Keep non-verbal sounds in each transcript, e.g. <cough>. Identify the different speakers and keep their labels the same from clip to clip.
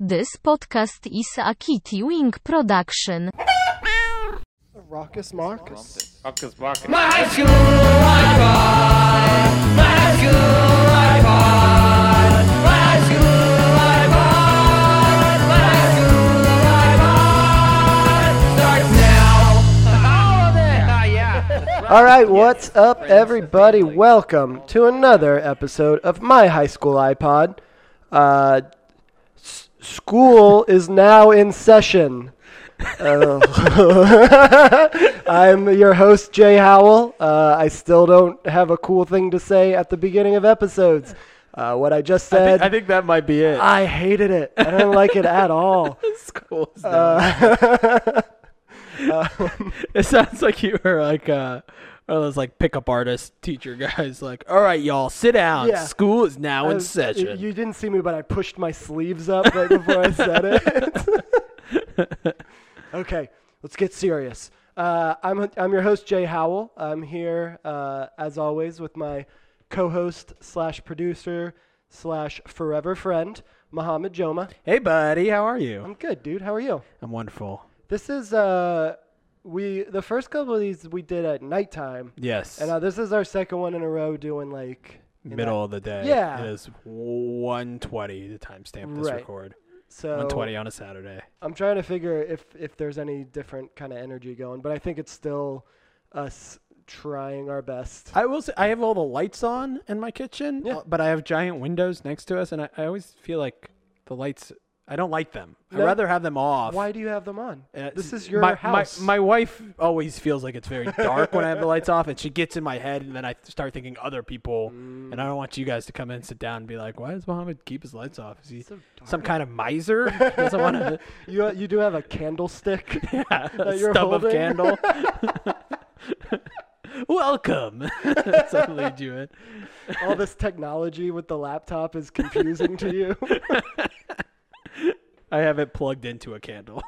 Speaker 1: This podcast is a Kit Wing production.
Speaker 2: Raucous Marcus.
Speaker 3: Marcus Marcus.
Speaker 2: All right, what's up, everybody? Welcome to another episode of my high school iPod. Uh, s- school is now in session. Uh, <laughs> I'm your host, Jay Howell. Uh, I still don't have a cool thing to say at the beginning of episodes. Uh, what I just
Speaker 3: I
Speaker 2: said,
Speaker 3: think, I think that might be
Speaker 4: "Ah,
Speaker 3: it.
Speaker 2: I hated it. I didn't like it at all. <laughs>
Speaker 4: School is
Speaker 2: Uh,
Speaker 4: <laughs> It sounds like you were like uh one of those like pickup artist teacher guys. <laughs> Like, all right, y'all, sit down.
Speaker 2: Yeah.
Speaker 4: School is now
Speaker 2: I
Speaker 4: in
Speaker 2: was-
Speaker 4: session.
Speaker 2: You didn't see me, but I pushed my sleeves up right before I said it. okay, let's get serious. Uh, I'm I'm your host Jay Howell. I'm here uh, as always with my co-host slash producer slash forever friend Mohammed Joma.
Speaker 4: hey, buddy, how are you?
Speaker 2: I'm good, dude. How are you?
Speaker 4: I'm wonderful.
Speaker 2: This is uh we the first couple of these we did at nighttime,
Speaker 4: Yes.
Speaker 2: and now this is our second one in a row doing like in that-
Speaker 4: Middle of the day.
Speaker 2: Yeah.
Speaker 4: It is 120 the timestamp this
Speaker 2: Right.
Speaker 4: record.
Speaker 2: So
Speaker 4: 120 on a Saturday.
Speaker 2: I'm trying to figure if if there's any different kind of energy going, but I think it's still us trying our best.
Speaker 4: I will say I have all the lights on in my kitchen,
Speaker 2: Yeah.
Speaker 4: uh, but I have giant windows next to us, and I, I always feel like the lights. I don't like them.
Speaker 2: No.
Speaker 4: I'd rather have them off.
Speaker 2: Why do you have them on?
Speaker 4: Uh,
Speaker 2: this
Speaker 4: s-
Speaker 2: is your
Speaker 4: my,
Speaker 2: house.
Speaker 4: My, my wife always feels like it's very dark when I have the lights off, and she gets in my head, and then I start thinking other people. And I don't want you guys to come in, sit down, and be like, "Why does Mohammed keep his lights off? Is
Speaker 2: <laughs>
Speaker 4: he
Speaker 2: So dark.
Speaker 4: some kind of miser? He Doesn't <laughs> want to
Speaker 2: <laughs> you you do have a candlestick. <laughs>
Speaker 4: yeah, a
Speaker 2: you're
Speaker 4: stub
Speaker 2: holding? <laughs>
Speaker 4: of candle." <laughs> Welcome. <laughs> That's how they do it.
Speaker 2: All this technology with the laptop is confusing to you.
Speaker 4: I have it plugged into
Speaker 2: <laughs>
Speaker 4: a candle.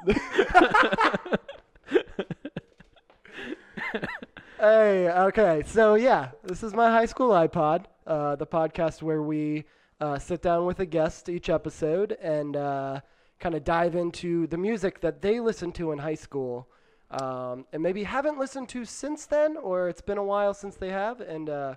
Speaker 2: hey, okay, so yeah, this is my high school iPod, uh, the podcast where we uh, sit down with a guest each episode and uh, kind of dive into the music that they listened to in high school. Um, and maybe haven't listened to since then, or it's been a while since they have, and uh,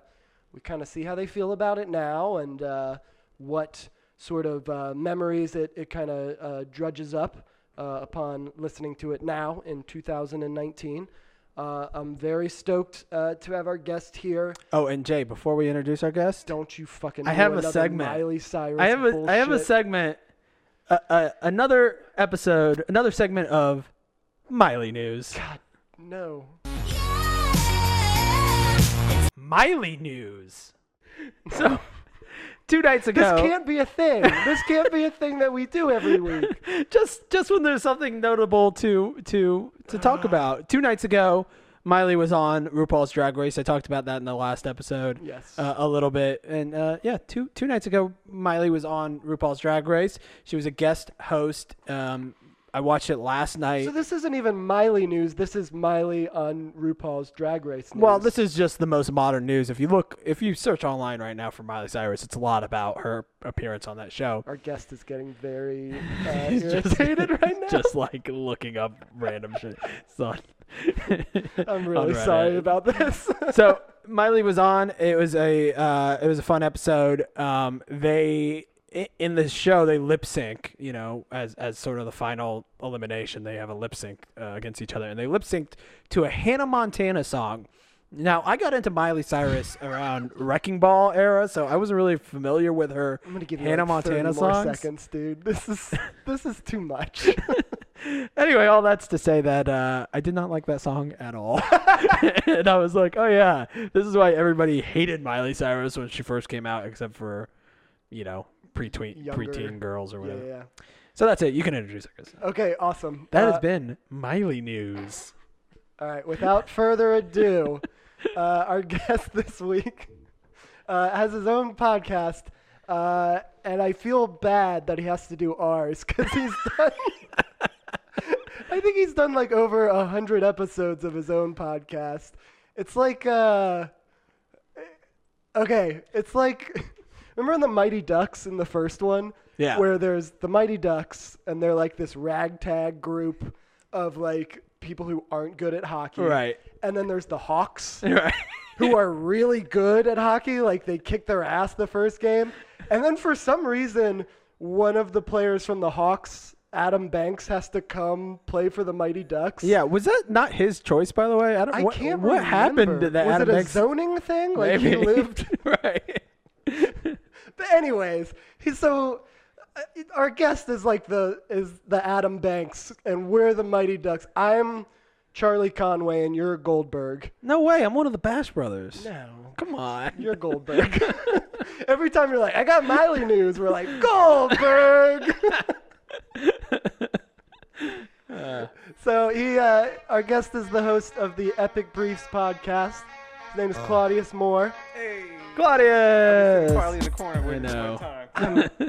Speaker 2: we kind of see how they feel about it now and uh, what sort of uh, memories it, it kind of uh, drudges up uh, upon listening to it now in 2019. Uh, I'm very stoked uh, to have our guest here.
Speaker 4: Oh, and Jay, before we introduce our guest,
Speaker 2: Don't you fucking
Speaker 4: I
Speaker 2: do
Speaker 4: have a
Speaker 2: another
Speaker 4: segment.
Speaker 2: Miley Cyrus
Speaker 4: I have a I have a
Speaker 2: bullshit.
Speaker 4: segment, uh, uh, another episode, another segment of Miley news.
Speaker 2: No.
Speaker 4: Miley news. So, two nights
Speaker 2: This
Speaker 4: ago,
Speaker 2: can't be a thing. this can't be a thing that we do
Speaker 4: <laughs>
Speaker 2: every week.
Speaker 4: just just when there's something notable to to to
Speaker 2: Ah.
Speaker 4: talk about, two nights ago, Miley was on RuPaul's Drag Race. I talked about that in the last episode.
Speaker 2: Yes.
Speaker 4: uh, a little bit. And uh, yeah, two two nights ago, Miley was on RuPaul's Drag Race. She was a guest host. Um, I watched it last night.
Speaker 2: So this isn't even Miley news. This is Miley on RuPaul's Drag Race. News.
Speaker 4: well, this is just the most modern news. If you look, if you search online right now for Miley Cyrus, it's a lot about her appearance on that show.
Speaker 2: our guest is getting very uh,
Speaker 4: <laughs> He's just-
Speaker 2: irritated right now.
Speaker 4: <laughs> Just like looking up random shit. It's on-
Speaker 2: I'm
Speaker 4: on
Speaker 2: really
Speaker 4: Reddit.
Speaker 2: sorry about
Speaker 4: <laughs>
Speaker 2: this.
Speaker 4: so Miley was on. It was a uh, it was a fun episode. Um, they i- in the show they lip sync. You know, as as sort of the final elimination, they have a lip sync uh, against each other, and they lip synced to a Hannah Montana song. Now I got into Miley Cyrus around Wrecking Ball era, so I wasn't really familiar with her
Speaker 2: I'm gonna give you
Speaker 4: Hannah
Speaker 2: like 30
Speaker 4: Montana
Speaker 2: more
Speaker 4: songs.
Speaker 2: seconds, dude. This is
Speaker 4: <laughs>
Speaker 2: this is too much.
Speaker 4: anyway, all that's to say that uh, I did not like that song at all. <laughs> and I was like, oh, yeah, this is why everybody hated Miley Cyrus when she first came out, except for, you know, pre-tween,
Speaker 2: Younger.
Speaker 4: preteen girls or
Speaker 2: yeah,
Speaker 4: whatever.
Speaker 2: yeah.
Speaker 4: So that's it. You can introduce her.
Speaker 2: Okay, awesome.
Speaker 4: That
Speaker 2: Uh,
Speaker 4: has been Miley News.
Speaker 2: All right, without further
Speaker 4: <laughs>
Speaker 2: ado, uh, our guest this week uh, has his own podcast, uh, and I feel bad that he has to do ours because he's
Speaker 4: <laughs>
Speaker 2: done. I think he's done like over a hundred episodes of his own podcast. It's like, uh, <laughs> okay, it's like remember in the Mighty Ducks in the first one
Speaker 4: Yeah.
Speaker 2: where there's the Mighty Ducks and they're like this ragtag group of like people who aren't good at hockey.
Speaker 4: Right.
Speaker 2: And then there's the
Speaker 4: <laughs>
Speaker 2: Hawks
Speaker 4: Right.
Speaker 2: who are really good at hockey. Like they kicked their ass the first game. And then for some reason, one of the players from the Hawks, Adam Banks, has to come play for the Mighty Ducks.
Speaker 4: <laughs> Yeah, was that not his choice, by the way? I don't.
Speaker 2: I
Speaker 4: what,
Speaker 2: can't
Speaker 4: What
Speaker 2: remember.
Speaker 4: happened to that?
Speaker 2: Was
Speaker 4: Adam
Speaker 2: it a
Speaker 4: Banks-
Speaker 2: zoning thing? Like
Speaker 4: Maybe.
Speaker 2: he
Speaker 4: <laughs>
Speaker 2: lived.
Speaker 4: right.
Speaker 2: But anyways, he's so. uh, Our guest is like the is the Adam Banks, and we're the Mighty Ducks. I'm Charlie Conway, and you're Goldberg.
Speaker 4: No way. I'm one of the Bash Brothers.
Speaker 2: No,
Speaker 4: Come on.
Speaker 2: you're Goldberg. <laughs> Every time you're like, I got Miley news. We're like Goldberg. so he, uh, our guest is the host of the Epic Briefs podcast. His name is Claudius Moore.
Speaker 3: Hey.
Speaker 4: Claudius.
Speaker 3: Quietly in the corner
Speaker 4: I
Speaker 3: with this
Speaker 4: know.
Speaker 3: one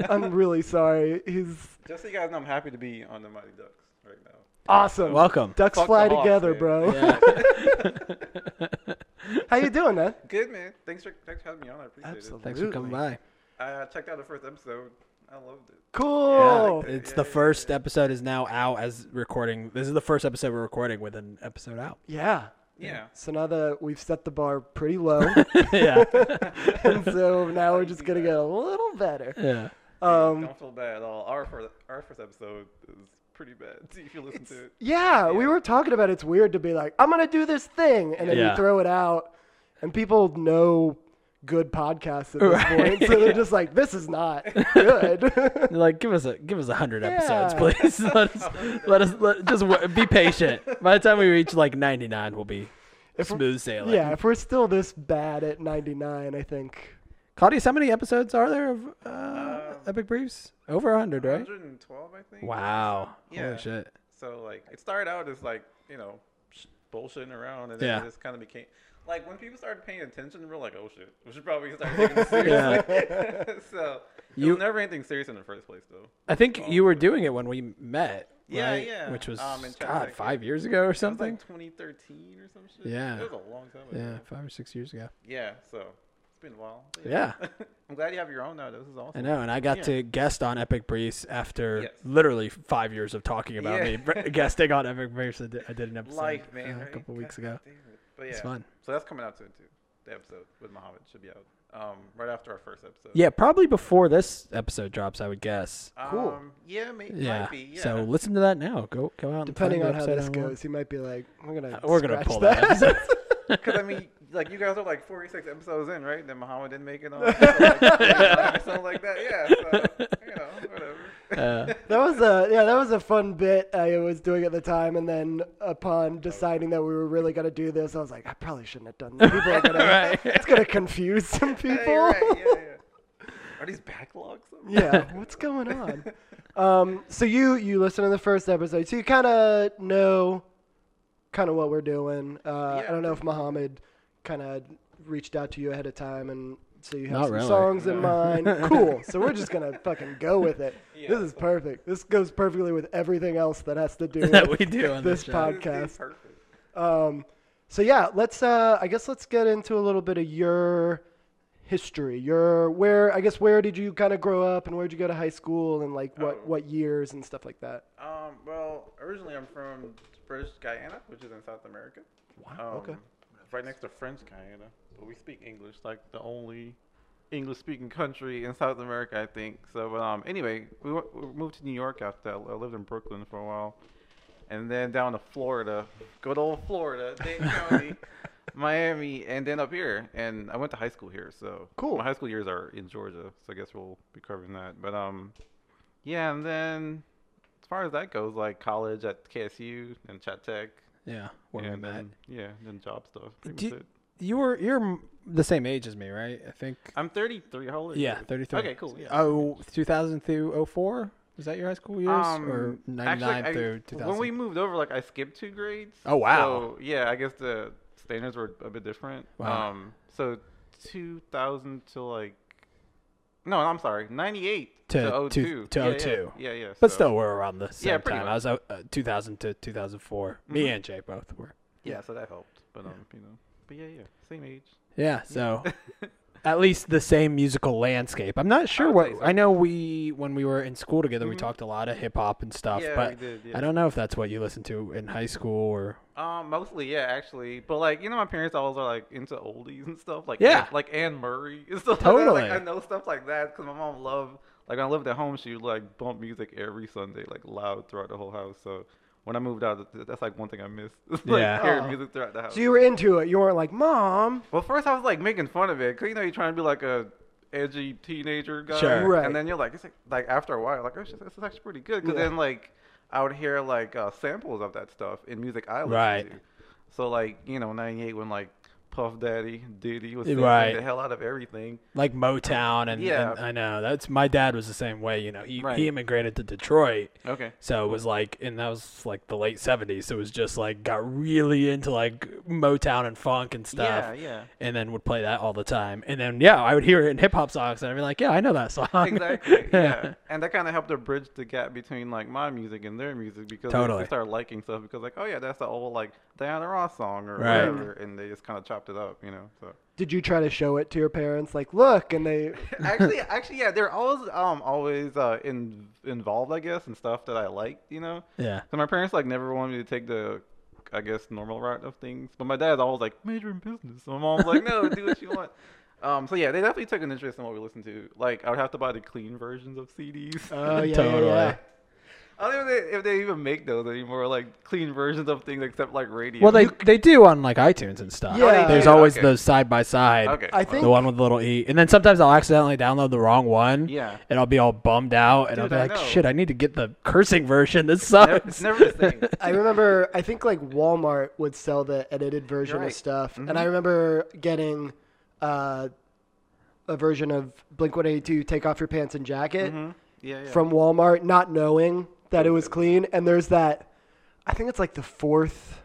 Speaker 4: <laughs>
Speaker 3: time.
Speaker 2: I'm really sorry. He's
Speaker 3: Just so you guys know, I'm happy to be on the Mighty Ducks right now.
Speaker 2: awesome.
Speaker 4: <laughs> Welcome.
Speaker 2: Ducks
Speaker 3: Fuck
Speaker 2: fly
Speaker 3: the Hawks,
Speaker 2: together,
Speaker 3: man.
Speaker 2: bro. <laughs> How you doing,
Speaker 4: <laughs>
Speaker 2: man?
Speaker 3: Good man. Thanks for thanks for having me on. I appreciate
Speaker 4: Thanks for coming by.
Speaker 3: it. I uh, checked out the first episode. I loved it.
Speaker 2: Cool.
Speaker 4: It's the first episode is now out as recording. This is the first episode we're recording with an episode out.
Speaker 2: Yeah.
Speaker 3: Yeah.
Speaker 2: So now that we've set the bar pretty low,
Speaker 4: <laughs> <laughs> yeah.
Speaker 2: and so now we're just gonna get a little better.
Speaker 4: Yeah.
Speaker 2: Um,
Speaker 3: Don't feel bad at all. Our first our first episode is pretty bad. <laughs> If you listen
Speaker 4: <laughs>
Speaker 3: to it.
Speaker 2: yeah, we were talking about it's weird to be like, I'm gonna do this thing, and then you
Speaker 4: Yeah.
Speaker 2: throw it out, and people know good podcasts at this point, so they're just like, this is not
Speaker 4: <laughs>
Speaker 2: good.
Speaker 4: They're Like give us a give us a hundred episodes,
Speaker 2: Yeah.
Speaker 4: please. <laughs> let us let us let, just wa- be patient. By the time we reach like ninety nine, we'll be smooth
Speaker 2: <laughs>
Speaker 4: sailing.
Speaker 2: yeah, if we're still this bad at 99, I think
Speaker 4: Claudius, how many episodes are there of uh,
Speaker 3: Um,
Speaker 4: Epic Briefs? Over a hundred, right?
Speaker 3: 112, I think.
Speaker 4: Wow.
Speaker 3: Yeah.
Speaker 4: Holy shit.
Speaker 3: So like it started out as like you know sh- bullshitting around, and then
Speaker 4: Yeah.
Speaker 3: it just kind of became like when people started paying attention, we're like, oh shit, we should probably
Speaker 4: <laughs>
Speaker 3: start taking this seriously. <laughs> so you
Speaker 4: You-
Speaker 3: was never anything serious in the first place, though.
Speaker 4: I think you were doing it when we met.
Speaker 3: Yeah,
Speaker 4: right?
Speaker 3: yeah.
Speaker 4: Which was
Speaker 3: Um, in Trans-
Speaker 4: God,
Speaker 3: like,
Speaker 4: five years ago or
Speaker 3: That was
Speaker 4: something.
Speaker 3: like 2013 or some shit.
Speaker 4: Yeah.
Speaker 3: it was a long time ago.
Speaker 4: yeah, five or six years ago.
Speaker 3: Yeah, so it's been a while. but
Speaker 4: Yeah.
Speaker 3: <laughs> I'm glad you have your own now. This is
Speaker 4: I
Speaker 3: awesome.
Speaker 4: know, and I got
Speaker 3: Yeah.
Speaker 4: to guest on Epic Briefs after
Speaker 3: Yes.
Speaker 4: literally five years of talking about me <laughs>
Speaker 3: Yeah. <laughs>
Speaker 4: br- guesting on Epic Briefs. I did, I did an episode
Speaker 3: Life, man.
Speaker 4: uh, a
Speaker 3: right?
Speaker 4: couple weeks
Speaker 3: God
Speaker 4: ago.
Speaker 3: damn it. But yeah,
Speaker 4: It's fun.
Speaker 3: So that's coming out soon too. The episode with Muhammad should be out um, right after our first episode.
Speaker 4: Yeah, probably before this episode drops, I would guess.
Speaker 2: Cool.
Speaker 3: Um, yeah, may-
Speaker 4: yeah.
Speaker 3: might be. Yeah. <laughs>
Speaker 4: So listen to that now. Go go out. and
Speaker 2: depending on
Speaker 4: find the
Speaker 2: how
Speaker 4: episode
Speaker 2: this
Speaker 4: I want.
Speaker 2: goes, he might be like, we're gonna
Speaker 4: Uh, <laughs> we're gonna
Speaker 2: scratch
Speaker 4: pull that, episode. <laughs>
Speaker 3: Because I mean, like you guys are like 46 episodes in, right? Then Muhammad didn't make
Speaker 4: <laughs>
Speaker 3: it on, <laughs> so, like, or something like that. Yeah, so you know, whatever.
Speaker 4: Uh,
Speaker 2: That was a yeah, that was a fun bit I was doing at the time, and then upon deciding that we were really gonna do this, I was like, I probably shouldn't have done that. People are
Speaker 3: <laughs>
Speaker 2: gonna,
Speaker 4: <laughs> Right.
Speaker 2: it's gonna confuse some people.
Speaker 3: Yeah, <laughs> you're right. Yeah, yeah. Are these backlogs? <laughs>
Speaker 4: <laughs>
Speaker 2: yeah, what's going on? Um, so you you listen to the first episode, so you kind of know kind of what we're doing. Uh, I
Speaker 3: Yeah.
Speaker 2: don't know if Muhammad kind of reached out to you ahead of time, and so you have
Speaker 4: Not
Speaker 2: some
Speaker 4: really.
Speaker 2: songs in
Speaker 4: <laughs>
Speaker 2: mind. cool. So we're just gonna fucking go with it.
Speaker 3: Yeah,
Speaker 2: this is perfect. This goes perfectly with everything else that has to do
Speaker 4: <laughs> that
Speaker 2: with
Speaker 4: we do on
Speaker 2: this
Speaker 4: this, show.
Speaker 2: podcast.
Speaker 3: Perfect.
Speaker 2: Um, so yeah, let's. Uh, I guess let's get into a little bit of your history. Your where I guess where did you kind of grow up and where did you go to high school and like what
Speaker 3: Oh.
Speaker 2: what years and stuff like that.
Speaker 3: Um, well, originally I'm from British Guyana, which is in South America.
Speaker 2: Wow, okay.
Speaker 3: Um, Right next to French Guyana, but we speak English, like the only English-speaking country in South America, I think. So, but, um, anyway, we, w- we moved to New York after that. I lived in Brooklyn for a while, and then down to Florida, good old Florida,
Speaker 2: <laughs>
Speaker 3: Dade County, Miami, and then up here. And I went to high school here, so
Speaker 2: Cool.
Speaker 3: My high school years are in Georgia, so I guess we'll be covering that. But um, yeah, and then as far as that goes, like college at KSU and Chat Tech,
Speaker 4: Yeah, where we
Speaker 3: and
Speaker 4: met.
Speaker 3: then, yeah, then job stuff. Pretty
Speaker 4: Do-
Speaker 3: much it.
Speaker 4: You were you're m- the same age as me, right? I think.
Speaker 3: I'm 33. How old are you?
Speaker 4: Yeah, 33.
Speaker 3: Okay, cool. Yeah.
Speaker 4: Oh, 2000 through 04? Was that your high school years? or 99
Speaker 3: Um, actually, I-
Speaker 4: through 2000?
Speaker 3: When we moved over, like I skipped two grades.
Speaker 4: Oh, wow.
Speaker 3: So yeah, I guess the standards were a bit different.
Speaker 4: Wow.
Speaker 3: Um, so 2000 to like, no, I'm sorry, 98
Speaker 4: To-
Speaker 3: to,
Speaker 4: to-
Speaker 3: 02.
Speaker 4: to
Speaker 3: yeah,
Speaker 4: 02.
Speaker 3: Yeah, yeah. yeah
Speaker 4: but
Speaker 3: so-
Speaker 4: still, we're around the same
Speaker 3: pretty
Speaker 4: time.
Speaker 3: much. Mm-hmm.
Speaker 4: I was uh, uh, 2000 to 2004. Me and Jay both were.
Speaker 3: <laughs> yeah, so that helped. But um, you know, but yeah, yeah, same age.
Speaker 4: Yeah, so at least the same musical landscape. I'm not sure
Speaker 3: would
Speaker 4: what
Speaker 3: say so. Mm-hmm.
Speaker 4: I know. We when we were in school together, we talked a lot of hip hop and stuff.
Speaker 3: Yeah,
Speaker 4: but
Speaker 3: we did,
Speaker 4: I
Speaker 3: yeah.
Speaker 4: don't know if that's what you listened to in high school or
Speaker 3: Um, mostly, yeah, actually, but like you know, my parents always are like into oldies and stuff, like
Speaker 4: Yeah.
Speaker 3: like Anne Murray <laughs> and stuff. Like, that.
Speaker 4: Totally.
Speaker 3: like I know stuff like that because my mom loved like when I lived at home, she would like bump music every Sunday, like loud throughout the whole house. So when I moved out, th- that's like one thing I missed. It's, <laughs> like,
Speaker 4: Yeah.
Speaker 3: hearing
Speaker 2: Aw.
Speaker 3: music throughout the house.
Speaker 2: So you were into it. You weren't like, Mom.
Speaker 3: Well, first I was like making fun of it because you know you're trying to be like a edgy teenager guy,
Speaker 4: Sure.
Speaker 2: Right.
Speaker 3: and then you're like, it's like, like after a while, like oh shit, this is actually pretty good. Because
Speaker 2: Yeah.
Speaker 3: then like I would hear like uh, samples of that stuff in music I listened
Speaker 4: Right.
Speaker 3: to. So like you know '98 when like Puff Daddy, Diddy was
Speaker 4: Right.
Speaker 3: right. the hell out of everything.
Speaker 4: like Motown and,
Speaker 3: Yeah.
Speaker 4: and I know that's my dad was the same way. You know, he
Speaker 3: Right.
Speaker 4: he immigrated to Detroit.
Speaker 3: Okay.
Speaker 4: So it was like, and that was like the late '70s. So it was just like got really into like Motown and funk and stuff.
Speaker 3: Yeah, yeah.
Speaker 4: And then would play that all the time. And then yeah, I would hear it in hip hop songs, and I'd be like, yeah, I know that song.
Speaker 3: <laughs>
Speaker 4: <laughs>
Speaker 3: Exactly. yeah. And that kind of helped to bridge the gap between like my music and their music because they-
Speaker 4: Totally.
Speaker 3: they started liking stuff because like oh yeah, that's the old like Diana Ross song or
Speaker 4: Right.
Speaker 3: whatever, and they just kind of chopped it up, you know. So.
Speaker 2: Did you try to show it to your parents? Like, look, and they.
Speaker 3: <laughs> actually, actually, yeah, they're always um always uh in, involved, I guess, in stuff that I like, you know.
Speaker 4: yeah.
Speaker 3: So my parents like never wanted me to take the, I guess, normal route of things. But my dad's always like major in business. So my mom's like, no, do what you <laughs> want. Um, so yeah, they definitely took an interest in what we listened to. Like I would have to buy the clean versions of CDs.
Speaker 2: Oh yeah,
Speaker 4: Totally.
Speaker 2: yeah, yeah.
Speaker 3: I don't know if they, if they even make those anymore. Like clean versions of things except like radio. <laughs>
Speaker 4: Well, they they do on like iTunes and stuff.
Speaker 2: Yeah.
Speaker 4: There's
Speaker 3: Yeah,
Speaker 4: always
Speaker 3: okay.
Speaker 4: those side by side.
Speaker 3: Okay.
Speaker 2: I
Speaker 3: well,
Speaker 2: think-
Speaker 4: The one with the little e, and then sometimes I'll accidentally download the wrong one.
Speaker 3: Yeah.
Speaker 4: And I'll be all bummed out, and
Speaker 3: Dude,
Speaker 4: I'll
Speaker 3: I
Speaker 4: be like,
Speaker 3: know.
Speaker 4: "Shit, I need to get the cursing version. This
Speaker 3: never-
Speaker 4: sucks."
Speaker 3: it's never
Speaker 2: <laughs>
Speaker 3: the same.
Speaker 2: I remember. I think like Walmart would sell the edited version
Speaker 3: right. Mm-hmm.
Speaker 2: of stuff, and I remember getting uh, a version of Blink One Eighty Two "Take Off Your Pants and Jacket"
Speaker 3: Mm-hmm. Yeah, yeah.
Speaker 2: from Walmart, not knowing that it was clean. And there's that. I think it's like the fourth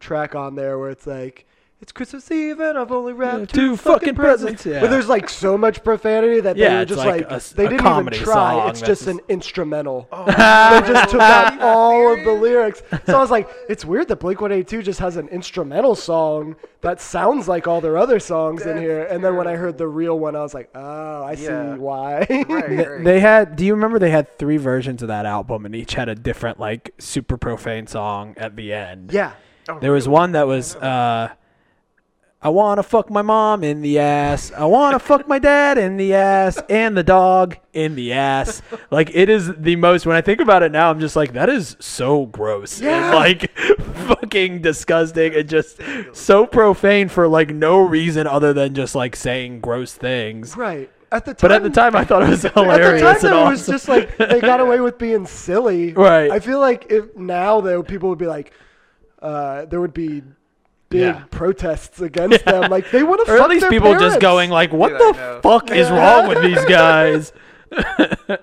Speaker 2: track on there where it's like. It's Christmas Eve and I've only wrapped
Speaker 4: <laughs> Yeah,
Speaker 2: two, fucking presents.
Speaker 4: yeah.
Speaker 2: But there's like so much profanity that
Speaker 4: Yeah,
Speaker 2: they were
Speaker 4: it's
Speaker 2: just
Speaker 4: like
Speaker 2: like,
Speaker 4: a s-
Speaker 2: they
Speaker 4: a
Speaker 2: didn't even
Speaker 4: comedy
Speaker 2: try.
Speaker 4: song
Speaker 2: it's
Speaker 4: that's
Speaker 2: just
Speaker 4: just-
Speaker 2: an instrumental. <laughs> they just took out all of the lyrics. So I was like, it's weird that Blink 182 just has an instrumental song that sounds like all their other songs in here. And then when I heard the real one, I was like, oh, I
Speaker 3: Yeah.
Speaker 2: see why.
Speaker 3: Right, right.
Speaker 4: They had. Do you remember they had three versions of that album, and each had a different like super profane song at the
Speaker 2: <laughs>
Speaker 4: end.
Speaker 2: yeah.
Speaker 4: There was one that was. uh I wanna fuck my mom in the ass. I wanna fuck my dad in the ass, and the dog in
Speaker 2: <laughs>
Speaker 4: the ass. Like it is the most. When I think about it now, I'm just like, that is so gross
Speaker 2: Yeah.
Speaker 4: and like <laughs> fucking disgusting and just so profane for like no reason other than just like saying gross things.
Speaker 2: Right. At the time.
Speaker 4: But at the time, I thought it
Speaker 2: <laughs>
Speaker 4: was
Speaker 2: At the
Speaker 4: hilarious.
Speaker 2: time,
Speaker 4: and
Speaker 2: though, it was
Speaker 4: awesome.
Speaker 2: just like they got away with being silly.
Speaker 4: Right.
Speaker 2: I feel like if now though, people would be like, uh, there would be big
Speaker 4: Yeah.
Speaker 2: protests against them. Like they would have.
Speaker 4: <laughs> Or at least people just going like, "What
Speaker 3: Dude, I
Speaker 4: the
Speaker 3: know.
Speaker 4: fuck is wrong
Speaker 2: <laughs>
Speaker 4: with these guys?"
Speaker 3: Yeah,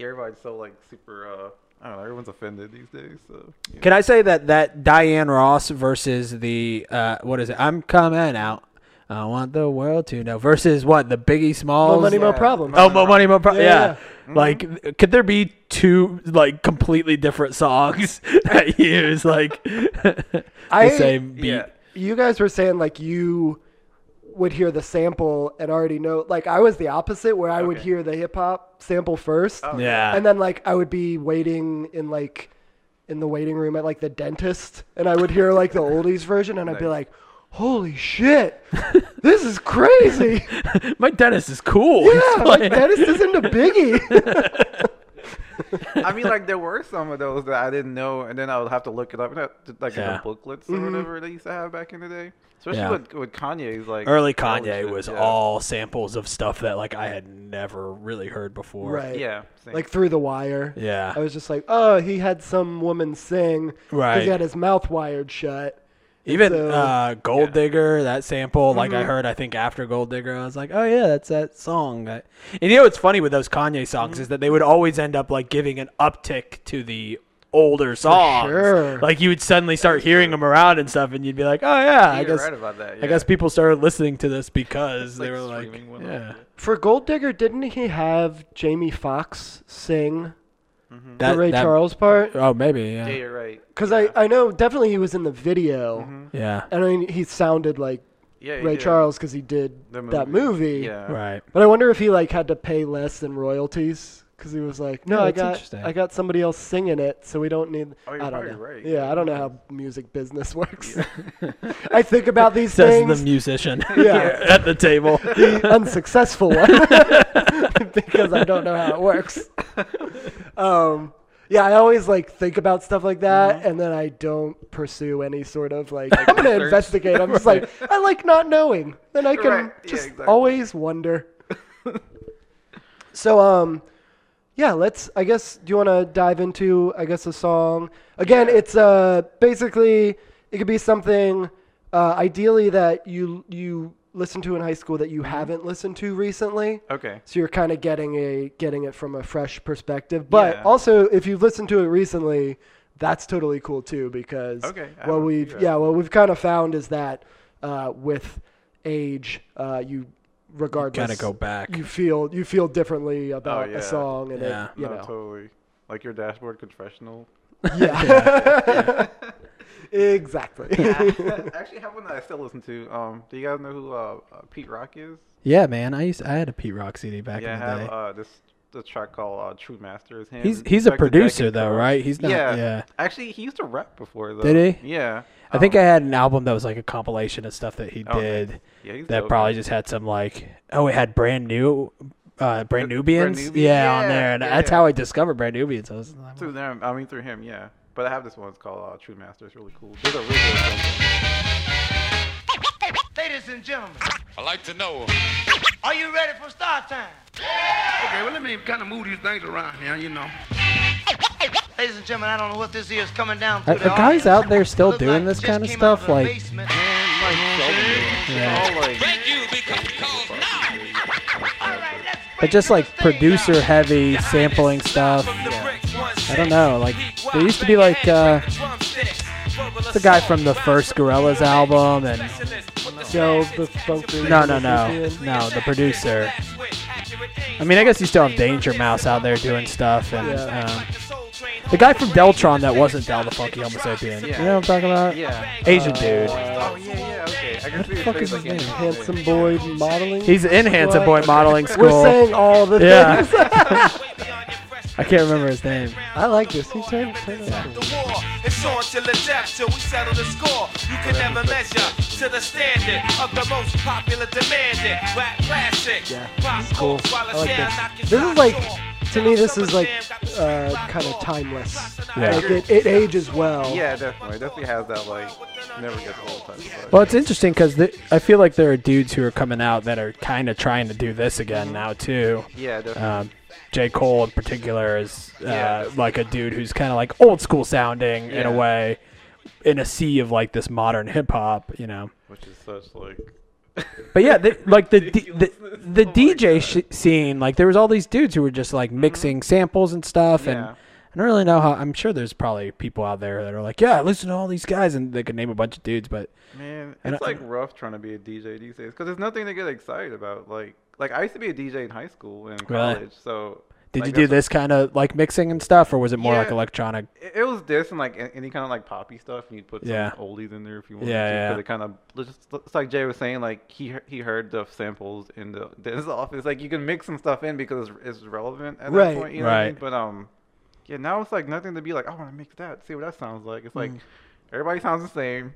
Speaker 3: everybody's so like super. Uh, I don't know. Everyone's offended these days. So yeah.
Speaker 4: Can I say that that Diane Ross versus the uh, what is it? I'm coming out. I want the world to know versus what the Biggie Smalls.
Speaker 2: More money, more
Speaker 3: Yeah.
Speaker 2: problems.
Speaker 4: Oh, Mo money, Mo Pro-
Speaker 2: Yeah,
Speaker 4: yeah. Like, could there be two like completely different songs <laughs> that use like <laughs> the
Speaker 2: I-
Speaker 4: same beat?
Speaker 3: Yeah.
Speaker 2: you guys were saying like you would hear the sample and already know like i was the opposite where i would
Speaker 3: Okay.
Speaker 2: hear the hip-hop sample first
Speaker 4: Yeah.
Speaker 2: and then like i would be waiting in like in the waiting room at like the dentist and i would hear like
Speaker 4: <laughs>
Speaker 2: the oldies version and i'd be
Speaker 3: Nice.
Speaker 2: like holy shit this is crazy
Speaker 4: <laughs> My dentist is cool.
Speaker 2: <laughs> yeah like dentist is into biggie
Speaker 4: <laughs>
Speaker 3: I mean, like there were some of those that I didn't know, and then I would have to look it up, not- like in
Speaker 4: Yeah.
Speaker 3: the booklets or
Speaker 2: Mm-hmm.
Speaker 3: whatever they used to have back in the day. Especially
Speaker 4: Yeah.
Speaker 3: with, with Kanye's like
Speaker 4: early
Speaker 3: holy
Speaker 4: Kanye
Speaker 3: Oh, shit,
Speaker 4: was
Speaker 3: yeah.
Speaker 4: all samples of stuff that like I had never really heard before.
Speaker 2: right
Speaker 3: yeah, same.
Speaker 2: like through the wire
Speaker 4: Yeah.
Speaker 2: i was just like oh he had some woman sing 'cause
Speaker 4: Right.
Speaker 2: he had his mouth wired shut
Speaker 4: Even
Speaker 2: So-
Speaker 4: uh, Gold
Speaker 3: Yeah. Mm-hmm.
Speaker 4: Digger, that sample, like I heard, I think after Gold Digger, I was like, oh yeah, that's that song. That... And you know what's funny with those Kanye songs
Speaker 3: Mm-hmm.
Speaker 4: is that they would always end up like giving an uptick to the older songs.
Speaker 2: sure.
Speaker 4: Like you would suddenly start hearing them around and stuff, and you'd be like, oh yeah, I
Speaker 3: You're
Speaker 4: guess
Speaker 3: right about that.
Speaker 4: I guess people started listening to this because they
Speaker 3: like
Speaker 4: were like,
Speaker 3: streaming went
Speaker 4: yeah,
Speaker 3: on,
Speaker 2: For Gold Digger, didn't he have Jamie Foxx sing
Speaker 4: That-
Speaker 2: the Ray
Speaker 4: that-
Speaker 2: Charles part?
Speaker 4: Oh maybe
Speaker 3: yeah.
Speaker 4: yeah, Mm-hmm.
Speaker 3: you're right.
Speaker 2: Because I, I know definitely he was in the video,
Speaker 4: yeah.
Speaker 2: and I mean he sounded like
Speaker 3: Yeah, he
Speaker 2: Ray
Speaker 3: did.
Speaker 2: Charles because he did
Speaker 3: The
Speaker 2: that movie.
Speaker 3: Yeah.
Speaker 4: Right.
Speaker 2: But I wonder if he like had to pay less than royalties because he was like, no,
Speaker 4: Yeah,
Speaker 2: I
Speaker 4: that's
Speaker 2: got
Speaker 4: interesting.
Speaker 2: I got somebody else singing it, so we don't need.
Speaker 3: Oh, you're
Speaker 2: I don't
Speaker 3: probably
Speaker 2: know.
Speaker 3: right.
Speaker 2: Yeah,
Speaker 3: Yeah,
Speaker 2: I don't know
Speaker 3: yeah.
Speaker 2: how music business <laughs> works. I think about these
Speaker 4: Says
Speaker 2: things.
Speaker 4: the
Speaker 3: <laughs>
Speaker 4: musician
Speaker 2: Yeah.
Speaker 4: <laughs> at the table.
Speaker 2: the <laughs> unsuccessful one <laughs> because I don't know how it works. Um, yeah, I always like think about stuff like that, and then I don't pursue any sort of like. I'm gonna
Speaker 3: Mm-hmm. research.
Speaker 2: investigate. I'm just
Speaker 3: <laughs>
Speaker 2: like I like not knowing. Then I can
Speaker 3: Right, yeah,
Speaker 2: just
Speaker 3: exactly.
Speaker 2: always wonder. <laughs> so um, yeah, let's. I guess do you want to dive into? I guess a song again. It's uh basically it could be something uh, ideally that you you listen to in high school that you
Speaker 3: Mm-hmm.
Speaker 2: haven't listened to recently.
Speaker 3: Okay.
Speaker 2: So you're kind of getting a getting it from a fresh perspective. But
Speaker 3: Yeah.
Speaker 2: also, if you've listened to it recently, that's totally cool too. Because
Speaker 3: Okay, I
Speaker 2: what
Speaker 3: will
Speaker 2: we've
Speaker 3: do that.
Speaker 2: yeah what we've kind of found is that uh, with age, uh, you regardless
Speaker 4: Gotta go back.
Speaker 2: you feel you feel differently about
Speaker 3: Oh, yeah.
Speaker 2: a song and
Speaker 4: Yeah.
Speaker 2: it, you
Speaker 3: no,
Speaker 2: know
Speaker 3: totally. Like your dashboard confessional.
Speaker 2: <laughs> exactly.
Speaker 3: <laughs>
Speaker 2: <laughs>
Speaker 3: I actually have one that I still listen to. Um, do you guys know who uh, uh, Pete Rock is?
Speaker 4: Yeah, man. I used I had a Pete Rock CD back
Speaker 3: yeah, I
Speaker 4: in the
Speaker 3: have
Speaker 4: day.
Speaker 3: uh, this the track called uh, True Master is him.
Speaker 4: he's
Speaker 3: and
Speaker 4: he's a
Speaker 3: Jack the Jack
Speaker 4: producer
Speaker 3: and
Speaker 4: though,
Speaker 3: Coke.
Speaker 4: right? He's not.
Speaker 3: yeah.
Speaker 4: Yeah.
Speaker 3: Actually, he used to rap before though.
Speaker 4: Did he?
Speaker 3: Yeah.
Speaker 4: I think I
Speaker 3: Um,
Speaker 4: had an album that was like a compilation of stuff that he
Speaker 3: Oh, okay.
Speaker 4: did.
Speaker 3: yeah, he's
Speaker 4: That
Speaker 3: dope,
Speaker 4: probably
Speaker 3: man.
Speaker 4: just had some like oh it had brand new. Uh, brand
Speaker 3: Br-
Speaker 4: Nubians,
Speaker 3: Brand Nubians?
Speaker 4: yeah, on
Speaker 3: Yeah,
Speaker 4: there, and
Speaker 3: yeah,
Speaker 4: that's
Speaker 3: yeah.
Speaker 4: how I discovered Brand Nubians. I was like,
Speaker 3: through them. I mean through him. Yeah. But I have this one. It's called uh, True Master. It's really cool. There's a really good one.
Speaker 5: Ladies and gentlemen,
Speaker 6: I like to know.
Speaker 5: are you ready for start time?
Speaker 6: Okay, well, let me kind of move these things around here, you know.
Speaker 5: Ladies and gentlemen, I don't know what this is coming down through
Speaker 4: Are, are
Speaker 5: the
Speaker 4: Uh, guys
Speaker 5: audience.
Speaker 4: out there still
Speaker 5: Look
Speaker 4: doing
Speaker 5: like
Speaker 4: this
Speaker 5: just
Speaker 4: kind of
Speaker 5: came out
Speaker 4: stuff?
Speaker 5: the
Speaker 4: Like,
Speaker 5: basement.
Speaker 3: And like,
Speaker 4: Yeah.
Speaker 3: all like
Speaker 6: Thank you, because calls now.
Speaker 5: All right, let's
Speaker 4: but
Speaker 5: break
Speaker 4: just
Speaker 5: this
Speaker 4: like
Speaker 5: thing
Speaker 4: producer
Speaker 5: down.
Speaker 4: heavy sampling stuff. I don't know. Like, there used to be like uh, the guy from the first Gorillaz album, and
Speaker 2: Joe the Funky.
Speaker 4: no, no, no, no, the producer. I mean, I guess you still have Danger Mouse out there doing stuff, and
Speaker 2: Yeah.
Speaker 4: um, the guy from Deltron that wasn't Del the Funky Homo Sapien. You know what I'm talking about?
Speaker 3: yeah.
Speaker 4: Asian dude.
Speaker 3: Oh yeah, yeah. Okay. I can see his
Speaker 4: fuck
Speaker 3: face
Speaker 4: is his
Speaker 3: again.
Speaker 4: name?
Speaker 2: Handsome boy modeling.
Speaker 4: He's in Handsome Boy Modeling
Speaker 2: We're
Speaker 4: School.
Speaker 2: saying all the
Speaker 4: Yeah.
Speaker 2: things.
Speaker 4: <laughs> I can't remember his name.
Speaker 2: I like this. He turned. turned it on.
Speaker 7: the war. It's on till the death, till we settle the score. You can never measure to the standard of the most popular demanded rap classic.
Speaker 2: Yeah,
Speaker 7: Pop
Speaker 2: this is cool.
Speaker 7: goes while
Speaker 2: I
Speaker 7: a
Speaker 2: like
Speaker 7: sound
Speaker 2: this.
Speaker 7: knocking
Speaker 2: This is
Speaker 7: doors
Speaker 2: like,
Speaker 7: off.
Speaker 2: to me, this
Speaker 7: Summer
Speaker 2: is like
Speaker 7: jam got the
Speaker 2: uh,
Speaker 7: street
Speaker 2: kind of
Speaker 7: locked.
Speaker 2: timeless.
Speaker 4: Yeah.
Speaker 2: Like it, it ages well.
Speaker 3: Yeah, definitely. It Definitely has that like never gets old type. of
Speaker 4: Well, it's interesting because I feel like there are dudes who are coming out that are kind of trying to do this again now too.
Speaker 3: Yeah, definitely.
Speaker 4: Um, J. Cole in particular is uh,
Speaker 3: Yeah.
Speaker 4: like a dude who's kind of like old school sounding in a
Speaker 3: Yeah.
Speaker 4: way, in a sea of like this modern hip hop, you know.
Speaker 3: Which is such like.
Speaker 4: But yeah,
Speaker 3: <laughs>
Speaker 4: the, like the D- the,
Speaker 3: Ridiculousness.
Speaker 4: the
Speaker 3: <laughs> Oh my
Speaker 4: DJ sh- scene, like there was all these dudes who were just like mixing samples and stuff, and
Speaker 3: Mm-hmm. Yeah.
Speaker 4: I don't really know how. I'm sure there's probably people out there that are like, yeah, I listen to all these guys, and they could name a bunch of dudes, but
Speaker 3: Man,
Speaker 4: And
Speaker 3: it's
Speaker 4: I-
Speaker 3: like rough trying to be a DJ these days because there's nothing to get excited about. Like, like I used to be a DJ in high school and
Speaker 4: Really?
Speaker 3: college, so
Speaker 4: Did
Speaker 3: like,
Speaker 4: you do
Speaker 3: that's-
Speaker 4: this kind of like mixing and stuff, or was it more like
Speaker 3: Yeah.
Speaker 4: electronic?
Speaker 3: It, it was this and like a- any kind of like poppy stuff, and you put some
Speaker 4: Yeah.
Speaker 3: oldies in there if you wanted
Speaker 4: Yeah,
Speaker 3: to.
Speaker 4: yeah.
Speaker 3: 'cause it kind of it's just- it's like Jay was saying, like he he- he heard the samples in the dentist <laughs> office. Like you can mix some stuff in because it's, it's relevant at
Speaker 2: Right.
Speaker 3: that point. You know what I mean?
Speaker 4: Right.
Speaker 3: But um, yeah, now it's like nothing to be like. I want to mix that. See what that sounds like. It's
Speaker 4: Mm.
Speaker 3: like everybody sounds the same.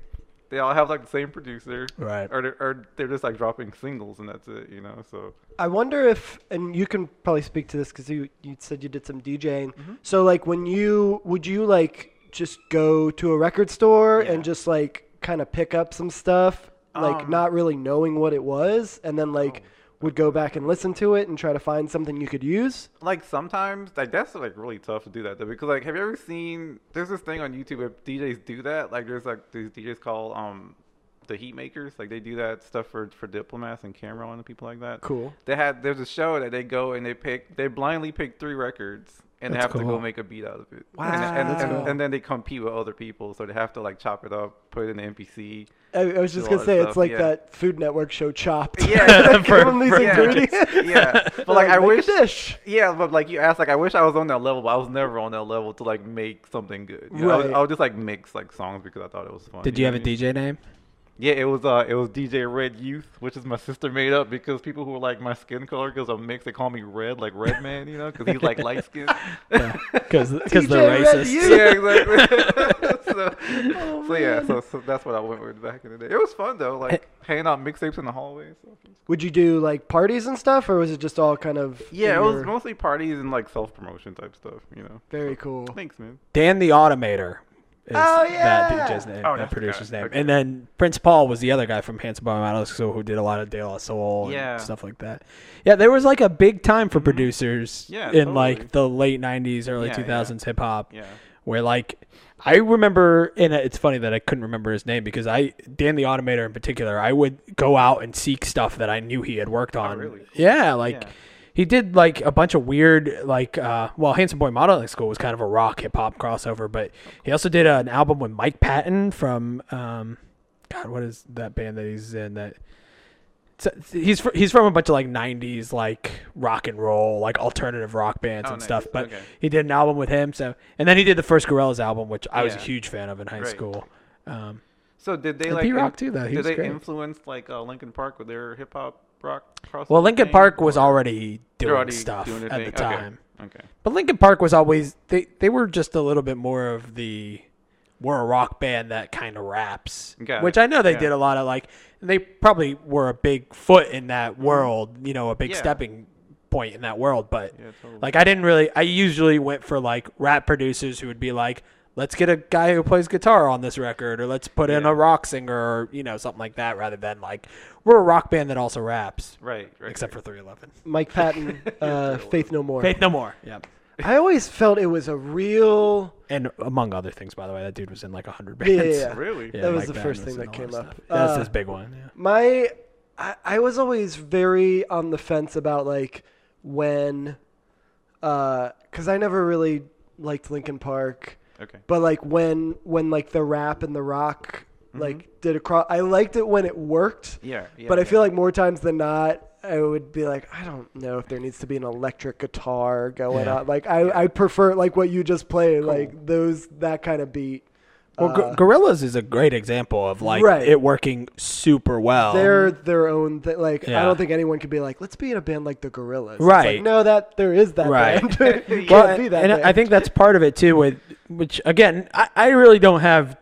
Speaker 3: They all have like the same producer,
Speaker 4: Right.
Speaker 3: Or they're, or they're just like dropping singles and that's it. You know, so
Speaker 2: I wonder if, and you can probably speak to this because you, you said you did some DJing. So, like, when you would you like just go to a record store and just like kind of pick up some stuff, like
Speaker 3: Um,
Speaker 2: not really knowing what it was, and then like would go back and listen to it and try to find something you could use?
Speaker 3: like sometimes like that's like really tough to do that though because like have you ever seen there's this thing on YouTube where DJs do that like there's like these DJs called um the heat makers like they do that stuff for for diplomats and Cameron and people like that.
Speaker 2: Cool.
Speaker 3: They had there's a show that they go and they pick they blindly pick three records and
Speaker 4: That's
Speaker 3: they have to
Speaker 4: cool.
Speaker 3: go make a beat out of it. Wow. And, and,
Speaker 2: That's
Speaker 3: and,
Speaker 2: cool.
Speaker 3: and then they compete with other people so they have to like chop it up, put it in the NPC.
Speaker 2: I, I was just gonna
Speaker 3: Do all that
Speaker 2: say it's
Speaker 3: stuff,
Speaker 2: like
Speaker 3: yeah.
Speaker 2: that Food Network show Chopped. <laughs>
Speaker 3: <laughs> Yeah.
Speaker 2: Give 'em these ingredients. <laughs>
Speaker 3: yeah. But like
Speaker 2: Like,
Speaker 3: I
Speaker 2: make a
Speaker 3: wish
Speaker 2: dish.
Speaker 3: Yeah, but like you asked, like I wish I was on that level, but I was never on that level to like make something good. You know, I, was,
Speaker 2: Right.
Speaker 3: I would just like mix like songs because I thought it was fun.
Speaker 4: Did you have
Speaker 3: know
Speaker 8: <laughs>
Speaker 4: a
Speaker 3: what I mean?
Speaker 4: DJ name?
Speaker 3: Yeah, it was uh, it was DJ Red Youth, which is my sister made up because people who are like my skin color because I'm mixed, they call me Red, like Red Man, you know, because he's like light <laughs> skinned.
Speaker 8: because
Speaker 3: <laughs>
Speaker 8: they're
Speaker 2: TJ Red
Speaker 8: racist.
Speaker 2: Youth.
Speaker 3: yeah, exactly. <laughs> so, so yeah, so, so that's what I went with back in the day. It was fun though, like hanging out mixtapes in the hallways.
Speaker 2: Would you do like parties and stuff, or was it just all kind of? in
Speaker 3: Yeah, it was
Speaker 2: your-
Speaker 3: mostly parties and like self promotion type stuff, you know.
Speaker 2: very cool.
Speaker 3: Thanks, man.
Speaker 4: Dan the Automator is
Speaker 2: Oh, yeah.
Speaker 4: that DJ's name,
Speaker 3: Oh,
Speaker 4: that
Speaker 3: that's the
Speaker 4: producer's
Speaker 3: guy.
Speaker 4: name.
Speaker 3: Okay.
Speaker 4: And then Prince Paul was the other guy from Handsome Boy Models, so who did a lot of De La Soul and
Speaker 3: Yeah. Mm-hmm.
Speaker 4: stuff like that. Yeah, there was like a big time for producers
Speaker 3: Yeah,
Speaker 4: in
Speaker 3: totally.
Speaker 4: like the late 90s, early
Speaker 3: Yeah, yeah.
Speaker 4: 2000s hip hop.
Speaker 3: Yeah.
Speaker 4: Where like I remember, and it's funny that I couldn't remember his name because I Dan the Automator in particular, I would go out and seek stuff that I knew he had worked on.
Speaker 3: Oh, really? Cool.
Speaker 4: Yeah, like
Speaker 3: Yeah.
Speaker 4: he did like a bunch of weird like uh, well, Handsome Boy Modeling School was kind of a rock hip hop crossover, but he also did an album with Mike Patton from um, God, what is that band that he's in that. it's- He's fr- he's from a bunch of like '90s like rock and roll like alternative rock bands
Speaker 3: Oh,
Speaker 4: and
Speaker 3: nice.
Speaker 4: stuff, but
Speaker 3: Okay.
Speaker 4: he did an album with him. So, and then he did the first Gorillaz album, which I was a
Speaker 3: Yeah.
Speaker 4: huge fan of in high
Speaker 3: Right.
Speaker 4: school. Um,
Speaker 3: So did they
Speaker 4: And
Speaker 3: like
Speaker 4: P-Rock,
Speaker 3: in-
Speaker 4: too, though. He
Speaker 3: Did
Speaker 4: was
Speaker 3: they
Speaker 4: great.
Speaker 3: influence like uh, Lincoln Park with their hip hop rock crossover?
Speaker 4: well, Linkin
Speaker 3: thing,
Speaker 4: Park was
Speaker 3: or-
Speaker 4: already
Speaker 3: they're
Speaker 4: doing
Speaker 3: already
Speaker 4: stuff
Speaker 3: doing
Speaker 4: at
Speaker 3: their
Speaker 4: the
Speaker 3: thing? Okay,
Speaker 4: time,
Speaker 3: Okay.
Speaker 4: but Linkin Park was always they they were just a little bit more of the we're a rock band that kind of raps,
Speaker 3: Got
Speaker 4: which
Speaker 3: it.
Speaker 4: I know they
Speaker 3: Yeah.
Speaker 4: did a lot of like they probably were a big foot in that world, you know, a big
Speaker 3: Mm-hmm. Yeah.
Speaker 4: stepping point in that world, but
Speaker 3: Yeah, totally.
Speaker 4: like I didn't really I usually went for like rap producers who would be like let's get a guy who plays guitar on this record or let's put in
Speaker 3: Yeah.
Speaker 4: a rock singer or you know something like that rather than like we're a rock band that also raps
Speaker 3: Right. Right.
Speaker 4: except
Speaker 3: right.
Speaker 4: for 311.
Speaker 2: Mike Patton, uh, Faith No More.
Speaker 4: <laughs> Faith no more. Yeah.
Speaker 2: I always felt it was a
Speaker 4: <laughs>
Speaker 2: real.
Speaker 4: And among other things by the way that dude was in like 100 bands.
Speaker 2: Yeah, yeah, yeah.
Speaker 3: Really?
Speaker 4: <laughs> Yeah,
Speaker 2: That was
Speaker 4: Mike
Speaker 2: the
Speaker 4: Patton
Speaker 2: first thing
Speaker 4: in
Speaker 2: that
Speaker 4: a lot
Speaker 2: came
Speaker 4: of
Speaker 2: up.
Speaker 4: stuff. Yeah, that's
Speaker 2: Uh,
Speaker 4: his big one. Yeah.
Speaker 2: My, I, I was always very on the fence about like when, because I never really liked Linkin Park.
Speaker 4: Oh,
Speaker 3: Okay.
Speaker 2: but like when when like the rap and the rock like did a cross i liked it when it worked
Speaker 3: Mm-hmm. Yeah, yeah,
Speaker 2: but i
Speaker 3: yeah.
Speaker 2: feel like more times than not i would be like i don't know if there needs to be an electric guitar going
Speaker 4: Yeah.
Speaker 2: on like i i prefer like what you just played like those that kind of beat
Speaker 4: Well,
Speaker 2: Uh,
Speaker 4: Gor Gorillas is a great example of like
Speaker 2: Right.
Speaker 4: it working super well.
Speaker 2: they're their own thing. Like I
Speaker 4: Um, Yeah.
Speaker 2: don't think anyone could be like, let's be in a band like the Gorillas. It's
Speaker 4: Right.
Speaker 2: like, no, that there is that
Speaker 4: Right.
Speaker 2: band. <laughs> you
Speaker 4: Well,
Speaker 2: can't be that.
Speaker 4: and
Speaker 2: band.
Speaker 4: I think that's part of it too. With which again, I, I really don't have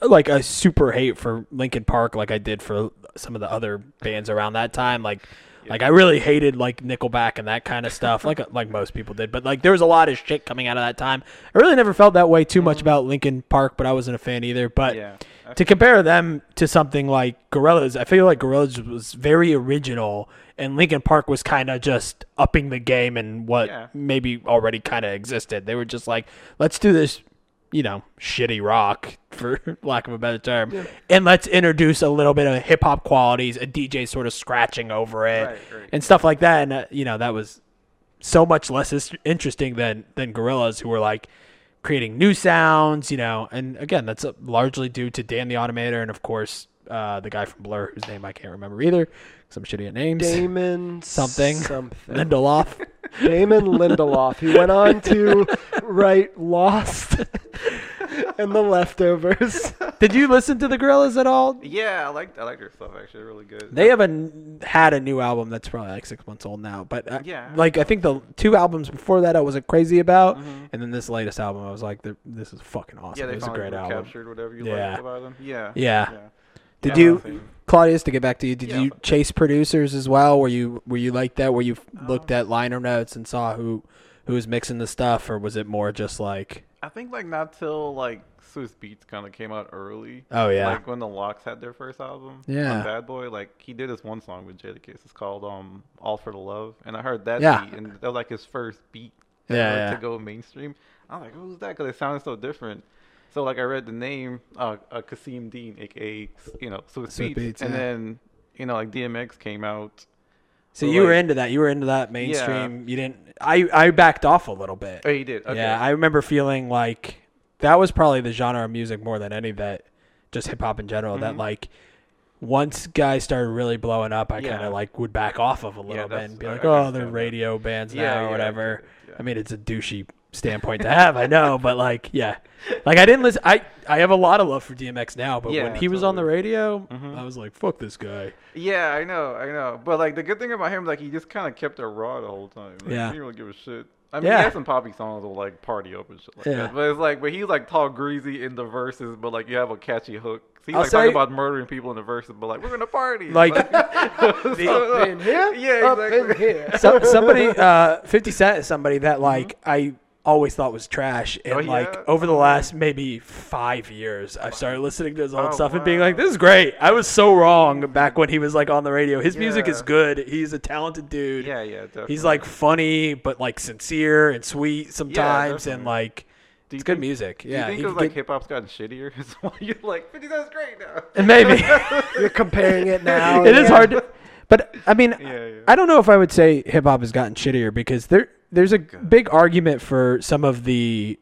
Speaker 4: like a super hate for Linkin Park like I did for some of the other bands around that time. Like, like I really hated like Nickelback and that kind of stuff. like like most people did, but like there was a lot of shit coming out of that time. I really never felt that way too much about Linkin Park, but I wasn't a fan either. But
Speaker 3: Yeah. I
Speaker 4: to compare them to something like Gorillaz, I feel like Gorillaz was very original, and Linkin Park was kind of just upping the game and what
Speaker 3: Yeah.
Speaker 4: maybe already kind of existed. They were just like, let's do this, you know, shitty rock <laughs> for lack of a better term, and let's introduce a little bit of hip hop qualities, a DJ sort of scratching over it
Speaker 3: Right, right.
Speaker 4: and stuff like that. And uh, you know, that was so much less is- interesting than than gorillas who were like creating new sounds you know and again that's uh, largely due to dan the automator and of course uh, the guy from blur whose name i can't remember either because i'm shitty at names
Speaker 2: Damon
Speaker 4: something
Speaker 2: something
Speaker 4: lindelof
Speaker 2: <laughs> Damon Lindelof. He went on to write Lost <laughs> and The
Speaker 4: <laughs>
Speaker 2: Leftovers.
Speaker 4: <laughs> did you listen to the gorillas at all
Speaker 3: Yeah, I liked I liked her stuff actually really good.
Speaker 4: they have a n- had a new album that's probably like six months old now but I,
Speaker 3: Yeah.
Speaker 4: like i think the two albums before that i wasn't crazy about and then this latest album i was like th- this is fucking awesome
Speaker 3: Mm-hmm. yeah, they
Speaker 4: this is a
Speaker 3: finally
Speaker 4: great album
Speaker 3: recaptured whatever you
Speaker 4: Yeah.
Speaker 3: liked about them. Yeah.
Speaker 4: Yeah.
Speaker 3: Yeah.
Speaker 4: Did
Speaker 3: Yeah, I
Speaker 4: you,
Speaker 3: think-
Speaker 4: Claudius? To get back to you, did
Speaker 3: Yeah.
Speaker 4: you chase producers as well? Were you were you like that? Where you looked at liner notes and saw who who was mixing the stuff, or was it more just like
Speaker 3: I think like not till like Swiss Beats kind of came out early.
Speaker 4: Oh, yeah.
Speaker 3: like when the Locks had their first album. on
Speaker 4: Yeah.
Speaker 3: Bad Boy. Like he did this one song with Jadakiss. It's called um All for the Love, and I heard that
Speaker 4: Yeah.
Speaker 3: beat, and that was like his first beat.
Speaker 4: Yeah,
Speaker 3: ever
Speaker 4: yeah.
Speaker 3: To go mainstream, I was like, who's that? Because it sounded so different. So like I read the name, uh, uh Kasim Dean, aka you know Swiss,
Speaker 4: Swiss
Speaker 3: Beats,
Speaker 4: Beats,
Speaker 3: and
Speaker 4: yeah.
Speaker 3: then you know like DMX came out.
Speaker 4: so?
Speaker 3: Well,
Speaker 4: You were
Speaker 3: like-
Speaker 4: into that. You were into that mainstream. You didn't. I I backed off a little bit.
Speaker 3: Oh, he did. Okay.
Speaker 4: Yeah, I remember feeling like that was probably the genre of music more than any that just hip hop in general.
Speaker 3: Mm-hmm.
Speaker 4: That like once guys started really blowing up, I
Speaker 3: Yeah.
Speaker 4: kind of like would back off of a little bit
Speaker 3: that's-
Speaker 4: and be
Speaker 3: I-
Speaker 4: like,
Speaker 3: I
Speaker 4: oh,
Speaker 3: understand
Speaker 4: they're
Speaker 3: that.
Speaker 4: radio bands
Speaker 3: Yeah,
Speaker 4: now
Speaker 3: yeah,
Speaker 4: or
Speaker 3: I
Speaker 4: whatever.
Speaker 3: get it, yeah.
Speaker 4: I mean, it's a douchey standpoint to have. I know, but like, yeah, like I didn't listen. I I have a lot of love for DMX now, but
Speaker 3: Yeah,
Speaker 4: when he was on the
Speaker 3: totally. Mm-hmm.
Speaker 4: radio, I was like, fuck this guy.
Speaker 3: Yeah, I know, I know. But like the good thing about him, like he just kind of kept it raw the whole time. Like,
Speaker 4: Yeah.
Speaker 3: he didn't really give a shit. I mean,
Speaker 4: Yeah.
Speaker 3: he had some poppy songs with like party up and shit like
Speaker 4: Yeah.
Speaker 3: that. But it's like, but he's like tall, greasy in the verses, but like you have a catchy hook. He's
Speaker 4: I'll
Speaker 3: like talking
Speaker 4: say-
Speaker 3: about murdering people in the verses, but like we're gonna party.
Speaker 4: Like-
Speaker 3: <laughs> So,
Speaker 2: Up in here?
Speaker 3: yeah,
Speaker 2: Up in
Speaker 3: exactly.
Speaker 2: here.
Speaker 4: So, somebody, uh, Fifty Cent is somebody that like I always thought was trash, and
Speaker 3: Mm-hmm. Oh, yeah?
Speaker 4: like over the last maybe five years, I've started listening to his old
Speaker 3: Oh,
Speaker 4: stuff and being like,
Speaker 3: wow.
Speaker 4: this is great. I was so wrong back when he was like on the radio. His music
Speaker 3: Yeah.
Speaker 4: is good. He's a talented dude.
Speaker 3: Yeah, yeah, definitely.
Speaker 4: He's like funny, but like sincere and sweet sometimes, and
Speaker 3: definitely.
Speaker 4: like
Speaker 3: Do you
Speaker 4: it's good
Speaker 3: think-
Speaker 4: music.
Speaker 3: Do you
Speaker 4: Yeah,
Speaker 3: think
Speaker 4: he
Speaker 3: it's
Speaker 4: could
Speaker 3: like
Speaker 4: get-
Speaker 3: hip hop's gotten shittier? <laughs> That's why you're like, 50 Cent's great now.
Speaker 4: and <laughs>
Speaker 3: <laughs>
Speaker 4: maybe
Speaker 2: You're comparing it now.
Speaker 4: it is hard to, but I mean,
Speaker 3: Yeah, yeah.
Speaker 4: I don't know if I would say hip hop has gotten shittier because there there's a big argument for some of the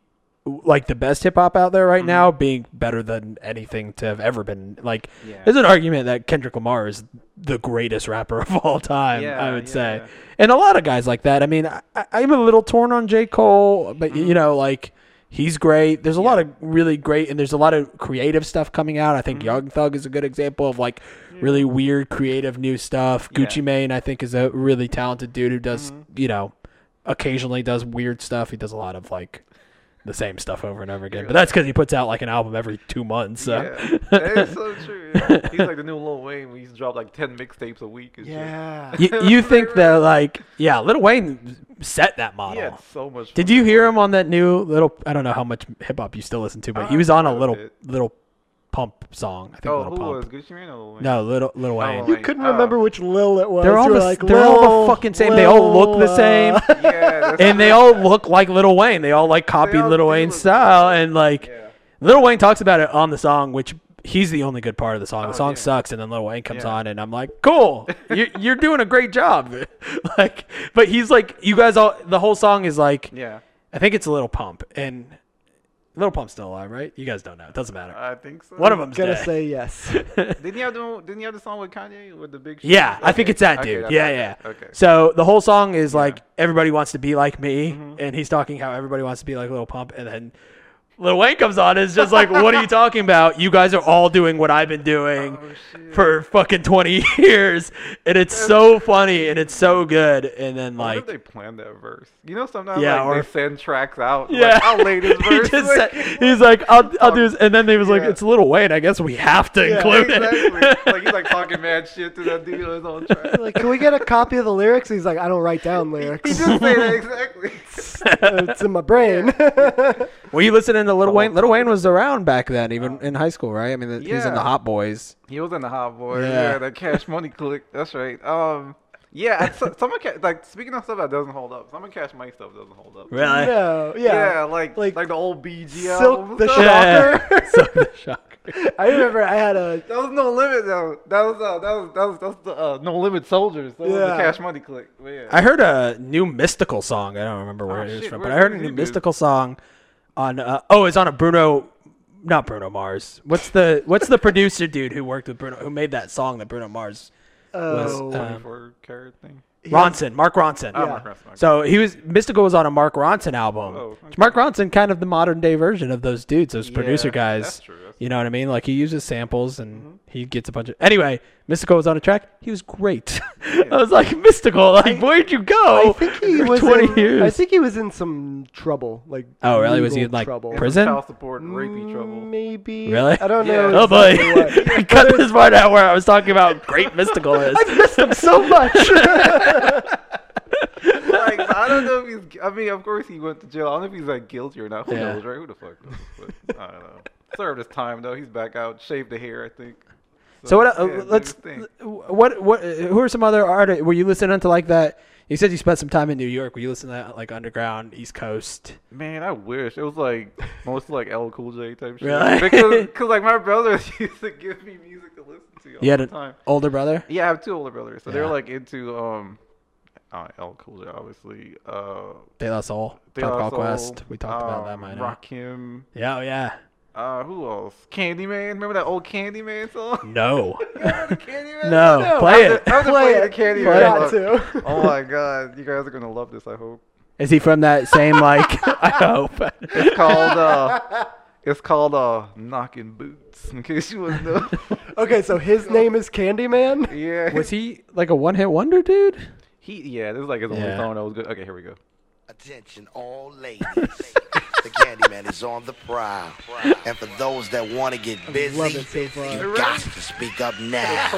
Speaker 4: like the best hip hop out there right
Speaker 3: Mm-hmm.
Speaker 4: now being better than anything to have ever been. Like, there's an argument that Kendrick Lamar is the greatest rapper of all time. I
Speaker 3: Yeah,
Speaker 4: would
Speaker 3: yeah,
Speaker 4: say,
Speaker 3: yeah.
Speaker 4: and a lot of guys like that. I mean, I, I- I'm a little torn on J Cole, but you know, like. He's great. There's a lot of really great, and there's a lot of creative stuff coming out. I think Young Thug is a good example of like really weird, creative new stuff. Gucci Mane, I think, is a really talented dude who does, you know, occasionally does weird stuff. He does a lot of like the same stuff over and over again. But that's because he puts out like an album every two months. So.
Speaker 3: Yeah, that is so true. yeah. He's like the new Lil Wayne. We used to drop like 10 mixtapes a week. And Shit.
Speaker 2: Yeah.
Speaker 4: <laughs> you, you think that like yeah, Little Wayne set that model.
Speaker 3: He had so much.
Speaker 4: Did
Speaker 3: fun.
Speaker 4: you hear him on that new little? I don't know how much hip hop you still listen to, but he
Speaker 3: Uh,
Speaker 4: was on a
Speaker 3: a
Speaker 4: little
Speaker 3: bit.
Speaker 4: little pump song. I think
Speaker 3: Oh,
Speaker 4: little
Speaker 3: who
Speaker 4: pump.
Speaker 3: was Gucci Mane or Lil Wayne?
Speaker 4: No, little little Wayne.
Speaker 3: Lil
Speaker 2: You
Speaker 3: Wayne.
Speaker 2: couldn't
Speaker 3: Oh.
Speaker 2: remember which Lil it was.
Speaker 4: They're all
Speaker 2: You were
Speaker 4: the-
Speaker 2: like,
Speaker 4: they're all the
Speaker 2: Lil,
Speaker 4: fucking same. They all look the
Speaker 2: uh, <laughs>
Speaker 4: same.
Speaker 3: Yeah,
Speaker 4: <laughs>
Speaker 3: that's
Speaker 4: and they all look like Little Wayne. They all like copied
Speaker 3: all
Speaker 4: Little
Speaker 3: do
Speaker 4: Wayne's
Speaker 3: look
Speaker 4: style,
Speaker 3: like
Speaker 4: and like
Speaker 3: Yeah.
Speaker 4: Little Wayne talks about it on the song, which he's the only good part of the song. The song
Speaker 3: Oh, yeah.
Speaker 4: sucks, and then Little Wayne comes
Speaker 3: Yeah.
Speaker 4: on, and I'm like, cool, you're, you're doing a great job. <laughs> like, but he's like, you guys all, the whole song is like,
Speaker 3: yeah.
Speaker 4: I think it's a Little Pump, and Little Pump's still alive, right? You guys don't know. It doesn't matter.
Speaker 3: I think so.
Speaker 4: One of them's
Speaker 2: Gonna
Speaker 4: dead.
Speaker 2: say yes.
Speaker 3: <laughs> Didn't he have the Didn't he have the song with Kanye with the big?
Speaker 4: Yeah, I think
Speaker 3: Okay,
Speaker 4: it's that
Speaker 3: okay,
Speaker 4: dude.
Speaker 3: that's-
Speaker 4: yeah,
Speaker 3: okay,
Speaker 4: yeah.
Speaker 3: Okay.
Speaker 4: So the whole song is like everybody wants to be like me,
Speaker 3: Mm-hmm.
Speaker 4: and he's talking how everybody wants to be like Lil Pump, and then Lil Wayne comes on and is just like, "What are you talking about? You guys are all doing what I've been doing
Speaker 3: Oh,
Speaker 4: for fucking twenty <laughs> years, and it's so funny and it's so good." And then
Speaker 3: I wonder
Speaker 4: like,
Speaker 3: if they planned that verse. You know, sometimes
Speaker 4: Yeah,
Speaker 3: like
Speaker 4: or-
Speaker 3: they send tracks out. Yeah.
Speaker 4: yeah,
Speaker 3: Like, I'll lay this
Speaker 4: <laughs> He
Speaker 3: verse.
Speaker 4: just
Speaker 3: like,
Speaker 4: said- <laughs> he's like, "I'll, I'll do this," and then they was like,
Speaker 3: Yeah.
Speaker 4: "It's Lil Wayne. I guess we have to include it."
Speaker 3: exactly. like he's like talking mad shit to that dude on his own track.
Speaker 2: like, can we get a copy of the lyrics? He's like, I don't write
Speaker 4: <laughs>
Speaker 2: down
Speaker 3: <laughs> He
Speaker 2: lyrics.
Speaker 3: just say that exactly.
Speaker 2: <laughs> it's in my brain.
Speaker 4: <laughs> Were you listening to Little Wayne? Little Wayne was around back then, even in high school, right? I mean, he was in the
Speaker 3: Uh, Yeah.
Speaker 4: Hot Boys.
Speaker 3: He was in the Hot Boys.
Speaker 4: Yeah.
Speaker 3: Yeah, that Cash Money click. That's right. Um, yeah, I- so, some of Ca- like speaking of stuff that doesn't hold up, some of Cash Money stuff doesn't hold up.
Speaker 2: <laughs>
Speaker 4: Really?
Speaker 2: no,
Speaker 3: Yeah,
Speaker 2: yeah.
Speaker 3: like,
Speaker 2: Like
Speaker 3: like the old BG
Speaker 2: Silk
Speaker 3: album. <laughs>
Speaker 2: the
Speaker 3: stuff.
Speaker 4: Yeah. <laughs>
Speaker 2: Shocker. <laughs> I remember I had a
Speaker 3: That was no limit though. That was uh, that was that was, that was the uh, no limit soldiers. That was
Speaker 2: Yeah.
Speaker 3: the Cash Money click. But yeah.
Speaker 4: I heard a new mystical song. I don't remember where
Speaker 3: Oh,
Speaker 4: it was
Speaker 3: shit,
Speaker 4: from,
Speaker 3: where-
Speaker 4: but I heard
Speaker 3: where
Speaker 4: a
Speaker 3: did
Speaker 4: new
Speaker 3: he do?
Speaker 4: mystical song on. Uh, oh, it's on a Bruno, not Bruno Mars. What's the What's the <laughs> producer dude who worked with Bruno who made that song that Bruno Mars was?
Speaker 2: Oh.
Speaker 4: um,
Speaker 3: 24 karat thing.
Speaker 4: Ronson, Mark Ronson.
Speaker 2: Yeah.
Speaker 3: Ah, Mark Ronson, Mark
Speaker 4: So he was mystical was on a Mark Ronson album.
Speaker 3: Oh, okay.
Speaker 4: Mark Ronson, kind of the modern day version of those dudes, those producer
Speaker 3: Yeah,
Speaker 4: guys.
Speaker 3: that's true, that's
Speaker 4: you know what I mean? Like he uses samples and
Speaker 2: Mm-hmm.
Speaker 4: he gets a bunch of. Anyway, mystical was on a track. He was great. <laughs> I was like mystical. Like where'd you go?
Speaker 2: I think he
Speaker 4: <laughs> for
Speaker 2: was
Speaker 4: twenty
Speaker 2: in,
Speaker 4: years.
Speaker 2: I think he was in some trouble. Like
Speaker 4: Oh, really? Was he
Speaker 2: legal
Speaker 4: in, like,
Speaker 2: trouble?
Speaker 4: prison? Prison?
Speaker 3: Child support and rapey trouble.
Speaker 2: Mm, Maybe.
Speaker 4: Really?
Speaker 2: I don't
Speaker 3: Yeah.
Speaker 2: know.
Speaker 4: Oh boy!
Speaker 2: exactly what.
Speaker 4: <laughs> Cut this part out where I was
Speaker 2: <laughs>
Speaker 4: talking about great mystical is.
Speaker 2: I missed him so
Speaker 4: <laughs>
Speaker 2: much. <laughs>
Speaker 3: like I don't know if he's. I mean, of course he went to jail. I don't know if he's like guilty or not. Who
Speaker 4: Yeah.
Speaker 3: knows, right? Who the fuck knows? But, I don't know. Served his time though. He's back out. Shaved the hair, I think.
Speaker 4: So what? Uh,
Speaker 3: yeah, did
Speaker 4: let's.
Speaker 3: his thing.
Speaker 4: What? What? uh, Who are some other artists? Were you listening to like that? You said you spent some time in New York. Were you listening to that, like underground East Coast?
Speaker 3: Man, I wish it was like mostly like L Cool J type shit.
Speaker 4: Really?
Speaker 3: Because,
Speaker 4: <laughs>
Speaker 3: cause like my brothers <laughs> used to give me music to listen to all
Speaker 4: You had
Speaker 3: the
Speaker 4: an
Speaker 3: time.
Speaker 4: older brother.
Speaker 3: Yeah, I have two older brothers, so they're
Speaker 4: Yeah.
Speaker 3: like into um, uh, L Cool J, obviously. Uh,
Speaker 4: De La Soul.
Speaker 3: De
Speaker 4: Pop
Speaker 3: La
Speaker 4: Rock West.
Speaker 3: Soul,
Speaker 4: We talked about that.
Speaker 3: um,
Speaker 4: Minor.
Speaker 3: Rakim.
Speaker 4: Yeah. Oh yeah.
Speaker 3: Uh, who else? Candyman. Remember that old Candyman song? <laughs>
Speaker 4: No.
Speaker 3: Candyman.
Speaker 4: no. Play
Speaker 3: I was
Speaker 4: it.
Speaker 3: just- I was just
Speaker 2: Play
Speaker 3: playing
Speaker 2: it.
Speaker 3: the Candyman.
Speaker 2: You got
Speaker 3: song.
Speaker 2: to.
Speaker 3: Oh my god, you guys are gonna love this. I hope.
Speaker 4: Is he from that same like?
Speaker 3: <laughs>
Speaker 4: <laughs> I hope.
Speaker 3: It's called uh, it's called uh, knocking boots. In case you
Speaker 4: <laughs>
Speaker 3: wouldn't know.
Speaker 2: Okay, so his name is Candyman.
Speaker 3: yeah.
Speaker 4: Was he like a one hit wonder, dude?
Speaker 3: <laughs> He yeah. This is like his only
Speaker 8: Yeah.
Speaker 3: song that was good. Okay, here we go.
Speaker 9: Attention, all ladies. the Candyman is on the prowl. And for those that want to get busy,
Speaker 2: love it so far.
Speaker 9: you got to speak up now.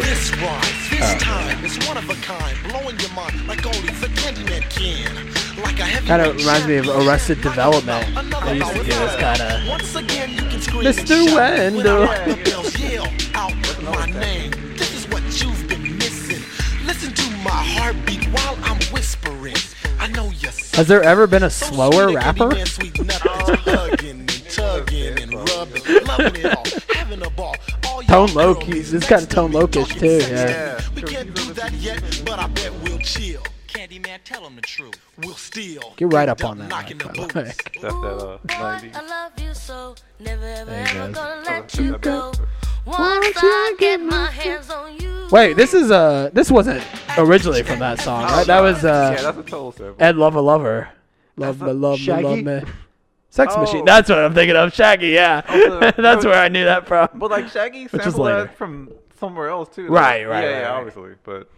Speaker 10: This rhyme, this time is one of a kind, blowing your mind like only the Candyman can. Like a heavy
Speaker 4: Kinda reminds me of Arrested Development. They used to do this kinda-
Speaker 10: Once again, you can scream
Speaker 4: Mr.
Speaker 10: and shout when I
Speaker 4: Wendell.
Speaker 10: rock the bells, yell out my name. This is what you've been missing. Listen to my heartbeat while I'm whispering. I know you're
Speaker 4: Has there ever been a
Speaker 10: so
Speaker 4: slower
Speaker 10: sweet it can be
Speaker 4: rapper?
Speaker 10: man, sweet nothing. Hugging and tugging and rubbing, loving it all, having a ball. All your
Speaker 4: Tone Loc,
Speaker 10: girls
Speaker 4: he's-
Speaker 10: next
Speaker 4: it's kinda
Speaker 10: to
Speaker 4: Tone
Speaker 10: me
Speaker 4: Loc-ish
Speaker 10: talking
Speaker 4: too,
Speaker 10: sex
Speaker 4: yeah.
Speaker 10: to me. We can't do that yet, but I bet we'll chill. Candyman, tell him the truth. We'll steal.
Speaker 4: Get right up
Speaker 10: End
Speaker 4: on that
Speaker 10: knocking
Speaker 4: mic, by
Speaker 10: the
Speaker 4: the way.
Speaker 10: boots.
Speaker 3: That's that uh, ninety.
Speaker 10: I love you so, never ever,
Speaker 8: There he ever goes.
Speaker 10: gonna
Speaker 3: let you go.
Speaker 10: Once I get my hands on you.
Speaker 4: Wait, this is uh this wasn't originally from that song, right? That was
Speaker 3: yeah,
Speaker 4: uh
Speaker 3: that's a total sample.
Speaker 4: Ed Lover Lover. Love me, love me,
Speaker 2: Shaggy?
Speaker 4: love me. Sex
Speaker 3: Oh.
Speaker 4: Machine. That's what I'm thinking of. Shaggy, yeah.
Speaker 3: so-
Speaker 4: <laughs> That's where I knew that from.
Speaker 3: But like Shaggy
Speaker 4: was
Speaker 3: sampled
Speaker 4: later.
Speaker 3: that from somewhere else too. though.
Speaker 4: Right, right,
Speaker 3: Yeah,
Speaker 4: right,
Speaker 3: yeah,
Speaker 4: right.
Speaker 3: obviously. But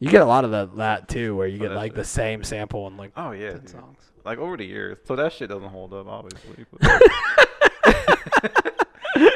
Speaker 4: You get a lot of the, that too, where you get
Speaker 3: Oh, that's
Speaker 4: like the same sample and like
Speaker 3: oh yeah, dude.
Speaker 4: songs.
Speaker 3: like over the years, so that shit doesn't hold up, obviously.
Speaker 4: <laughs>
Speaker 3: But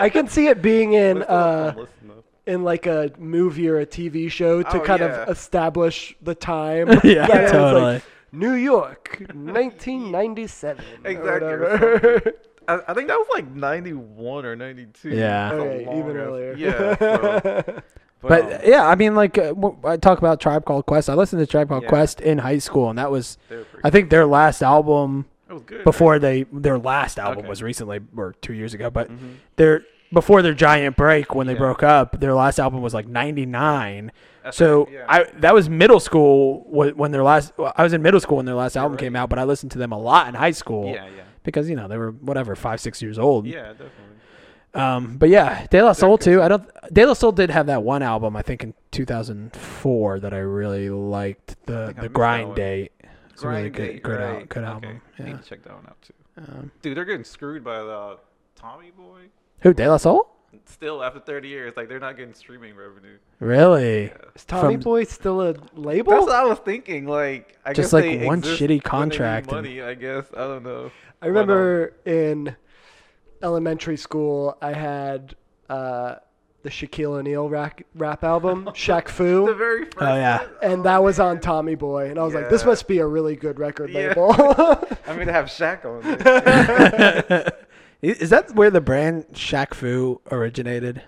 Speaker 2: I can see it being in
Speaker 3: it's still a
Speaker 2: uh,
Speaker 3: fun listen, though.
Speaker 2: in like a movie or a TV show to
Speaker 3: Oh,
Speaker 2: kind
Speaker 3: yeah.
Speaker 2: of establish the time. <laughs>
Speaker 4: <laughs> Yeah,
Speaker 2: That it was, like,
Speaker 4: totally.
Speaker 2: New York, 1997. or
Speaker 3: Exactly, or
Speaker 2: whatever. <laughs>
Speaker 3: I, I think that was like ninety one or ninety two.
Speaker 4: Yeah.
Speaker 3: That's a
Speaker 2: Okay,
Speaker 3: long
Speaker 2: even
Speaker 3: ass-
Speaker 2: earlier.
Speaker 3: Yeah.
Speaker 4: <laughs>
Speaker 3: so- um,
Speaker 4: But yeah, I mean, like uh, w- I talk about Tribe Called Quest. I listened to Tribe Called
Speaker 3: Yeah.
Speaker 4: Quest in high school, and that was,
Speaker 3: They were pretty
Speaker 4: I think, their last album
Speaker 3: that was good.
Speaker 4: before they their last album
Speaker 3: Okay. Mm-hmm.
Speaker 4: was recently or two years ago. But their before their giant break when they
Speaker 3: Yeah.
Speaker 4: broke up, their last album was like '99.
Speaker 3: That's
Speaker 4: So
Speaker 3: right, yeah.
Speaker 4: I that was middle school wh- when their last well, I was in middle school when their last album came out, but I listened to them a lot in high school.
Speaker 3: Yeah, yeah.
Speaker 4: Because you know they were whatever five six years old.
Speaker 3: Yeah, definitely.
Speaker 4: Um, but yeah, De La Soul too. I don't. De La Soul did have that one album I think in 2004 that I really liked. The the
Speaker 3: missed that
Speaker 4: Grind
Speaker 3: one.
Speaker 4: Day. It's a really good,
Speaker 3: Date,
Speaker 4: good, al-
Speaker 3: right.
Speaker 4: good
Speaker 3: Okay,
Speaker 4: album.
Speaker 3: I
Speaker 4: Yeah. Um,
Speaker 3: need to check that one out too. Dude, they're getting screwed by the Tommy Boy.
Speaker 4: Who De La Soul?
Speaker 3: Still, after 30 years, like they're not getting streaming revenue.
Speaker 4: Really?
Speaker 2: Is Tommy
Speaker 4: From-
Speaker 2: Boy still a label?
Speaker 3: That's what I was thinking. Like, I
Speaker 4: Just,
Speaker 3: guess
Speaker 4: like,
Speaker 3: they
Speaker 4: one shitty
Speaker 3: exist when they need
Speaker 4: contract and-
Speaker 3: money, I guess. I don't know.
Speaker 2: I remember in elementary school, I had uh, the Shaquille O'Neal rap, rap
Speaker 3: <laughs>
Speaker 2: album, Shaq
Speaker 3: the
Speaker 2: Fu,
Speaker 3: very first.
Speaker 4: Oh yeah.
Speaker 2: and that was on Tommy Boy. And I was like, this
Speaker 3: Yeah.
Speaker 2: must be a really good record
Speaker 3: Yeah. <laughs>
Speaker 2: label. <laughs>
Speaker 3: I mean, they have
Speaker 4: <laughs>
Speaker 3: Shaq on there.
Speaker 4: Is that where the brand Shaq Fu originated?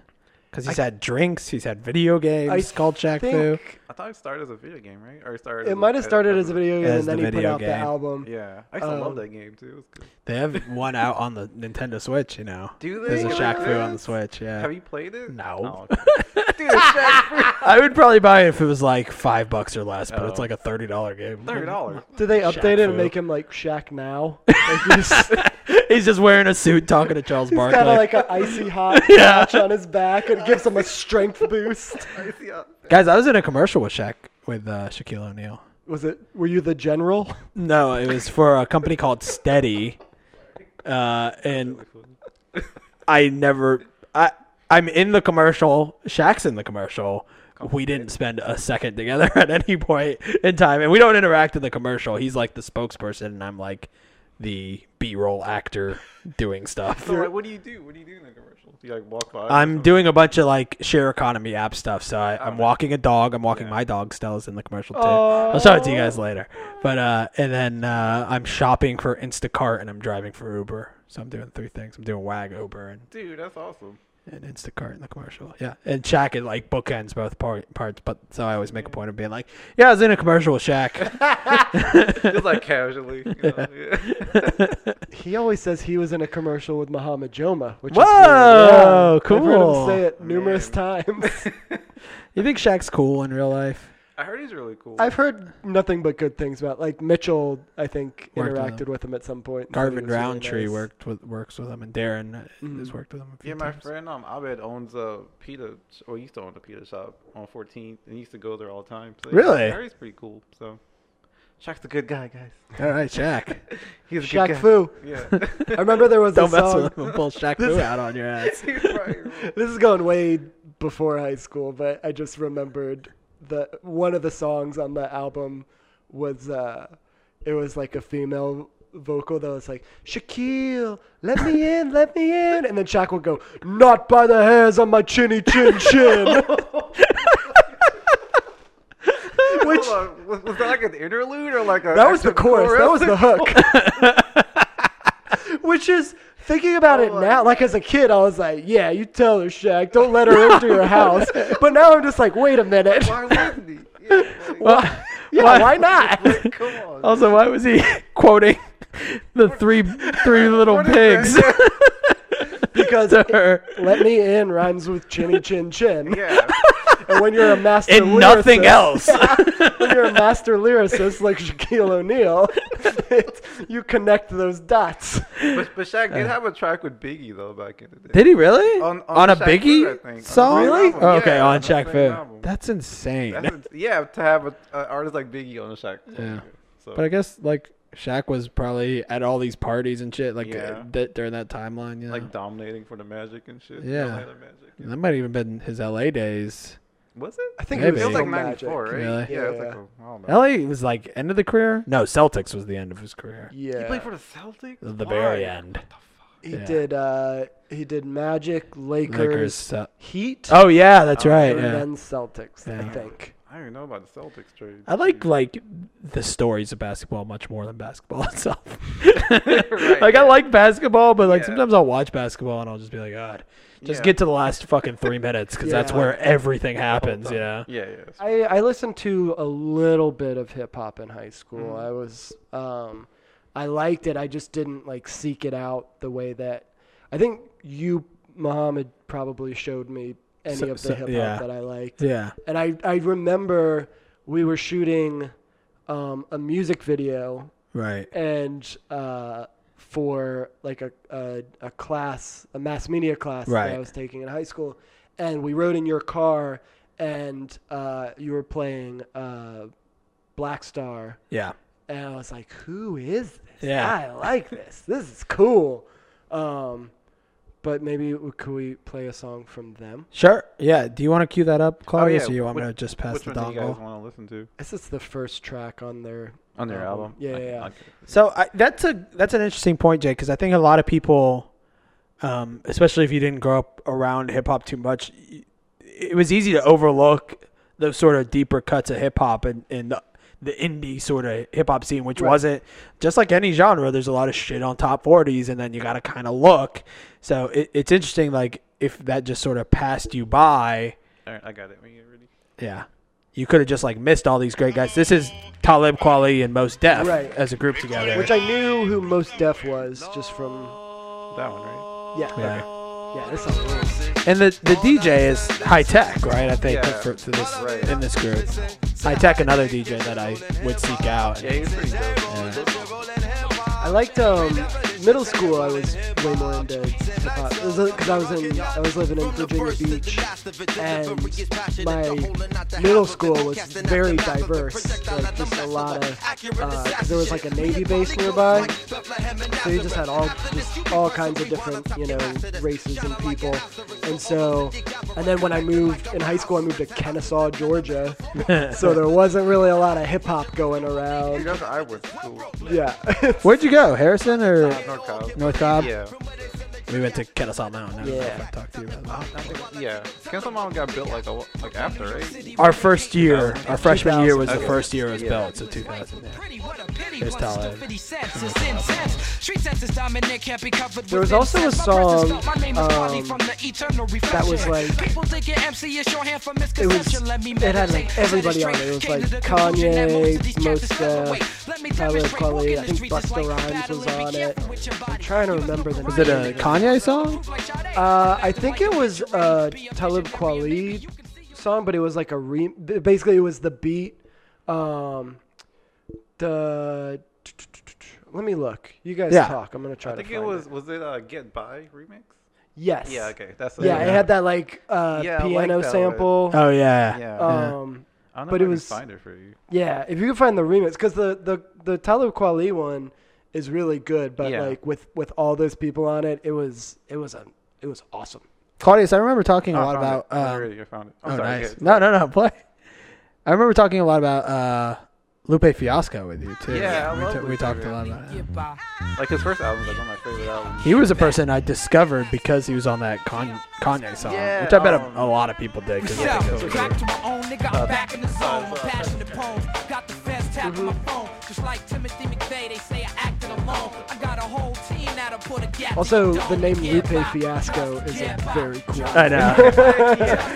Speaker 4: Because he's had drinks, he's had video games
Speaker 2: I
Speaker 4: called Shaq Fu.
Speaker 2: think
Speaker 3: I thought it started as a video game, right? Or it started.
Speaker 2: it
Speaker 3: as a-
Speaker 2: might have started as a video game, and
Speaker 4: As the
Speaker 2: then he put
Speaker 4: video Um,
Speaker 2: out the
Speaker 4: game.
Speaker 2: album.
Speaker 3: Yeah, I used to love that game too. It was good.
Speaker 4: They have one out on the Nintendo Switch. You know,
Speaker 3: Do
Speaker 4: there's a
Speaker 3: they?
Speaker 4: Shaq Fu on the
Speaker 3: Yes.
Speaker 4: Switch. Yeah.
Speaker 3: Have you played it?
Speaker 4: uh, <laughs> No.
Speaker 3: Oh, okay. Dude, Shaq Fu.
Speaker 4: I would probably buy it if it was like five bucks or less, but it's
Speaker 3: Oh.
Speaker 4: like a thirty dollar game.
Speaker 3: Thirty dollars.
Speaker 2: Did they update it and
Speaker 4: Fu.
Speaker 2: make him like Shaq
Speaker 3: <laughs>
Speaker 2: now? Like he's
Speaker 4: <laughs> He's just wearing a suit, talking to Charles Barkley.
Speaker 2: kind of like an icy
Speaker 3: <laughs>
Speaker 2: hot
Speaker 4: Yeah.
Speaker 2: patch on his back, and it gives him a strength
Speaker 3: <laughs>
Speaker 2: boost.
Speaker 4: Guys, I was in a commercial with Shaq with uh, Shaquille O'Neal.
Speaker 2: Was it? Were you the general?
Speaker 4: No, it was for a company called Steady, uh, and I never. I I'm in the commercial. Shaq's in the commercial. We didn't spend a second together <laughs> at any point in time, and we don't interact in the commercial. He's like the spokesperson, and I'm like the B-roll actor doing stuff.
Speaker 3: So, like, what do you do? What do you do in a commercial? Do you like walk by? or
Speaker 4: I'm
Speaker 3: something?
Speaker 4: doing a bunch of like share economy app stuff. So I, I'm walking a dog. I'm walking my dog. Stella's in the commercial too. I'll show it to you guys later. But uh, and then uh, I'm shopping for Instacart and I'm driving for Uber. So I'm doing three things. I'm doing Wag Uber and,
Speaker 3: Dude, that's awesome.
Speaker 4: and Instacart in the commercial. Yeah, and Shaq it like bookends both par- parts. But so I always make a point of being like, yeah, I was in a commercial with Shaq.
Speaker 3: Just like casually. You know? yeah. <laughs>
Speaker 2: He always says he was in a commercial with Muhammad Joma, which is weird.
Speaker 4: Whoa,
Speaker 2: I've heard him
Speaker 4: cool. <laughs>
Speaker 2: say it numerous times.
Speaker 4: you think Shaq's cool in real life?
Speaker 3: I heard he's really cool.
Speaker 2: I've heard nothing but good things about like Mitchell. I think
Speaker 4: Worked with
Speaker 2: interacted
Speaker 4: him.
Speaker 2: with him at some point. and said <laughs> he was
Speaker 4: Garvin
Speaker 2: really
Speaker 4: Roundtree
Speaker 2: nice. Mm.
Speaker 4: worked with works with him, and Darren uh, has worked with him a few
Speaker 3: Yeah, my
Speaker 4: times.
Speaker 3: friend um Abed owns a pita, sh- or used to own a pita shop on 14th, and he used to go there all the time. So yeah,
Speaker 4: Really?
Speaker 3: I heard he's pretty cool. So, Shaq's a good guy, guys.
Speaker 4: All
Speaker 2: <laughs>
Speaker 4: right, Shaq.
Speaker 3: He's a good
Speaker 2: Shaq
Speaker 3: guy.
Speaker 2: Fu.
Speaker 3: Yeah. <laughs>
Speaker 2: I remember there was
Speaker 4: Don't
Speaker 2: a
Speaker 4: mess
Speaker 2: song.
Speaker 4: with him. Pull Shaq Fu out on your ass.
Speaker 2: <laughs> this is going way before high school, but I just remembered the one of the songs on the album was uh it was like a female vocal that was like Shaquille, let me in, let me in, and then Shaq would go, "Not by the hairs on my chinny chin chin." <laughs> Which
Speaker 3: Hold on, was, was that like an interlude or like a?
Speaker 2: that was the
Speaker 3: actual
Speaker 2: chorus, that was the hook. <laughs> Which is thinking about
Speaker 3: Oh
Speaker 2: it now, like as a kid, I was like, "Yeah, you tell her, Shaq, don't let her into your
Speaker 3: <laughs>
Speaker 2: house." But now I'm just like, "Wait a minute."
Speaker 3: Why wouldn't he? Yeah,
Speaker 4: <laughs>
Speaker 3: like,
Speaker 4: Well,
Speaker 2: <laughs> Yeah, why,
Speaker 4: Why-
Speaker 3: <laughs>
Speaker 2: not?
Speaker 3: come on.
Speaker 4: also, why was he <laughs> quoting the three
Speaker 3: <laughs>
Speaker 4: three little
Speaker 3: What
Speaker 4: pigs
Speaker 3: is that?
Speaker 2: because
Speaker 4: <laughs> to her
Speaker 2: <laughs> let me in rhymes with chinny chin chin,
Speaker 3: Yeah.
Speaker 2: and when you're a master
Speaker 4: and
Speaker 2: lyricist,
Speaker 4: nothing else? <laughs>
Speaker 3: <laughs>
Speaker 2: when you're a master lyricist like Shaquille O'Neal, <laughs> it, you connect those dots.
Speaker 3: But, but Shaq did have a track with Biggie though back in the day.
Speaker 4: Did he really?
Speaker 3: On- on
Speaker 4: a
Speaker 3: Shaq Fu, I think. On
Speaker 4: Biggie
Speaker 3: the
Speaker 4: song?
Speaker 3: same Really? album.
Speaker 4: Oh, okay,
Speaker 3: Yeah,
Speaker 4: on
Speaker 3: on the
Speaker 4: Shaq
Speaker 3: same
Speaker 4: Fu.
Speaker 3: album.
Speaker 4: That's insane.
Speaker 3: That's a- yeah, to have an artist like Biggie on a Shaq.
Speaker 4: Yeah.
Speaker 3: So,
Speaker 4: <laughs> But I guess like Shaq was probably at all these parties and shit, like
Speaker 3: Yeah.
Speaker 4: uh, that during that timeline. You know?
Speaker 3: like dominating for the Magic and shit.
Speaker 4: Yeah.
Speaker 3: Atlanta Magic.
Speaker 4: And that might have even been his LA days.
Speaker 3: Was it?
Speaker 2: I think
Speaker 4: Maybe.
Speaker 3: It was like
Speaker 2: on Magic.
Speaker 3: '94, right?
Speaker 4: Really?
Speaker 3: Yeah, it was
Speaker 2: Yeah.
Speaker 3: like a, I don't know.
Speaker 4: LA was like end of the career. No, Celtics was the end of his career.
Speaker 2: Yeah,
Speaker 3: He played for the Celtics.
Speaker 4: The
Speaker 3: Why?
Speaker 4: very end.
Speaker 2: he
Speaker 4: yeah.
Speaker 2: did. Uh, he did Magic, Lakers,
Speaker 4: Lakers. Cel-
Speaker 2: Heat,
Speaker 4: oh yeah, that's right.
Speaker 2: and
Speaker 4: Yeah.
Speaker 2: then Celtics. I
Speaker 4: Yeah.
Speaker 2: think.
Speaker 3: I don't even know about the Celtics trade.
Speaker 4: I like like the stories of basketball much more than basketball <laughs> itself. like
Speaker 3: yeah.
Speaker 4: I like basketball, but like
Speaker 3: Yeah.
Speaker 4: sometimes I'll watch basketball and I'll just be like, God, just
Speaker 3: Yeah.
Speaker 4: get to the last fucking three minutes because that's
Speaker 2: Yeah.
Speaker 4: where everything happens. You know.
Speaker 3: Yeah, yeah. it's-
Speaker 2: I, I listened to a little bit of hip hop in high school.
Speaker 4: Mm.
Speaker 2: I was um, I liked it. I just didn't like seek it out the way that I think you Muhammad probably showed me any
Speaker 4: So-
Speaker 2: of the
Speaker 4: so-
Speaker 2: hip hop
Speaker 4: yeah.
Speaker 2: that I liked.
Speaker 4: Yeah.
Speaker 2: And I I remember we were shooting um, a music video
Speaker 4: Right.
Speaker 2: and uh, for like a, a a class, a mass media class that
Speaker 4: Right.
Speaker 2: I was taking in high school, and we rode in your car, and uh, you were playing uh, Black Star,
Speaker 4: Yeah.
Speaker 2: and I was like, "Who is this?
Speaker 4: Yeah.
Speaker 2: I like this. This is cool." Um, but maybe w- could we play a song from them?
Speaker 4: Sure. Yeah. Do you want to cue that up, Claudius, or Oh, you want
Speaker 3: Oh, Which-
Speaker 4: me to just pass
Speaker 3: which
Speaker 4: the
Speaker 3: one do you guys
Speaker 4: dongle?
Speaker 3: want to listen to
Speaker 2: This is the first track on their
Speaker 3: on their album?
Speaker 2: Yeah,
Speaker 3: Okay,
Speaker 2: yeah, yeah.
Speaker 3: okay.
Speaker 4: So I, that's a that's an interesting point, Jake, because I think a lot of people, um, especially if you didn't grow up around hip hop too much, y- it was easy to overlook those sort of deeper cuts of hip hop and and the, the indie sort of hip hop scene, which wasn't just like any genre. There's a lot of shit on top forties, and then you got to kind of look. So it, it's interesting, like if that just sort of passed you by.
Speaker 3: All right, I got it. When you're ready.
Speaker 4: Yeah. You could have just like missed all these great guys. This is Talib Kweli and Most Def
Speaker 2: Right.
Speaker 4: as a group together.
Speaker 2: Which I knew who Most Def was just from
Speaker 3: That one, right?
Speaker 2: yeah
Speaker 4: yeah.
Speaker 2: yeah this song rules.
Speaker 4: And the, the DJ is High Tech, right? I think
Speaker 3: Yeah.
Speaker 4: for, for this
Speaker 3: Right.
Speaker 4: in this group. High Tech, another DJ that I would seek out.
Speaker 3: Yeah, he's pretty dope.
Speaker 2: I liked um, middle school. I was way more into hip hop because I was in I was living in Virginia Beach, and my middle school was very diverse. Like just a lot of because there was like a Navy base nearby, so you just had all just all kinds of different you know races and people. And so, and then when I moved in high school, I moved to Kennesaw, Georgia, so there wasn't really a lot of hip hop going
Speaker 3: Dude,
Speaker 2: around.
Speaker 3: that's what I went to school.
Speaker 2: Yeah.
Speaker 4: Where'd you go, Harrison or
Speaker 3: North Cobb.
Speaker 4: North Cobb?
Speaker 3: Yeah,
Speaker 4: We went to Kennesaw Mountain. I don't know if
Speaker 2: Yeah.
Speaker 4: I talked to you about that.
Speaker 3: yeah. Cancel Mom got built like a, like after, right?
Speaker 4: Our first year, our freshman year was the
Speaker 3: 2000.
Speaker 4: first year it was
Speaker 3: Yeah.
Speaker 4: built, so 2000. Yeah. There's Talib.
Speaker 2: There
Speaker 11: There
Speaker 2: was also a song, um,
Speaker 11: that
Speaker 2: was like-
Speaker 11: it
Speaker 2: it had, like, everybody on it. It was, like, Kanye, Mos Def, Tyler, Kweli. I think Busta Rhymes was on it. I'm trying to remember the
Speaker 4: Was it
Speaker 2: name
Speaker 4: a
Speaker 2: of
Speaker 4: Kanye song?
Speaker 2: Uh, I think it was uh, Talib Kweli song, but it was like a re. Basically, it was the beat. Um, the let me look. You guys
Speaker 3: Yeah.
Speaker 2: talk. I'm gonna try
Speaker 3: I
Speaker 2: to.
Speaker 3: think
Speaker 2: Find
Speaker 3: it was was it uh, Get By remix?
Speaker 2: Yes.
Speaker 3: Yeah. Okay. That's
Speaker 2: yeah. It had that like uh,
Speaker 3: Yeah, I like
Speaker 2: piano
Speaker 3: that
Speaker 2: sample.
Speaker 3: one. Oh, yeah. Yeah.
Speaker 4: uh,
Speaker 2: Um,
Speaker 3: I don't
Speaker 2: but
Speaker 3: know if I
Speaker 2: it
Speaker 3: can
Speaker 2: was
Speaker 3: find it for you.
Speaker 2: Yeah, if you can find the remix, because the the the Talib Kweli one is really good, but
Speaker 4: Yeah.
Speaker 2: like with with all those people on it, it was it was a it was awesome.
Speaker 4: Claudius, I remember talking a
Speaker 2: Oh, I
Speaker 4: lot
Speaker 2: found
Speaker 4: about.
Speaker 2: it. I
Speaker 4: um,
Speaker 2: read it. I found it. I'm
Speaker 4: oh,
Speaker 2: sorry,
Speaker 4: nice.
Speaker 2: good.
Speaker 4: No, no, no. Play. I remember talking a lot about uh, Lupe Fiasco with you too.
Speaker 3: Yeah, I
Speaker 4: we,
Speaker 3: love
Speaker 4: ta- we
Speaker 3: Lupe,
Speaker 4: talked a
Speaker 3: man.
Speaker 4: lot about. It.
Speaker 3: Like his first album, like one of my favorite albums.
Speaker 4: He was a person I discovered because he was on that Con- Kanye song,
Speaker 3: Yeah,
Speaker 4: which I bet a-
Speaker 3: um,
Speaker 4: a, lot of people did. 'cause I think it was
Speaker 3: <laughs>
Speaker 11: Back
Speaker 4: weird.
Speaker 11: to my own nigga, I'm back in the zone. I'm passionate poems. Got the feds tapping my phone. Just like Timothy McVeigh, they say I acted alone. I got a whole team that'll put a gap.
Speaker 2: Also, the name Lupe Fiasco is a very cool.
Speaker 4: I know.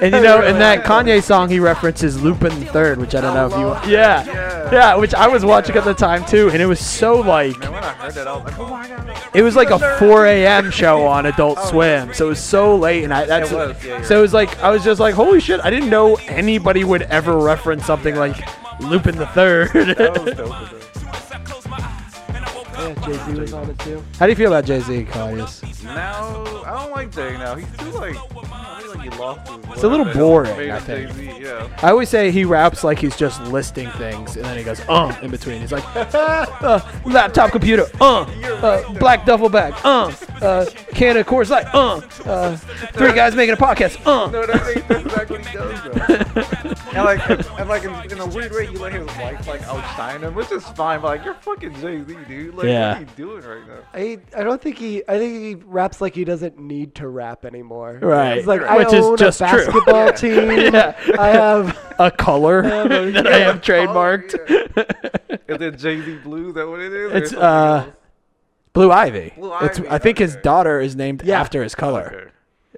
Speaker 4: and you know, in that Kanye song, he references Lupin the Third, which I don't know if you. Yeah. yeah, which I was watching at the time too, and it was so like,
Speaker 3: Man, when I heard that, I was like, oh my god.
Speaker 4: it was like a 4 a.m. show on Adult Swim, so it was so late, and I that's
Speaker 3: Oh, It was, yeah, you're
Speaker 4: so it was like I was just like, holy shit, I didn't know anybody would ever reference something like Lupin the
Speaker 3: Oh.
Speaker 4: Third.
Speaker 2: Yeah, Jay Z was on it too.
Speaker 4: <laughs> How do you feel about Jay Z, Claudius?
Speaker 3: Now I don't like Jay. Now he's too like, I don't know, like he lost. his
Speaker 4: It's a little
Speaker 3: way.
Speaker 4: boring,
Speaker 3: Maybe
Speaker 4: I think.
Speaker 3: Jay-Z, yeah.
Speaker 4: I always say he raps like he's just listing things, and then he goes, um, in between. He's like, uh, uh, laptop computer, uh, uh, black duffel bag, uh, uh, can of Coors Light, uh, uh, three guys making a podcast, uh. <laughs>
Speaker 3: No, that's, like, that's exactly what he does though. and like, and like in, in a weird way, he let his wife like outshine him, which is fine. But like, you're fucking Jay Z, dude. Like, what
Speaker 4: Yeah.
Speaker 3: are you doing right now?
Speaker 2: I I don't think he I think he raps like he doesn't need to rap anymore.
Speaker 4: Right.
Speaker 2: It's like
Speaker 4: Which
Speaker 2: I
Speaker 4: is
Speaker 2: own
Speaker 4: just
Speaker 2: a
Speaker 4: true.
Speaker 2: basketball
Speaker 4: <laughs> Yeah.
Speaker 2: team.
Speaker 4: Yeah.
Speaker 2: I
Speaker 3: <laughs>
Speaker 2: have
Speaker 4: a color <laughs>
Speaker 2: I have a-
Speaker 4: that I have
Speaker 3: Oh,
Speaker 4: trademarked.
Speaker 3: Is it Jay Z Blue? Is that what it is? Or
Speaker 4: it's
Speaker 3: something else?
Speaker 4: uh, Blue Ivy.
Speaker 3: Blue
Speaker 4: It's,
Speaker 3: Ivy,
Speaker 4: I think his daughter is named after his color,
Speaker 3: Okay.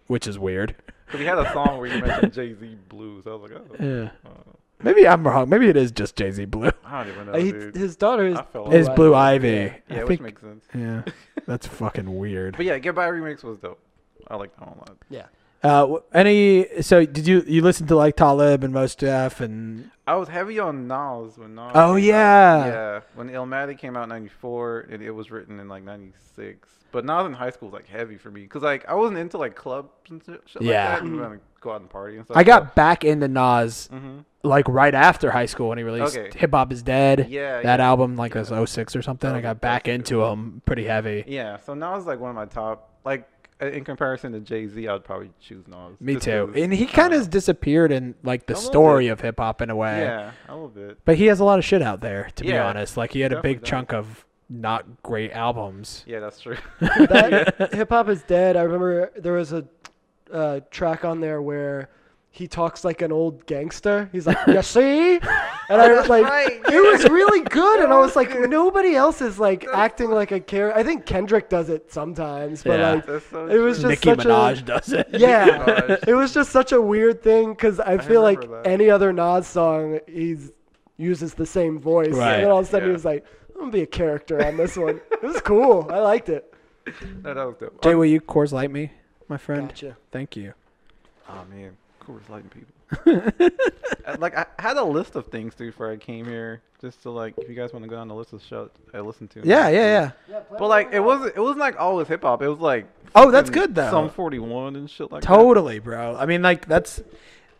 Speaker 4: which is weird.
Speaker 3: Because he had a song where he mentioned Jay Z Blues. I was like, oh.
Speaker 4: Yeah. Maybe I'm wrong. Maybe it is just Jay Z Blue.
Speaker 3: I don't even know.
Speaker 2: Uh, he-
Speaker 3: dude.
Speaker 2: his daughter is
Speaker 3: I
Speaker 4: <laughs>
Speaker 3: fell
Speaker 4: Is
Speaker 3: off.
Speaker 4: Blue Ivy?
Speaker 3: Yeah,
Speaker 4: I
Speaker 3: which
Speaker 4: think-
Speaker 3: makes sense. <laughs>
Speaker 4: Yeah, that's fucking weird.
Speaker 3: But yeah, Get By Remix was dope. I like that one a lot.
Speaker 2: Yeah.
Speaker 4: Uh, w- any? So did you you listen to like Talib and Most Def and
Speaker 3: I was heavy on Nas when Nas.
Speaker 4: Oh,
Speaker 3: came out.
Speaker 4: yeah.
Speaker 3: Yeah, when Illmatic came out in '94, and it was written in like '96. But Nas in high school was like heavy for me because like I wasn't into like clubs and shit shit
Speaker 4: Yeah.
Speaker 3: like that. And like, go out and party and stuff.
Speaker 4: I got back into Nas
Speaker 3: Mhm.
Speaker 4: like right after high school when he released
Speaker 3: Okay.
Speaker 4: Hip Hop Is Dead.
Speaker 3: Yeah,
Speaker 4: that
Speaker 3: yeah. Oh,
Speaker 4: album like was 06 or something. I got back into him pretty heavy.
Speaker 3: Yeah, so Nas is like one of my top. Like uh, in comparison to Jay Z, I'd probably choose Nas.
Speaker 4: Me
Speaker 3: just
Speaker 4: too.
Speaker 3: 'cause-
Speaker 4: And he kind of disappeared in like the
Speaker 3: A little
Speaker 4: story
Speaker 3: bit.
Speaker 4: of hip hop in a way.
Speaker 3: Yeah, a little bit.
Speaker 4: But he has a lot of shit out there, to be
Speaker 3: Yeah,
Speaker 4: honest. Like he had a
Speaker 3: definitely
Speaker 4: big
Speaker 3: does.
Speaker 4: chunk of not great albums.
Speaker 3: Yeah,
Speaker 4: <laughs>
Speaker 3: that's true.
Speaker 2: <laughs> that hip hop is dead. I remember there was a uh, track on there where he talks like an old gangster. He's like,
Speaker 4: <laughs>
Speaker 2: "You see," and I was like, "It was really good." And I was
Speaker 4: <laughs>
Speaker 2: like, "Nobody else is like acting like a character." I think Kendrick does it sometimes, but
Speaker 4: Yeah.
Speaker 2: like,
Speaker 4: That's
Speaker 3: so
Speaker 2: it was just
Speaker 4: Nicki
Speaker 2: such
Speaker 4: Minaj
Speaker 2: a,
Speaker 4: does it.
Speaker 2: <laughs>
Speaker 4: <laughs>
Speaker 2: Yeah,
Speaker 4: Nicki Minaj.
Speaker 2: it was just such a weird thing because I, feel like
Speaker 4: remember
Speaker 2: any other Nas song, he's uses the same voice,
Speaker 4: Right.
Speaker 2: and then all of a sudden
Speaker 3: Yeah.
Speaker 2: he was like, "I'm gonna be a character on this one." it was cool. I liked it.
Speaker 3: No, that was dope.
Speaker 4: Jay, will you Coors Light me, my friend?
Speaker 2: Gotcha.
Speaker 4: Thank you.
Speaker 3: Oh man, Coors Light and people. <laughs> Uh, like I had a list of things too before I came here, just to like if you guys want to go down the list of shows I listened to.
Speaker 4: Yeah, yeah, yeah.
Speaker 3: But like it wasn't it wasn't like always hip hop. It was like
Speaker 4: Oh, that's
Speaker 3: fucking
Speaker 4: good, though.
Speaker 3: Some forty one and shit like
Speaker 4: Totally, bro. I mean, like that's.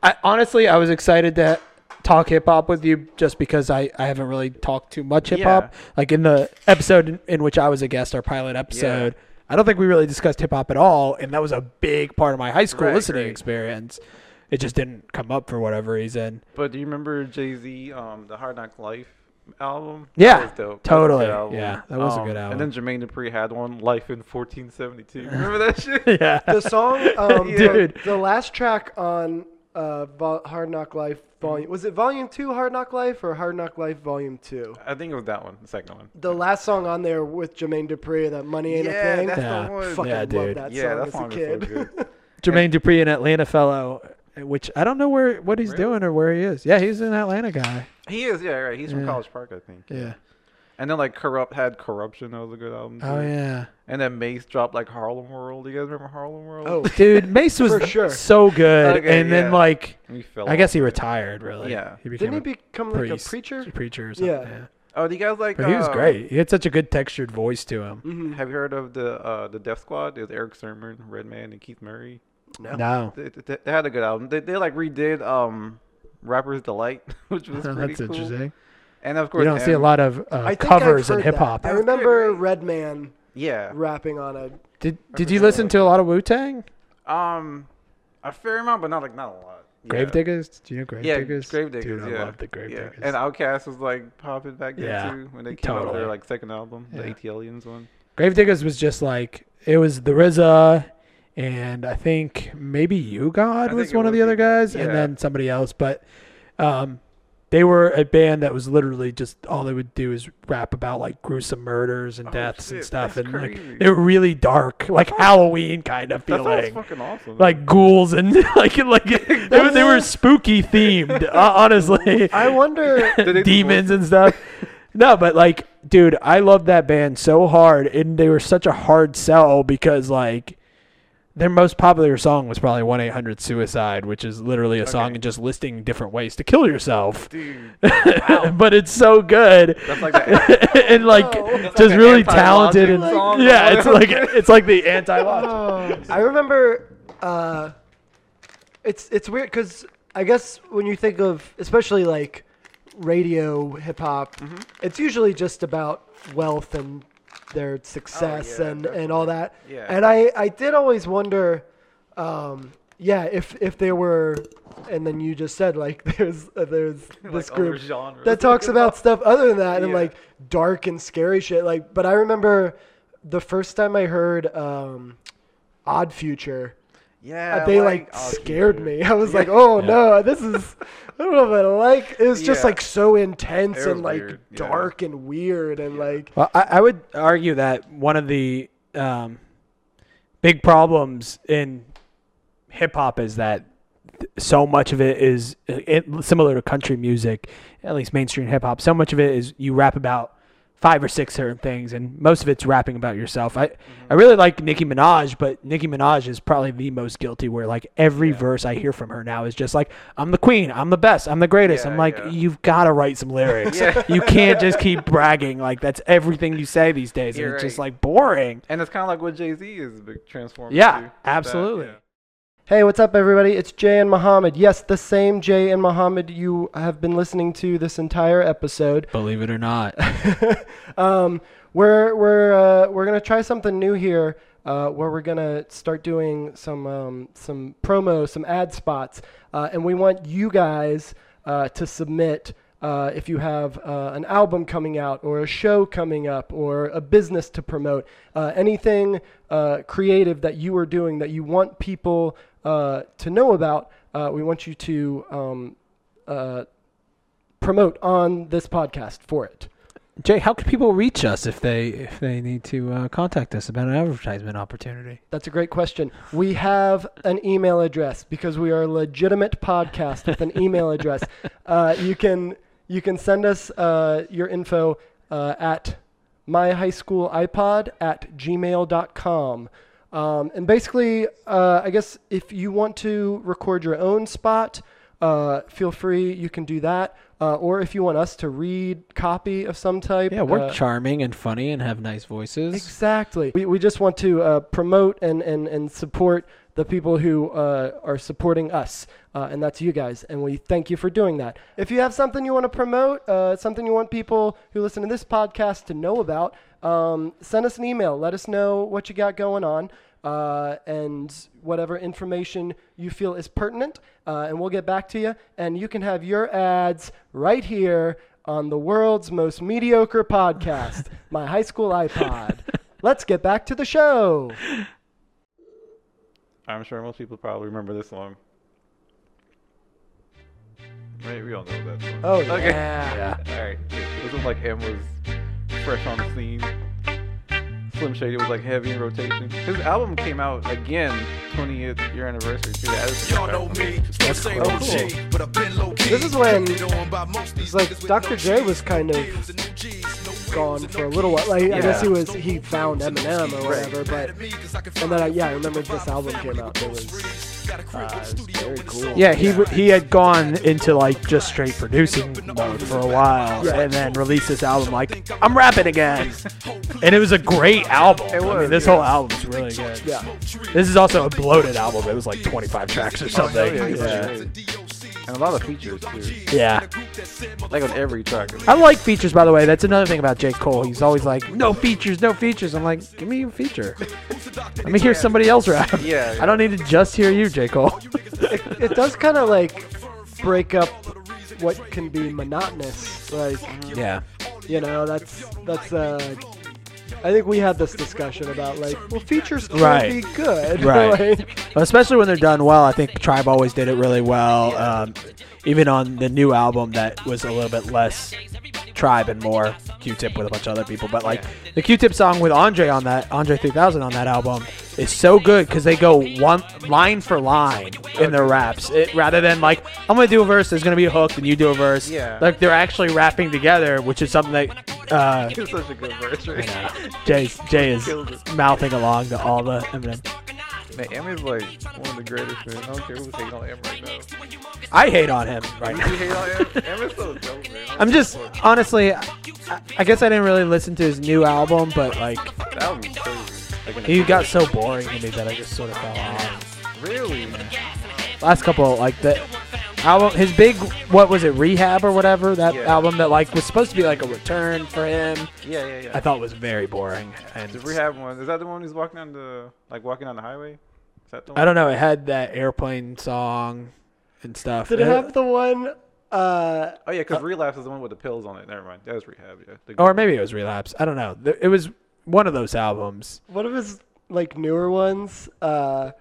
Speaker 4: I honestly, I was excited to talk hip hop with you just because I I haven't really talked too much hip hop.
Speaker 3: Yeah.
Speaker 4: Like in the episode in, in which I was a guest, our pilot episode. I don't think we really discussed hip hop at all, and that was a big part of my high school
Speaker 3: Right,
Speaker 4: listening
Speaker 3: right.
Speaker 4: experience. It just didn't come up for whatever reason.
Speaker 3: that. But do you remember Jay Z, um, the Hard Knock Life album?
Speaker 4: Yeah,
Speaker 3: that was dope.
Speaker 4: totally.
Speaker 3: That was a good album. Um,
Speaker 4: Yeah, that was a good
Speaker 3: And then Jermaine Dupri had one, Life in fourteen seventy
Speaker 4: <laughs>
Speaker 3: two. Remember that shit?
Speaker 4: Yeah.
Speaker 2: the
Speaker 4: <laughs>
Speaker 2: song, um, the-
Speaker 4: Dude.
Speaker 2: The, last track on uh, Vol- Hard Knock Life Volume was it Volume Two, Hard Knock Life, or Hard Knock Life Volume Two?
Speaker 3: I think it was that one, the second one.
Speaker 2: The last song on there with Jermaine Dupri, that money ain't
Speaker 3: Yeah,
Speaker 2: a thing.
Speaker 3: that's the Yeah. one.
Speaker 2: Fucking
Speaker 4: Yeah,
Speaker 2: love
Speaker 4: dude.
Speaker 2: that
Speaker 3: Yeah, that
Speaker 2: song
Speaker 3: song
Speaker 2: as
Speaker 3: is
Speaker 2: a
Speaker 3: so
Speaker 2: kid. <laughs>
Speaker 3: good.
Speaker 4: Jermaine Dupri, an Atlanta fellow, which I don't know where what he's doing or where he is. Yeah, he's an Atlanta guy.
Speaker 3: He is, yeah, right. He's from
Speaker 4: Yeah.
Speaker 3: College Park, I think.
Speaker 4: Yeah.
Speaker 3: And then like corrupt had corruption. That was a good album.
Speaker 4: Oh,
Speaker 3: too.
Speaker 4: yeah.
Speaker 3: And then Mace dropped like Harlem World. You guys remember Harlem World?
Speaker 4: dude, Mace was
Speaker 2: For sure.
Speaker 4: so good,
Speaker 3: Okay,
Speaker 4: and
Speaker 3: yeah.
Speaker 4: then like,
Speaker 3: He fell
Speaker 4: I guess
Speaker 3: off.
Speaker 4: he retired. Really,
Speaker 3: Yeah.
Speaker 4: He became
Speaker 2: Didn't he
Speaker 4: a
Speaker 2: become like a
Speaker 4: priest-
Speaker 2: preacher?
Speaker 4: Preacher or something.
Speaker 2: Yeah.
Speaker 4: Yeah.
Speaker 3: Oh, do you guys like?
Speaker 4: But he was
Speaker 3: uh,
Speaker 4: great. He had such a good textured voice to him.
Speaker 2: Mm-hmm.
Speaker 3: Have you heard of the uh, the Death Squad? Is Eric Sermon, Redman, and Keith Murray?
Speaker 2: No.
Speaker 4: No.
Speaker 3: They, they, they had a good album. They, they like redid um, Rapper's Delight, <laughs> which was
Speaker 4: Oh,
Speaker 3: pretty
Speaker 4: <laughs> that's
Speaker 3: cool.
Speaker 4: interesting.
Speaker 3: And of
Speaker 4: You
Speaker 3: course,
Speaker 4: don't see a
Speaker 3: Em-
Speaker 4: lot of
Speaker 2: I
Speaker 4: uh,
Speaker 2: think I've
Speaker 4: covers in
Speaker 2: heard that.
Speaker 4: hip hop.
Speaker 2: I remember Redman
Speaker 3: Yeah.
Speaker 2: rapping on
Speaker 3: <laughs>
Speaker 2: a.
Speaker 4: Did Did you listen to a lot of Wu Tang?
Speaker 3: Um, a fair amount, but not like not a lot.
Speaker 4: Gravediggers? Do you know Gravediggers?
Speaker 3: Yeah, Gravediggers.
Speaker 4: Dude, I
Speaker 3: yeah.
Speaker 4: love the Gravediggers.
Speaker 3: Yeah. And Outkast was like popping back then
Speaker 4: Yeah,
Speaker 3: too when they came out with their
Speaker 4: totally.
Speaker 3: like second album, the
Speaker 4: Yeah.
Speaker 3: ATLians one.
Speaker 4: Gravediggers was just like it was the RZA, and I think maybe You God
Speaker 3: I
Speaker 4: was
Speaker 3: think it
Speaker 4: one of
Speaker 3: was
Speaker 4: the other guys,
Speaker 3: yeah.
Speaker 4: and then somebody else. But um, they were a band that was literally just all they would do is rap about like gruesome murders and deaths and
Speaker 3: Oh, shit,
Speaker 4: stuff,
Speaker 3: that's
Speaker 4: and
Speaker 3: crazy.
Speaker 4: like they were really dark, <laughs> like Halloween kind of
Speaker 3: That sounds
Speaker 4: feeling.
Speaker 3: fucking awesome.
Speaker 4: Like ghouls and <laughs> like like
Speaker 3: <laughs>
Speaker 4: they were, they were spooky themed. uh, honestly,
Speaker 2: I wonder.
Speaker 4: <laughs>
Speaker 3: Did they do
Speaker 4: demons and stuff. No, but like, dude, I loved that band so hard, and they were such a hard sell because like their most popular song was probably one eight hundred suicide, which is literally a song and just listing different ways to kill yourself. <laughs>
Speaker 3: Dude,
Speaker 4: but it's so
Speaker 3: <laughs>
Speaker 4: good,
Speaker 3: <laughs> that's like that.
Speaker 2: <laughs>
Speaker 4: and like
Speaker 2: That's
Speaker 4: just
Speaker 3: like an
Speaker 4: really
Speaker 3: anti-logic
Speaker 4: talented, and
Speaker 3: song.
Speaker 4: yeah, it's like it's like the anti logic.
Speaker 2: I remember. Uh, it's it's weird because I guess when you think of especially like radio hip hop,
Speaker 3: Mm-hmm.
Speaker 2: it's usually just about wealth and their success
Speaker 3: Oh, yeah,
Speaker 2: and and all that.
Speaker 3: Yeah.
Speaker 2: And I I did always wonder. Um, yeah, if if there were, and then you just said like <laughs> there's uh,
Speaker 3: <laughs>
Speaker 2: there's this
Speaker 3: other
Speaker 2: group
Speaker 3: genres.
Speaker 2: that talks about stuff other than that and
Speaker 3: Yeah.
Speaker 2: like dark and scary shit. Like, but I remember the first time I heard um, Odd Future,
Speaker 3: yeah, uh,
Speaker 2: they like,
Speaker 3: Odd
Speaker 2: scared
Speaker 3: Future.
Speaker 2: me. I was like, oh no, this is I don't know if I like. It was just
Speaker 3: Yeah.
Speaker 2: like so intense
Speaker 3: It was
Speaker 2: and like
Speaker 3: weird, yeah.
Speaker 2: dark and weird and like
Speaker 4: <laughs> Well, I, I would argue that one of the um, big problems in hip hop is that th- so much of it is it, similar to country music, at least mainstream hip hop. So much of it is you rap about five or six certain things, and most of it's rapping about yourself. I I really like Nicki Minaj, but Nicki Minaj is probably the most guilty. Where like every verse I hear from her now is just like, "I'm the queen, I'm the best, I'm the greatest."
Speaker 3: Yeah,
Speaker 4: I'm like,
Speaker 3: yeah.
Speaker 4: you've got to write some lyrics. You can't just keep bragging like that's everything you say these days, and
Speaker 3: You're
Speaker 4: it's just
Speaker 3: right.
Speaker 4: like boring.
Speaker 3: And it's kind of like what Jay Z is big- transformed.
Speaker 4: Yeah,
Speaker 3: to, with that,
Speaker 4: absolutely.
Speaker 3: yeah.
Speaker 2: Hey, what's up, everybody? It's Jay and Muhammad. Yes, the same Jay and Muhammad you have been listening to this entire episode.
Speaker 4: Believe it or not,
Speaker 2: um, we're we're uh, we're gonna try something new here, uh, where we're gonna start doing some um, some promo, some ad spots, uh, and we want you guys uh, to submit. Uh, if you have uh, an album coming out or a show coming up or a business to promote, uh, anything uh, creative that you are doing that you want people uh, to know about, uh, we want you to um, uh, promote on this podcast for it.
Speaker 4: Jay, how can people reach us if they if they need to uh, contact us about an advertisement opportunity?
Speaker 2: That's a great question. We have an email address because we are a legitimate podcast with an email
Speaker 4: <laughs>
Speaker 2: address. Uh, you can you can send us uh, your info uh, at myhighschoolipod at gmail.com. Um, and basically, uh, I guess if you want to record your own spot, uh, feel free. You can do that. Uh, or if you want us to read copy of some type.
Speaker 4: Yeah, we're
Speaker 2: uh,
Speaker 4: charming and funny and have nice voices.
Speaker 2: Exactly. We, we just want to uh, promote and, and, and support the people who uh, are supporting us, uh, and that's you guys. And we thank you for doing that. If you have something you want to promote, uh, something you want people who listen to this podcast to know about, um, send us an email. Let us know what you got going on. Uh, and whatever information you feel is pertinent, uh, and we'll get back to you. And you can have your ads right here on the world's most mediocre podcast, My High School iPod. Let's get back to the show.
Speaker 3: I'm sure most people probably remember this song. Right, we all know that song.
Speaker 2: Oh,
Speaker 3: okay.
Speaker 2: yeah.
Speaker 3: All right. This is like M was fresh on the scene. Slim Shady was like heavy in rotation. His album came out again, 20th year anniversary too. That is
Speaker 10: Y'all know me, still
Speaker 3: That's
Speaker 10: same
Speaker 3: cool.
Speaker 10: OG, but I've been low key.
Speaker 2: This is when
Speaker 10: Known by most
Speaker 2: it's like Dr. J was kind of gone for a little while. Like I guess he
Speaker 10: Yeah.
Speaker 2: was he found Eminem or whatever. But and then I, yeah, I remember this album came out. It was, uh, it was very cool.
Speaker 4: Yeah, he w- he had gone into like just straight producing mode for a while,
Speaker 2: Yeah.
Speaker 4: and then released this album like I'm rapping again, and it was a great album.
Speaker 12: It
Speaker 4: I
Speaker 12: was,
Speaker 4: mean, this
Speaker 12: yeah.
Speaker 4: whole album's really good.
Speaker 2: Yeah.
Speaker 4: This is also a bloated album. It was like 25 tracks or something.
Speaker 3: yeah,
Speaker 4: yeah.
Speaker 3: yeah. And a lot of features too.
Speaker 4: Yeah.
Speaker 3: Like on every track.
Speaker 4: I like features, by the way. That's another thing about J. Cole. He's always like, no features, no features. I'm like, give me a feature. Let me hear somebody else rap.
Speaker 3: Yeah.
Speaker 4: I don't need to just hear you, J. Cole.
Speaker 2: <laughs> it does kind of like break up what can be monotonous. Like
Speaker 4: Yeah.
Speaker 2: you know that's that's uh. I think we had this discussion about like, well, features can
Speaker 4: Right.
Speaker 2: be good, <laughs>
Speaker 4: Right.
Speaker 2: Like,
Speaker 4: Especially when they're done well. I think Tribe always did it really well. Um, even on the new album that was a little bit less Tribe and more Q-Tip with a bunch of other people. But like the Q-Tip song with Andre on that Andre 3000 on that album is so good because they go one line for line in their raps it, rather than like I'm gonna do a verse. There's gonna be a hook and you do a verse.
Speaker 3: Yeah.
Speaker 4: Like they're actually rapping together, which is something that. Uh,
Speaker 3: It's such a good version.
Speaker 4: Jay, Jay is mouthing along to all the Eminem.
Speaker 3: Man, Emmy's like one of the greatest. Man. I don't care who's hating on Em right now.
Speaker 4: I hate on him right
Speaker 3: You hate on Em? Em is so dope, man.
Speaker 4: I'm just honestly, I, I guess I didn't really listen to his new album, but like
Speaker 3: That album's crazy. Like,
Speaker 4: he got so boring to me that I just sort of fell off.
Speaker 3: really.
Speaker 4: Last couple like the album, his big what was it, Rehab or whatever that
Speaker 3: Yeah.
Speaker 4: album that like was supposed to be like a return for him.
Speaker 3: Yeah, yeah, yeah.
Speaker 4: I thought was very boring, and
Speaker 3: The rehab one is that the one who's walking on the like walking on the highway? Is that the one?
Speaker 4: I don't know. It had that airplane song and stuff. Uh,
Speaker 2: did it have the one? Uh,
Speaker 3: Oh yeah, because relapse is the one with the pills on it. Never mind, that was rehab. Yeah. The-
Speaker 4: or maybe it was Relapse. I don't know. Th- It was one of those albums.
Speaker 2: one of his like newer ones uh,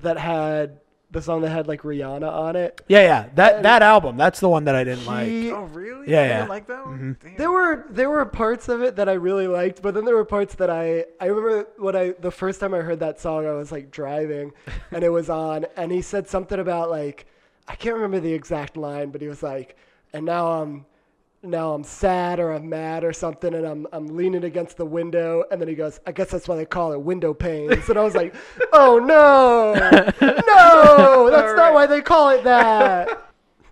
Speaker 2: that had the song that had like Rihanna on it.
Speaker 4: Yeah, yeah. That that album. That's the one that I didn't like.
Speaker 2: He,
Speaker 3: oh really?
Speaker 4: Yeah,
Speaker 3: You
Speaker 4: yeah.
Speaker 3: didn't like that
Speaker 4: Mm-hmm.
Speaker 3: one. Damn.
Speaker 2: there were there were parts of it that I really liked, but then there were parts that I I remember when I the first time I heard that song I was like driving, and it was on, and he said something about like I can't remember the exact line, but he was like, and now I'm now I'm sad or I'm mad or something, and I'm I'm leaning against the window, and then he goes, I guess that's why they call it window panes, and I was like, oh no, no, that's not why they call it that. Do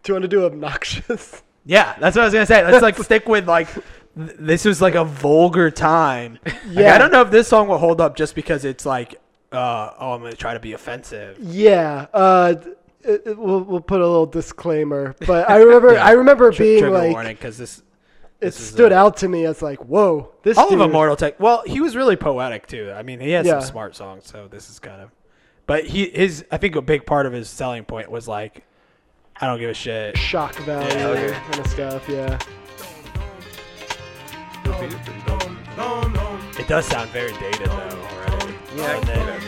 Speaker 2: you want to do obnoxious?
Speaker 4: Yeah, that's what I was gonna say.
Speaker 2: <laughs>
Speaker 4: Let's like stick with like th- this was like a vulgar time. Yeah,
Speaker 2: Yeah.
Speaker 4: I don't know if this song will hold up just because it's like, uh, oh, I'm gonna try to be offensive.
Speaker 2: Yeah, uh, it, it- we'll we'll put a little disclaimer, but
Speaker 4: <laughs>
Speaker 2: I remember I remember
Speaker 4: Tri-
Speaker 2: being
Speaker 4: trigger
Speaker 2: like
Speaker 4: warning because this uh,
Speaker 2: it stood out to me as like whoa this
Speaker 4: all
Speaker 2: dude,
Speaker 4: of Immortal Tech. Well, he was really poetic too. I mean, he has
Speaker 2: Yeah.
Speaker 4: some smart songs, so this is kind of. But he his I think a big part of his selling point was like, I don't give a shit.
Speaker 2: shock value kind of stuff. Yeah,
Speaker 4: It does sound very dated though already. Yeah,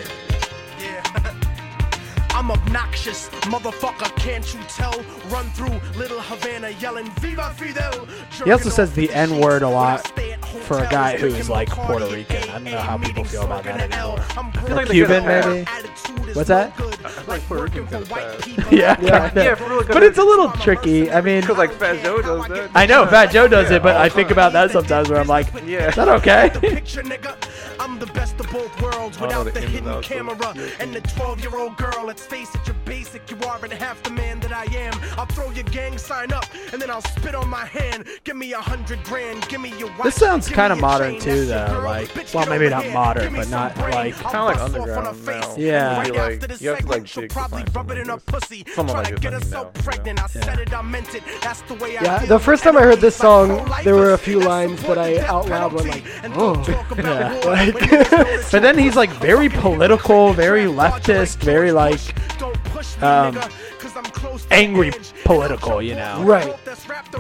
Speaker 10: I'm obnoxious, motherfucker, can't you tell? Run through Little Havana yelling Viva Fidel.
Speaker 4: He also says the N word a lot for a guy who is like Puerto Rican. I don't know how people feel about that anymore.
Speaker 3: feel like they
Speaker 4: Cuban,
Speaker 3: get a
Speaker 4: maybe? What's that?
Speaker 3: like Puerto Ricans get a pass.
Speaker 4: yeah,
Speaker 2: Yeah.
Speaker 4: kinda.
Speaker 3: Yeah, for real, 'cause
Speaker 4: but it's a little tricky. I mean,
Speaker 3: Because like Fat Joe does that.
Speaker 4: I
Speaker 10: <laughs>
Speaker 4: know Fat Joe does it, but I think about that sometimes where I'm like,
Speaker 3: Yeah.
Speaker 4: is that okay?
Speaker 10: <laughs> Picture, nigga, I'm the best of both worlds
Speaker 3: know
Speaker 10: without
Speaker 3: the
Speaker 10: the
Speaker 3: ins and
Speaker 10: hidden
Speaker 3: outs of
Speaker 10: camera and the 12 year old girl. Let's face it, you're basic. You aren't half the man that I am. I'll throw your gang sign up and then I'll spit on my hand. Give me a hundred grand. Give me your watch.
Speaker 4: This sounds
Speaker 10: give me
Speaker 4: kinda
Speaker 10: your
Speaker 4: modern
Speaker 10: chain,
Speaker 4: too,
Speaker 10: that's your
Speaker 4: though,
Speaker 10: girl.
Speaker 4: like-
Speaker 10: Bitch,
Speaker 4: well,
Speaker 10: get
Speaker 4: maybe
Speaker 10: over
Speaker 4: not
Speaker 10: here,
Speaker 4: modern,
Speaker 10: give me
Speaker 4: but
Speaker 10: some
Speaker 4: not,
Speaker 10: brain.
Speaker 4: like-
Speaker 10: I'll
Speaker 3: Kinda like
Speaker 10: bust off on her
Speaker 3: underground now.
Speaker 10: face.
Speaker 4: Yeah.
Speaker 10: Right
Speaker 3: You're like-
Speaker 10: after this
Speaker 3: you have to, like,
Speaker 10: segment, she'll
Speaker 3: dig to
Speaker 10: probably
Speaker 3: find
Speaker 10: rub it in her
Speaker 3: someone
Speaker 10: pussy.
Speaker 3: someone
Speaker 10: Tryna
Speaker 3: like
Speaker 10: get
Speaker 3: that
Speaker 10: us
Speaker 3: you
Speaker 10: so
Speaker 3: know, you
Speaker 10: pregnant. I said it, I meant it. That's the way I
Speaker 2: yeah.
Speaker 10: feel.
Speaker 2: The first time I heard this song, there were a few
Speaker 10: Enemies
Speaker 2: lines
Speaker 10: support
Speaker 2: that I
Speaker 10: the death
Speaker 2: out loud were
Speaker 10: penalty
Speaker 2: like,
Speaker 10: and
Speaker 2: oh,
Speaker 10: don't talk about
Speaker 4: Yeah.
Speaker 10: war.
Speaker 2: Like-
Speaker 10: When niggas know that
Speaker 4: <laughs> But then he's like very
Speaker 10: Fucking
Speaker 4: political, very
Speaker 10: Trump, Trump,
Speaker 4: leftist,
Speaker 10: George
Speaker 4: very
Speaker 10: Bush.
Speaker 4: like
Speaker 10: Don't push me,
Speaker 4: um,
Speaker 10: nigga, 'cause I'm close to
Speaker 4: angry
Speaker 10: the edge.
Speaker 4: political, you know.
Speaker 2: right.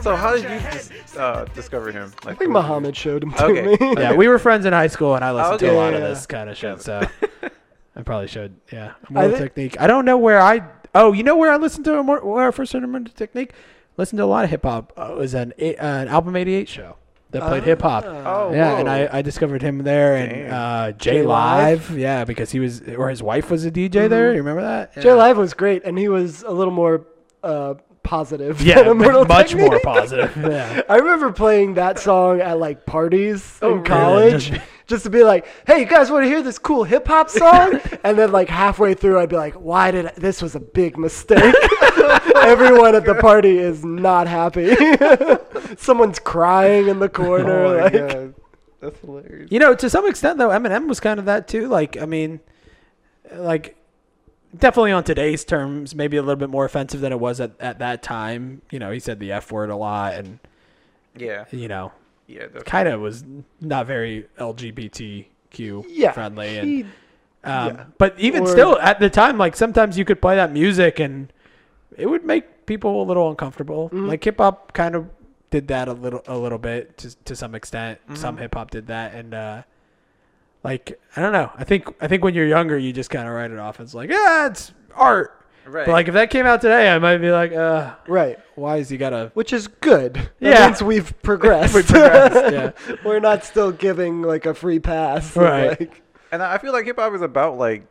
Speaker 3: So how did you dis- uh, discover him? Like,
Speaker 2: I think Muhammad showed him to
Speaker 3: Okay.
Speaker 2: me. <laughs>
Speaker 4: Yeah, we were friends in high school, and I listened to a
Speaker 3: Okay.
Speaker 4: lot of
Speaker 2: Yeah.
Speaker 4: this kind of shit. So
Speaker 2: <laughs>
Speaker 4: I probably should. Yeah,
Speaker 2: I
Speaker 4: Immortal
Speaker 2: thi-
Speaker 4: Technique. I don't know where I. Oh, you know where I listened to Immortal, where I first heard Immortal Technique. Listened to a lot of hip hop. Uh, it was an eight- uh, an album eighty eight show. that
Speaker 2: Ah.
Speaker 4: played hip hop.
Speaker 8: Oh,
Speaker 4: yeah,
Speaker 8: whoa.
Speaker 4: and I, I discovered him there and uh, J
Speaker 2: J Live? Mm-hmm.
Speaker 4: Live. Yeah, because he was or his wife was a DJ there. You remember that?
Speaker 2: Jay Live was great, and he was a little more uh, positive.
Speaker 4: Yeah,
Speaker 2: than Immortal
Speaker 4: much
Speaker 2: Technique.
Speaker 4: <laughs> more positive, yeah.
Speaker 2: I remember playing that song at like parties
Speaker 4: Oh,
Speaker 2: in
Speaker 4: really?
Speaker 2: college,
Speaker 4: Just-
Speaker 2: just to be like, "Hey, you guys want to hear this cool hip hop
Speaker 4: <laughs>
Speaker 2: song?" and then like halfway through, I'd be like, "Why did I- this was a big mistake?" <laughs> Everyone at the party is not happy. <laughs> Someone's crying in the corner.
Speaker 3: Oh my
Speaker 2: like,
Speaker 3: God. That's hilarious.
Speaker 4: You know, to some extent though, Eminem was kind of that too. Like, I mean, like definitely on today's terms, maybe a little bit more offensive than it was at, at that time. You know, he said the f word a lot, and
Speaker 3: Yeah.
Speaker 4: you know,
Speaker 3: Yeah, definitely.
Speaker 4: kind of was not very LGBTQ
Speaker 2: Yeah,
Speaker 4: friendly.
Speaker 2: he-
Speaker 4: And um,
Speaker 2: yeah.
Speaker 4: but even
Speaker 2: Or-
Speaker 4: still, at the time, like sometimes you could play that music and it would make people a little uncomfortable.
Speaker 2: Mm-hmm.
Speaker 4: Like hip hop kind of did that a little a little bit to to some extent. Some hip hop did that and uh like I don't know. I think I think when you're younger you just kind of write it off as like, "Yeah, it's art."
Speaker 3: Right.
Speaker 4: But like if that came out today, I might be like, "Uh,
Speaker 2: right.
Speaker 4: why is he
Speaker 2: <laughs>
Speaker 4: got to
Speaker 2: Which is good. That
Speaker 4: Yeah.
Speaker 2: means
Speaker 4: <laughs>
Speaker 2: we've progressed.
Speaker 4: We progressed, yeah.
Speaker 2: <laughs> We're not still giving like a free pass.
Speaker 4: Right.
Speaker 2: Like,
Speaker 3: And I I feel like hip hop is about like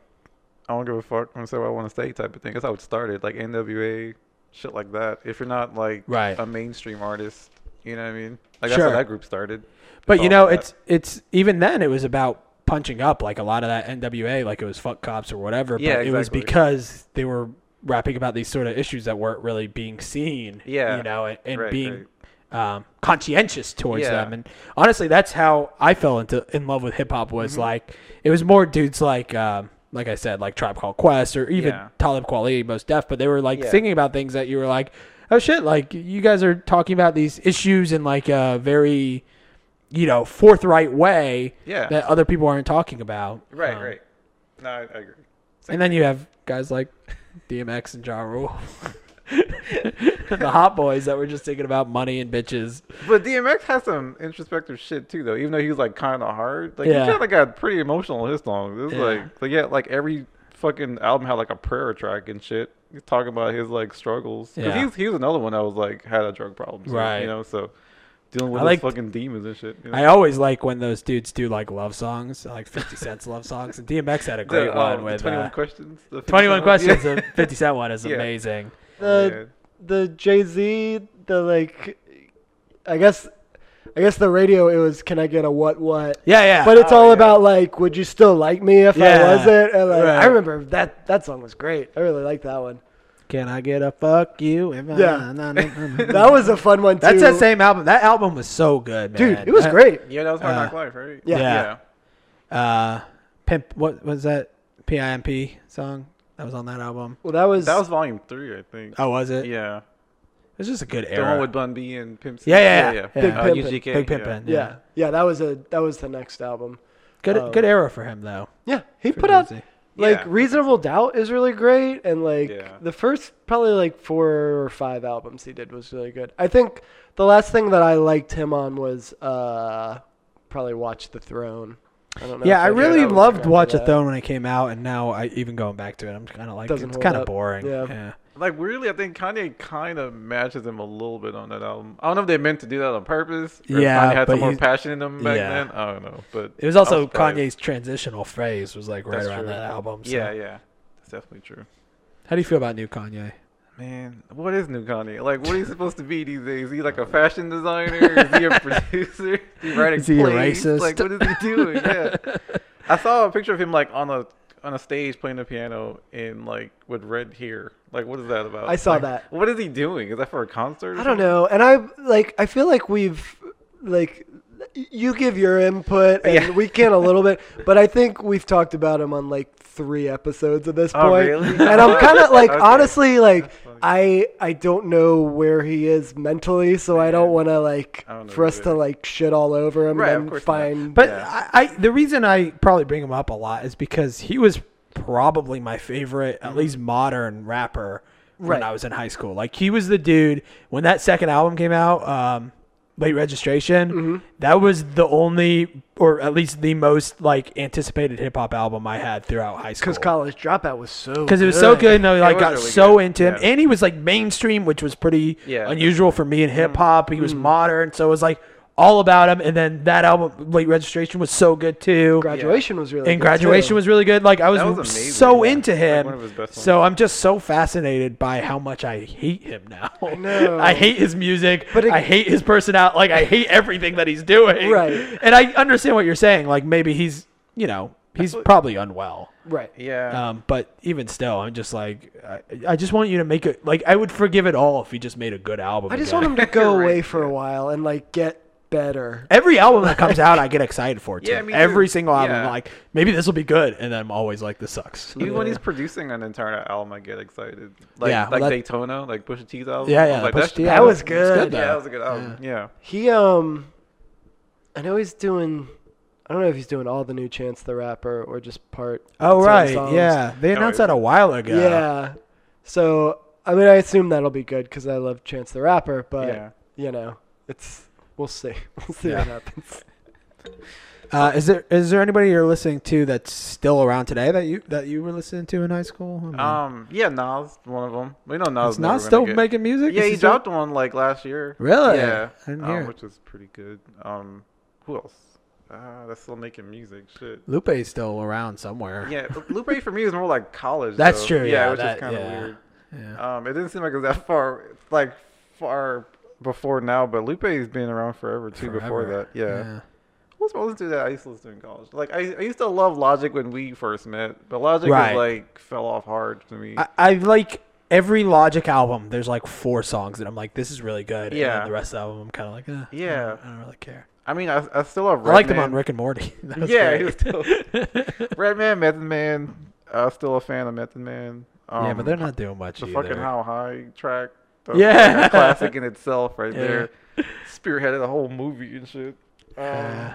Speaker 3: I don't give a fuck. I'm gonna say what I want to say type of thing. That's how it started. Like NWA, shit like that. If you're not like
Speaker 4: Right.
Speaker 3: a mainstream artist, you know what I mean? Like that's
Speaker 4: Sure.
Speaker 3: how that group started.
Speaker 4: But you
Speaker 3: all
Speaker 4: know,
Speaker 3: about
Speaker 4: it's it's even then it was about punching up like a lot of that NWA, like it was fuck cops or whatever.
Speaker 3: Yeah,
Speaker 4: but it was
Speaker 3: exactly.
Speaker 4: because they were rapping about these sort of issues that weren't really being seen.
Speaker 3: Yeah.
Speaker 4: you know, and, and
Speaker 3: Right,
Speaker 4: being Um, conscientious towards
Speaker 3: Yeah.
Speaker 4: them. And honestly, that's how I fell into in love with hip hop.
Speaker 3: Mm-hmm.
Speaker 4: Was like it was more dudes like. Um, like I said, like Tribe Called Quest or even
Speaker 3: Yeah.
Speaker 4: Talib Kweli, most deaf, but they were like
Speaker 3: Yeah.
Speaker 4: singing about things that you were like, oh shit, like you guys are talking about these issues in like a very you know, forthright way
Speaker 3: Yeah.
Speaker 4: that other people aren't talking about.
Speaker 3: Right,
Speaker 4: Um,
Speaker 3: right. No, I, I agree.
Speaker 4: And then you have guys like DMX and Ja Rule. <laughs> the hot boys that were just thinking about money and bitches.
Speaker 3: But DMX has some introspective shit too, though. Even though he was like kind of hard, like
Speaker 4: Yeah.
Speaker 3: he kind of got pretty emotional in his songs. It was
Speaker 4: Yeah.
Speaker 3: like, like yeah, like every fucking album had like a prayer track and shit. He's talking about his like struggles. Cause
Speaker 4: Yeah.
Speaker 3: he's he was another one that was like had a drug problem, so,
Speaker 4: Right.
Speaker 3: You know, so dealing with
Speaker 4: I
Speaker 3: his
Speaker 4: liked-
Speaker 3: fucking demons and shit. You know?
Speaker 4: I always like when those dudes do like love songs, like 50 Cent's love songs. And DMX had a great
Speaker 3: The,
Speaker 4: one
Speaker 3: um,
Speaker 4: with
Speaker 3: Twenty One
Speaker 4: 21, uh,
Speaker 3: Questions. the 50
Speaker 4: 21
Speaker 3: Cent one?
Speaker 4: Questions. The
Speaker 3: <laughs>
Speaker 4: 50 Cent one is
Speaker 3: Yeah.
Speaker 4: amazing.
Speaker 2: the the Jay Z, the like, I guess, I guess the radio. It was, can I get a what what?
Speaker 4: Yeah, Oh, yeah. Uh,
Speaker 2: But it's all about like, would you still like me if
Speaker 4: Yeah.
Speaker 2: I wasn't? And like,
Speaker 4: Right.
Speaker 2: I remember that that song was great. I really liked that one.
Speaker 4: Can I get a fuck you?
Speaker 2: Yeah. That was a fun one too.
Speaker 4: That's that same album. That album was so good, man.
Speaker 2: dude. It was
Speaker 4: That-
Speaker 2: great.
Speaker 3: Yeah, that was Hard
Speaker 4: Uh,
Speaker 3: Knock Life, right?
Speaker 2: yeah.
Speaker 4: Yeah. uh pimp what was that pimp song that was on that album
Speaker 2: Well, that was
Speaker 3: That was Volume Three, I think.
Speaker 4: oh was it
Speaker 3: Yeah,
Speaker 4: it was just a good
Speaker 3: the
Speaker 4: era
Speaker 3: one with Bun B and Pimp. C.
Speaker 4: yeah yeah yeah,
Speaker 2: Big
Speaker 3: Uh,
Speaker 4: Yeah.
Speaker 2: Pimpin'.
Speaker 3: UGK,
Speaker 4: big
Speaker 3: yeah.
Speaker 4: pimpin yeah.
Speaker 2: yeah yeah that was a that was the next album.
Speaker 4: good
Speaker 2: Um,
Speaker 4: good era for him though
Speaker 2: Yeah, he
Speaker 4: for
Speaker 2: put out
Speaker 4: Jay-Z.
Speaker 2: like
Speaker 3: Yeah.
Speaker 2: Reasonable Doubt is really great, and like
Speaker 3: Yeah.
Speaker 2: the first probably like four or five albums he did was really good. I think the last thing that I liked him on was uh probably Watch the Throne. I don't know.
Speaker 4: yeah
Speaker 2: if
Speaker 4: I
Speaker 2: that-
Speaker 4: really
Speaker 3: that was
Speaker 4: loved
Speaker 2: after
Speaker 4: Watch a
Speaker 2: that.
Speaker 4: Throne when it came out and now I even going back to it I'm kind of like
Speaker 2: Doesn't
Speaker 4: it's
Speaker 2: hold
Speaker 4: kind of
Speaker 2: up.
Speaker 4: boring yeah.
Speaker 2: Yeah.
Speaker 3: Like weirdly, I think Kanye kind of matches him a little bit on that album. I don't know if they meant to do that on purpose. Or if
Speaker 4: Yeah,
Speaker 3: Kanye had
Speaker 4: but
Speaker 3: some more
Speaker 4: he's-
Speaker 3: passion in him back
Speaker 4: yeah.
Speaker 3: then. I don't know, but
Speaker 4: it was
Speaker 3: I
Speaker 4: also
Speaker 3: surprised.
Speaker 4: Kanye's transitional phase was like right
Speaker 3: That's
Speaker 4: around
Speaker 3: true.
Speaker 4: that album so.
Speaker 3: Yeah, yeah, that's definitely true.
Speaker 4: how do you feel about new Kanye
Speaker 3: Man, what is new Kanye? Like, what are you supposed to be these days? Is he like a fashion designer?
Speaker 4: <laughs>
Speaker 3: Is he a producer? Is he writing
Speaker 4: Is he a
Speaker 3: plays?
Speaker 4: racist?
Speaker 3: Like, what is he doing? Yeah, I saw a picture of him like on a on a stage playing the piano in like with red hair. Like, what is that about?
Speaker 2: I saw
Speaker 3: Like,
Speaker 2: that.
Speaker 3: What is he doing? Is that for a concert? or
Speaker 2: I don't
Speaker 3: something?
Speaker 2: know, and I like I feel like we've like you give your input and we can a little
Speaker 3: <laughs>
Speaker 2: bit, but I think we've talked about him on like three episodes at this
Speaker 3: Oh,
Speaker 2: point.
Speaker 3: really?
Speaker 2: And I'm kind of like
Speaker 3: <laughs> Okay.
Speaker 2: honestly like I I don't know where he is mentally, so I don't want to like
Speaker 3: I don't know
Speaker 2: for us to
Speaker 3: either.
Speaker 2: like shit all over him
Speaker 3: Right, of
Speaker 2: and then
Speaker 3: course not.
Speaker 2: find
Speaker 4: But
Speaker 3: Yeah.
Speaker 4: I, I the reason I probably bring him up a lot is because he was probably my favorite, at least modern rapper when
Speaker 2: Mm-hmm. Right.
Speaker 4: I was in high school. Like he was the dude when that second album came out, um, late registration.
Speaker 2: Mm-hmm.
Speaker 4: That was the only, or at least the most like anticipated hip hop album I had throughout high school
Speaker 2: because college dropout was so
Speaker 4: because it was so good and I like
Speaker 3: was
Speaker 4: got
Speaker 3: really
Speaker 4: so
Speaker 3: good,
Speaker 4: into him
Speaker 3: yeah.
Speaker 4: and he was like mainstream which was pretty
Speaker 3: Yeah.
Speaker 2: Mm.
Speaker 4: unusual for me in hip hop he was modern so it was like all about him. And then that album, Late Registration, was so good too.
Speaker 2: Graduation was really
Speaker 4: and
Speaker 2: good,
Speaker 4: Graduation
Speaker 2: too.
Speaker 4: was really good. Like I was,
Speaker 2: That was amazing,
Speaker 4: so
Speaker 2: yeah.
Speaker 4: into
Speaker 2: Like,
Speaker 4: him.
Speaker 2: one of his best
Speaker 4: so I'm just so fascinated by how much I hate him now. I
Speaker 2: know.
Speaker 4: <laughs> I hate his music.
Speaker 2: But
Speaker 4: But
Speaker 2: it-
Speaker 4: I hate his personality. Like I hate everything that he's doing.
Speaker 2: Right.
Speaker 4: And I understand what you're saying. Like maybe he's, you know, he's probably unwell.
Speaker 2: Right.
Speaker 3: Yeah.
Speaker 4: Um, but even still, I'm just like, I, I just want you to make it. Like, I would forgive it all if he just made a good album.
Speaker 2: I just
Speaker 4: again.
Speaker 2: want him
Speaker 3: <laughs>
Speaker 2: to go away for a while and like get better.
Speaker 4: <laughs> Every album that comes out, I get excited for too.
Speaker 3: Yeah, me
Speaker 4: Every
Speaker 3: too.
Speaker 4: single album,
Speaker 3: Yeah.
Speaker 4: like maybe this will be good, and I'm always like, this sucks. <laughs>
Speaker 3: Even when he's producing an entire album, I get excited. Like
Speaker 4: Yeah,
Speaker 3: like
Speaker 4: well, that-
Speaker 3: Daytona, like Pusha T's album.
Speaker 4: Yeah,
Speaker 3: I'm
Speaker 4: yeah,
Speaker 3: Like,
Speaker 4: Pusha
Speaker 3: that's-
Speaker 4: T
Speaker 2: That was good.
Speaker 3: Yeah, that was a good album. Yeah.
Speaker 2: He um, I know he's doing. I don't know if he's doing all the new Chance the Rapper or just part.
Speaker 4: Oh
Speaker 2: certain
Speaker 4: right,
Speaker 2: songs.
Speaker 4: yeah. They
Speaker 3: No,
Speaker 4: announced
Speaker 3: it-
Speaker 4: that a while ago.
Speaker 2: Yeah. So I mean, I assume that'll be good because I love Chance the Rapper, but
Speaker 3: Yeah.
Speaker 2: you know, it's we'll see. <laughs> We'll see what
Speaker 4: <laughs>
Speaker 2: happens.
Speaker 4: Uh, is there is there anybody you're listening to that's still around today that you that you were listening to in high school? I mean,
Speaker 3: Um. Yeah, Nas, one of them. We know Nas.
Speaker 4: Is
Speaker 3: never
Speaker 4: Nas
Speaker 3: gonna
Speaker 4: still
Speaker 3: get-
Speaker 4: making music?
Speaker 3: Yeah,
Speaker 4: Is
Speaker 3: he
Speaker 4: he still-
Speaker 3: <laughs> dropped one like last year.
Speaker 4: Really?
Speaker 3: Yeah.
Speaker 4: I didn't
Speaker 3: um,
Speaker 4: hear it.
Speaker 3: Which was pretty good. Um. Who else? Uh, that's still making music. Shit.
Speaker 4: Lupe's still around somewhere.
Speaker 3: Yeah, but Lupe for me is more like college.
Speaker 4: That's
Speaker 3: though.
Speaker 4: true, yeah,
Speaker 3: which is
Speaker 4: that-
Speaker 3: kind of
Speaker 4: yeah,
Speaker 3: weird. Um, it didn't seem like it was that far, like far before now. But Lupe's been around forever too. Before
Speaker 4: Forever,
Speaker 3: that, yeah.
Speaker 4: yeah.
Speaker 3: What's supposed to do that? I used to listen to in college. Like I, I used to love Logic when we first met, but Logic
Speaker 4: Right.
Speaker 3: is like fell off hard to me.
Speaker 4: I, I like every Logic album. There's like four songs that I'm like, this is really good. And
Speaker 3: Yeah.
Speaker 4: then the rest of the album, I'm kind of like, eh, I
Speaker 3: yeah,
Speaker 4: don't, I don't really care.
Speaker 3: I mean, I, I still love.
Speaker 4: I liked them
Speaker 3: Redman.
Speaker 4: on Rick and Morty. <laughs> That was
Speaker 3: yeah,
Speaker 4: great.
Speaker 3: he was still Redman, Method Man. Uh, still a fan of Method Man.
Speaker 4: <laughs>
Speaker 3: Um,
Speaker 4: yeah, but they're not doing much
Speaker 3: the
Speaker 4: either.
Speaker 3: fucking how high track. the-
Speaker 4: Yeah.
Speaker 3: a classic in itself, right
Speaker 4: Yeah.
Speaker 3: there. Spearheaded the whole movie and shit. Um,
Speaker 4: Uh,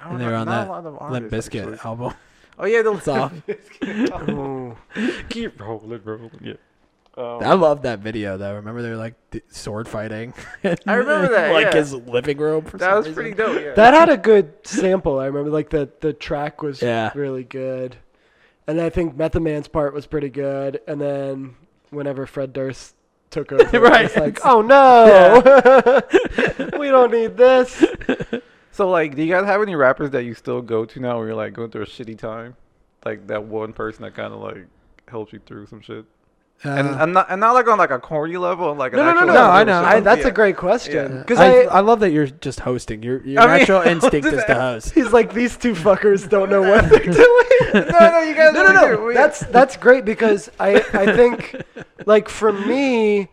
Speaker 3: I don't
Speaker 4: and they were
Speaker 3: know,
Speaker 4: on
Speaker 3: not a
Speaker 4: that
Speaker 3: lot of
Speaker 4: Limp
Speaker 3: artists, actually.
Speaker 4: Bizkit
Speaker 3: <laughs>
Speaker 4: album.
Speaker 3: Oh yeah, the
Speaker 4: It's off. <laughs>
Speaker 3: Limp Bizkit album.
Speaker 2: Ooh.
Speaker 3: Keep rolling, rolling. Yeah. Um,
Speaker 4: I love that video though. Remember they were like d- sword fighting. <laughs>
Speaker 3: I remember that,
Speaker 4: like
Speaker 3: yeah.
Speaker 4: his living room. For
Speaker 3: <laughs> That
Speaker 4: some
Speaker 3: was
Speaker 4: reason.
Speaker 3: pretty dope, yeah.
Speaker 2: That had a good sample. I remember like the the track was
Speaker 4: Yeah.
Speaker 2: really good, and I think Method Man's part was pretty good. And then whenever Fred Durst took over,
Speaker 4: Right.
Speaker 2: it's like, oh no, <laughs> we don't need this.
Speaker 3: So like, do you guys have any rappers that you still go to now, where you're like going through a shitty time, like that one person that kind of like helps you through some shit? and,
Speaker 4: Uh,
Speaker 3: and not and not like on like a corny level, like
Speaker 2: No,
Speaker 3: an
Speaker 2: no, no,
Speaker 3: actual
Speaker 2: no.
Speaker 3: level
Speaker 4: I
Speaker 3: of
Speaker 4: know.
Speaker 3: shit.
Speaker 2: I, that's
Speaker 3: Yeah.
Speaker 2: a great question
Speaker 3: Yeah.
Speaker 2: because
Speaker 4: I,
Speaker 2: I,
Speaker 4: I love that you're just hosting. Your your
Speaker 3: I mean,
Speaker 4: natural
Speaker 3: <laughs> I was
Speaker 4: instinct
Speaker 3: just
Speaker 4: is to
Speaker 3: asking.
Speaker 4: host.
Speaker 2: He's like these two fuckers don't know what they're doing.
Speaker 3: No, no, you guys.
Speaker 2: no, no,
Speaker 3: really do.
Speaker 2: no.
Speaker 3: We-
Speaker 2: Oh, That's that's great because I I think like for me,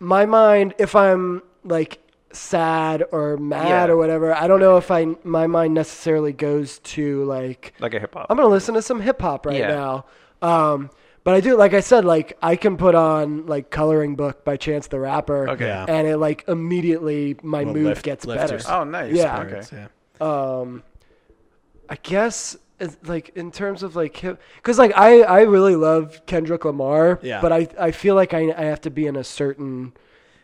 Speaker 2: my mind if I'm like sad or mad
Speaker 3: Yeah.
Speaker 2: or whatever, I don't know if I my mind necessarily goes to like
Speaker 3: like a hip hop.
Speaker 2: I'm gonna listen to some hip hop right
Speaker 3: Yeah.
Speaker 2: now. Um, but I do, like I said, like I can put on like Coloring Book by Chance the Rapper,
Speaker 3: Okay. <laughs> Yeah.
Speaker 2: and it like immediately my
Speaker 4: Will
Speaker 2: mood
Speaker 4: lift-
Speaker 2: gets
Speaker 4: lift
Speaker 2: better.
Speaker 4: your
Speaker 3: Oh, nice.
Speaker 2: Yeah.
Speaker 3: Okay.
Speaker 4: spirits, yeah.
Speaker 2: Um, I guess it's, like in terms of like hip, because like I I really love Kendrick Lamar,
Speaker 4: Yeah.
Speaker 2: but I I feel like I I have to be in a certain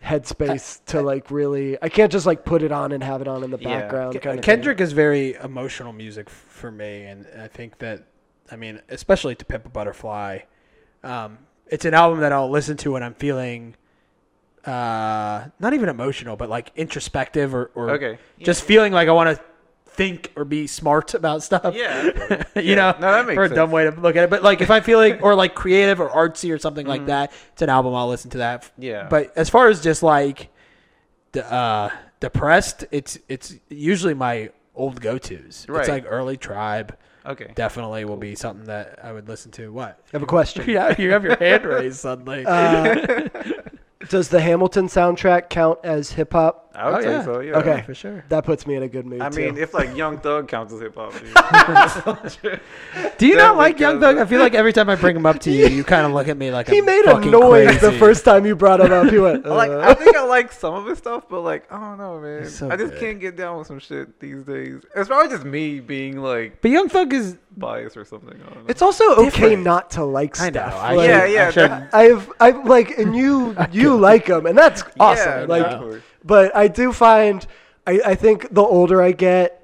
Speaker 2: headspace to like really I can't just like put it on and have it on in the
Speaker 3: Yeah.
Speaker 2: background
Speaker 4: Ke-
Speaker 2: kind of
Speaker 4: Kendrick is very emotional music f- for me, and I think that, I mean, especially to Pimp a Butterfly, um, it's an album that I'll listen to when I'm feeling, uh, not even emotional, but like introspective or, or
Speaker 3: Okay.
Speaker 4: just feeling like I want to think or be smart about stuff.
Speaker 3: Yeah.
Speaker 4: <laughs> you
Speaker 3: Yeah.
Speaker 4: know,
Speaker 3: No, that makes
Speaker 4: or a dumb
Speaker 3: sense.
Speaker 4: way to look at it. But like if I'm feeling or like creative or artsy or something like that, it's an album I'll listen to that. f-
Speaker 3: Mm-hmm. Yeah.
Speaker 4: But as far as just like de- uh, depressed, it's it's usually my old go tos.
Speaker 3: Right.
Speaker 4: It's like early tribe.
Speaker 3: Okay.
Speaker 4: Definitely will be something that I would listen to.
Speaker 3: <laughs>
Speaker 4: What?
Speaker 2: I have a question.
Speaker 4: <laughs> yeah, you have your hand raised suddenly. Uh, <laughs>
Speaker 2: Does the Hamilton soundtrack count as hip hop?
Speaker 3: I would
Speaker 4: Oh,
Speaker 3: say
Speaker 4: yeah.
Speaker 3: so. Yeah.
Speaker 2: Okay,
Speaker 4: for sure.
Speaker 2: That puts me in a good mood.
Speaker 3: I mean,
Speaker 2: too.
Speaker 3: if like Young Thug counts as hip
Speaker 2: <laughs>
Speaker 3: hop,
Speaker 4: Do you not
Speaker 3: Definitely
Speaker 4: like Young
Speaker 3: does.
Speaker 4: Thug? I feel like every time I bring him up to you, you kind of look at me like
Speaker 2: he
Speaker 4: I'm
Speaker 2: made a
Speaker 4: fucking
Speaker 2: noise the
Speaker 4: crazy.
Speaker 2: first time you brought him up. He
Speaker 4: <laughs>
Speaker 2: went, uh,
Speaker 3: like I think I like some of his stuff, but like I don't know, man.
Speaker 4: so
Speaker 3: I just
Speaker 4: good.
Speaker 3: can't get down with some shit these days. It's probably just me being like
Speaker 4: But Young Thug is
Speaker 3: biased or something. I don't know.
Speaker 2: it's also okay
Speaker 4: different.
Speaker 2: not to like
Speaker 4: I
Speaker 2: stuff.
Speaker 4: know. I
Speaker 2: Like,
Speaker 3: yeah, yeah.
Speaker 4: should-
Speaker 3: that-
Speaker 2: I've I've like and
Speaker 3: <laughs>
Speaker 2: you you like him and that's awesome.
Speaker 3: Yeah,
Speaker 2: like
Speaker 3: exactly.
Speaker 2: but I do find I, I think the older I get,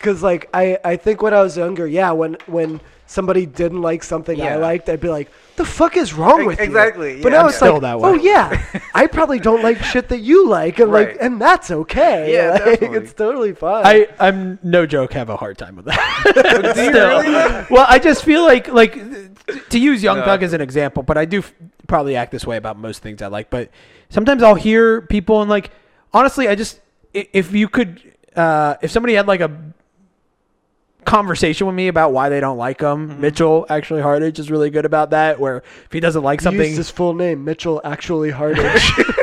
Speaker 2: Cause like I, I think when I was younger, yeah, when when somebody didn't like something I
Speaker 4: Yeah.
Speaker 2: liked, I'd be like, "The fuck is wrong
Speaker 3: E-
Speaker 2: with you?"
Speaker 3: exactly,
Speaker 2: But
Speaker 3: yeah.
Speaker 2: now
Speaker 3: I'm
Speaker 2: it's
Speaker 3: still
Speaker 2: like,
Speaker 3: that way.
Speaker 2: "Oh yeah, I probably don't like shit that you like, and
Speaker 4: Right.
Speaker 2: like, and that's okay.
Speaker 4: Yeah,
Speaker 2: like, it's totally fine."
Speaker 4: I, I'm no joke. Have a hard time with that.
Speaker 2: <laughs> Do you
Speaker 4: Still.
Speaker 2: really? Uh,
Speaker 4: Well, I just feel like like t- to use Young
Speaker 8: No.
Speaker 4: Thug as an example, but I do f- probably act this way about most things I like. But sometimes I'll hear people and like honestly, I just i- if you could uh, if somebody had like a conversation with me about why they don't like him.
Speaker 2: Mm-hmm.
Speaker 4: Mitchell actually Hardage is really good about that. Where if he doesn't like something,
Speaker 2: Used his full name, Mitchell actually Hardage. <laughs>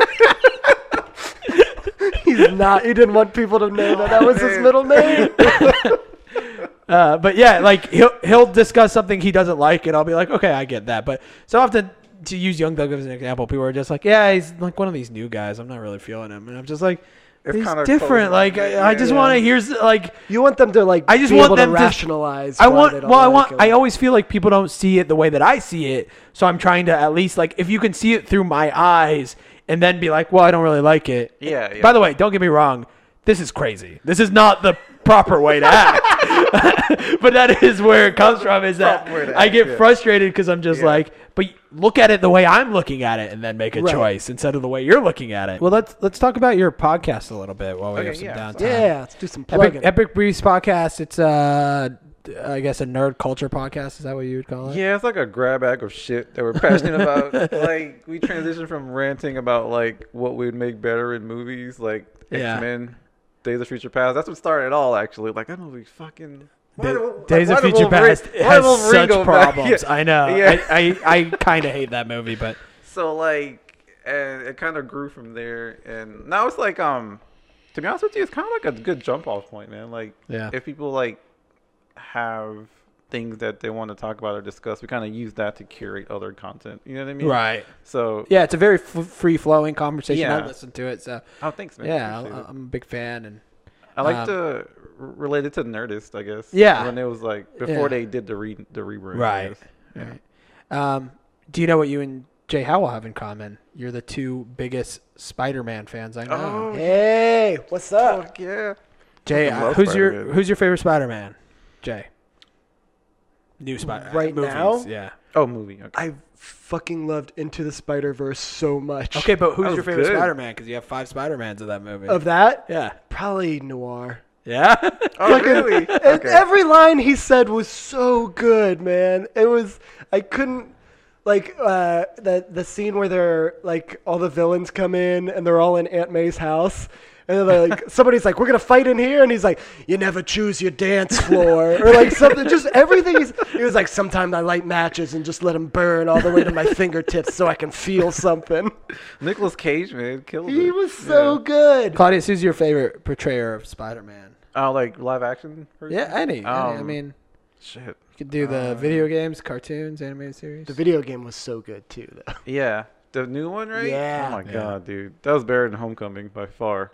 Speaker 2: He's not. He didn't want people to know that that was his
Speaker 4: <laughs>
Speaker 2: middle name.
Speaker 4: Uh, but yeah, like he'll he'll discuss something he doesn't like, and I'll be like, okay, I get that. But so often to use Young Thug as an example, people are just like, yeah, he's like one of these new guys. I'm not really feeling him, and I'm just like,
Speaker 2: It's
Speaker 4: he's
Speaker 2: kinda
Speaker 4: different.
Speaker 2: cold.
Speaker 4: Like I, I
Speaker 2: Yeah.
Speaker 4: just want to hear s- like
Speaker 2: you want them to like.
Speaker 4: I just
Speaker 2: be
Speaker 4: want
Speaker 2: able to
Speaker 4: them
Speaker 2: rationalize
Speaker 4: I
Speaker 2: why
Speaker 4: want
Speaker 2: they don't
Speaker 4: well, I
Speaker 2: like
Speaker 4: want.
Speaker 2: him.
Speaker 4: I always feel like people don't see it the way that I see it, so I'm trying to at least like if you can see it through my eyes, and then be like, well, I don't really like it.
Speaker 3: Yeah, yeah.
Speaker 4: By the way, don't get me wrong. This is crazy. This is not the proper way to act. <laughs> but that is where it comes from is that
Speaker 8: Proper way to
Speaker 4: I
Speaker 8: act,
Speaker 4: get
Speaker 8: yeah.
Speaker 4: frustrated because I'm just like, but look at it the way I'm looking at it and then make a
Speaker 8: Right.
Speaker 4: choice instead of the way you're looking at it. Well, let's let's talk about your podcast a little bit while we
Speaker 8: Okay,
Speaker 4: have some
Speaker 8: yeah,
Speaker 4: downtime.
Speaker 8: sorry. Yeah, let's do some
Speaker 4: Epic,
Speaker 8: plugging.
Speaker 4: Epic Briefs podcast. It's uh I guess a nerd culture podcast. Is that what you would call it?
Speaker 3: Yeah, it's like a grab bag of shit that we're passionate about.
Speaker 4: <laughs>
Speaker 3: Like we transitioned from ranting about like what we'd make better in movies, like
Speaker 4: Yeah.
Speaker 3: X Men, Days of Future Past. That's what started it all actually. Like that movie fucking. why
Speaker 4: Da-
Speaker 3: did- why-
Speaker 4: Days
Speaker 3: why
Speaker 4: of
Speaker 3: did
Speaker 4: Future
Speaker 3: Wolverine-
Speaker 4: Past
Speaker 3: why
Speaker 4: has
Speaker 3: did Wolverine
Speaker 4: such
Speaker 3: go back?
Speaker 4: problems.
Speaker 3: Yeah.
Speaker 4: I know.
Speaker 3: Yeah.
Speaker 4: I, I, I kind of hate that movie, but
Speaker 3: So like, and it kind of grew from there, and now it's like, um, to be honest with you, it's kind of like a good jump off point, man. Like,
Speaker 4: Yeah.
Speaker 3: if people like have things that they want to talk about or discuss, we kind of use that to curate other content. You know what I mean?
Speaker 4: Right.
Speaker 3: So
Speaker 4: yeah, it's a very f- free flowing conversation. I
Speaker 3: Yeah.
Speaker 4: listen to it, so
Speaker 3: Oh, thanks, man.
Speaker 4: Yeah,
Speaker 3: Appreciate
Speaker 4: I, I'm a big fan, and
Speaker 3: I like
Speaker 4: um,
Speaker 3: to r- relate it to Nerdist, I guess.
Speaker 4: Yeah.
Speaker 3: When it was like before
Speaker 4: Yeah.
Speaker 3: they did the re the rebrand. I
Speaker 4: Right.
Speaker 3: guess. Yeah.
Speaker 4: Right. Um, do you know what you and Jay Howell have in common? You're the two biggest Spider-Man fans I know.
Speaker 2: Hey, what's up?
Speaker 3: yeah.
Speaker 4: Jay,
Speaker 2: I
Speaker 4: uh,
Speaker 2: love
Speaker 4: who's your
Speaker 2: Spider-Man.
Speaker 4: who's your favorite Spider-Man? Jay. New Spider-Man.
Speaker 2: Right
Speaker 4: movies,
Speaker 2: now?
Speaker 4: Yeah.
Speaker 3: Oh, movie. Okay.
Speaker 2: I fucking loved Into the Spider Verse so much.
Speaker 4: Okay, but who's
Speaker 2: That
Speaker 4: your
Speaker 2: was
Speaker 4: favorite
Speaker 2: good.
Speaker 4: Spider-Man? Because you have five Spider-Mans of that movie.
Speaker 2: Of that?
Speaker 4: Yeah.
Speaker 2: Probably Noir.
Speaker 4: Yeah. <laughs>
Speaker 3: Oh.
Speaker 2: Fucking- and Every line he said was so good, man. It was I couldn't like uh, the the scene where they're like all the villains come in and they're all in Aunt May's house. And they're like, somebody's like, "We're gonna fight in here," and he's like, "You never choose your dance floor," or like something. Just everything. He's, he was like, "Sometimes I light matches and just let them burn all the way to my fingertips so I can feel something."
Speaker 3: Nicholas Cage, man, killed
Speaker 2: He
Speaker 3: it.
Speaker 2: was so good.
Speaker 4: Claudius, who's your favorite portrayer of Spider-Man?
Speaker 3: Oh, like live action. person?
Speaker 4: Yeah, any. any. I
Speaker 3: Um,
Speaker 4: mean,
Speaker 3: shit.
Speaker 4: You could do the video games, cartoons, animated series. uh, The
Speaker 2: video game was so good too, though.
Speaker 3: Yeah, the new one, right?
Speaker 4: Yeah.
Speaker 3: Oh my
Speaker 4: Yeah.
Speaker 3: god, dude, that was better than Homecoming
Speaker 4: <laughs>
Speaker 3: by far,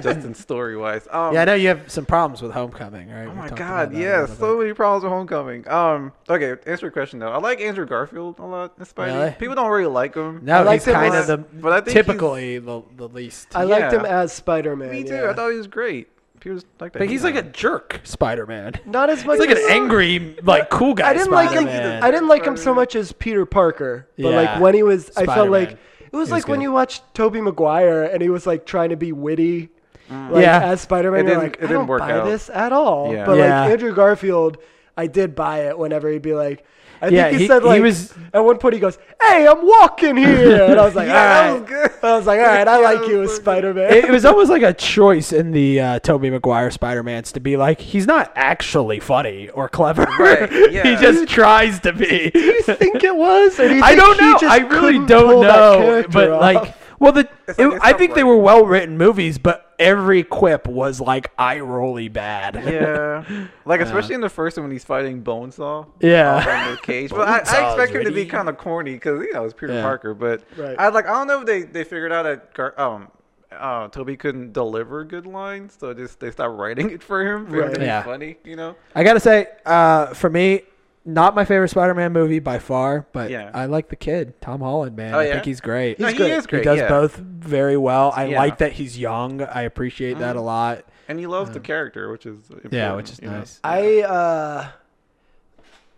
Speaker 3: just in story wise. Um,
Speaker 4: yeah, I know you have some problems with Homecoming, right?
Speaker 3: Oh my god, yeah, so many problems with Homecoming. Um, okay, answer your question though. I like Andrew Garfield a lot. In Spidey.
Speaker 4: Really?
Speaker 3: People don't really like him.
Speaker 4: No,
Speaker 3: I liked
Speaker 4: he's
Speaker 3: him a
Speaker 4: kind of
Speaker 3: lot,
Speaker 4: the
Speaker 3: but I think he's-
Speaker 4: typically the, the least.
Speaker 2: I liked him as Spider Man.
Speaker 3: Me too. I thought he was great. People just like that.
Speaker 4: But he's like a jerk Spider-Man.
Speaker 2: Not as much
Speaker 4: He's like
Speaker 2: as-
Speaker 4: an angry, like cool guy.
Speaker 2: I didn't like
Speaker 4: Spider-Man.
Speaker 2: him. I didn't like him so much as Peter Parker, but
Speaker 4: Yeah.
Speaker 2: like when he was, I felt
Speaker 4: Spider-Man.
Speaker 2: like it was
Speaker 4: He was
Speaker 2: like when
Speaker 4: good.
Speaker 2: you watched Toby Maguire and he was like trying to be witty, like,
Speaker 4: Yeah.
Speaker 2: as Spider Man.
Speaker 4: Mm. It
Speaker 2: You're
Speaker 4: didn't-
Speaker 2: like,
Speaker 4: it
Speaker 2: I
Speaker 4: didn't
Speaker 2: don't
Speaker 4: work
Speaker 2: buy
Speaker 4: out.
Speaker 2: this at all.
Speaker 4: Yeah.
Speaker 2: But
Speaker 4: Yeah.
Speaker 2: like Andrew Garfield, I did buy it whenever he'd be like. I think
Speaker 4: Yeah,
Speaker 2: he,
Speaker 4: he-
Speaker 2: said
Speaker 4: he
Speaker 2: like
Speaker 4: was-
Speaker 2: at one point he goes, "Hey, I'm walking here," and I was like,
Speaker 4: <laughs> Yeah, that
Speaker 2: "All right." I was like, "All right, I like you as Spider Man."
Speaker 4: it, it was almost like a choice in the uh, Toby Maguire Spider-Mans to be like he's not actually funny
Speaker 2: <laughs>
Speaker 4: or clever. <laughs> he
Speaker 8: yeah.
Speaker 4: just tries to be. Do
Speaker 2: you think it was? Or do you
Speaker 4: <laughs> I
Speaker 2: think
Speaker 4: don't
Speaker 2: he
Speaker 4: know.
Speaker 2: just
Speaker 4: I really
Speaker 2: couldn't
Speaker 4: don't
Speaker 2: pull that
Speaker 4: know.
Speaker 2: character
Speaker 4: But
Speaker 2: off?
Speaker 4: like, well, the it- I think they were well written movies, but every quip was like eye rolly bad.
Speaker 3: <laughs> Yeah, like
Speaker 4: Uh,
Speaker 3: especially in the first one when he's fighting Bonesaw.
Speaker 4: <laughs> Yeah.
Speaker 3: um, in the <laughs> cage. But I, I
Speaker 4: Bonesaw's
Speaker 3: expect him to
Speaker 4: ready.
Speaker 3: be kind of corny because you know it's Peter
Speaker 4: Yeah.
Speaker 3: Parker. But
Speaker 4: Right.
Speaker 3: I like I don't know if they they figured out that Gar- um uh Toby couldn't deliver good lines, so just they stopped writing it for him. For him to
Speaker 4: Right.
Speaker 3: be
Speaker 4: Yeah.
Speaker 3: funny, you know.
Speaker 4: I gotta say, uh, for me, not my favorite Spider-Man movie by far, but
Speaker 3: Yeah.
Speaker 4: I like the kid, Tom Holland, man.
Speaker 3: Oh,
Speaker 4: I
Speaker 3: yeah?
Speaker 4: think he's great.
Speaker 3: No, He's he great. is great,
Speaker 4: He does
Speaker 3: yeah.
Speaker 4: both very well. I
Speaker 3: Yeah.
Speaker 4: like that he's young. I appreciate that a
Speaker 3: Mhm.
Speaker 4: lot.
Speaker 3: And he loves the character, which is important,
Speaker 4: Yeah, which is
Speaker 3: you know?
Speaker 4: nice.
Speaker 2: I uh,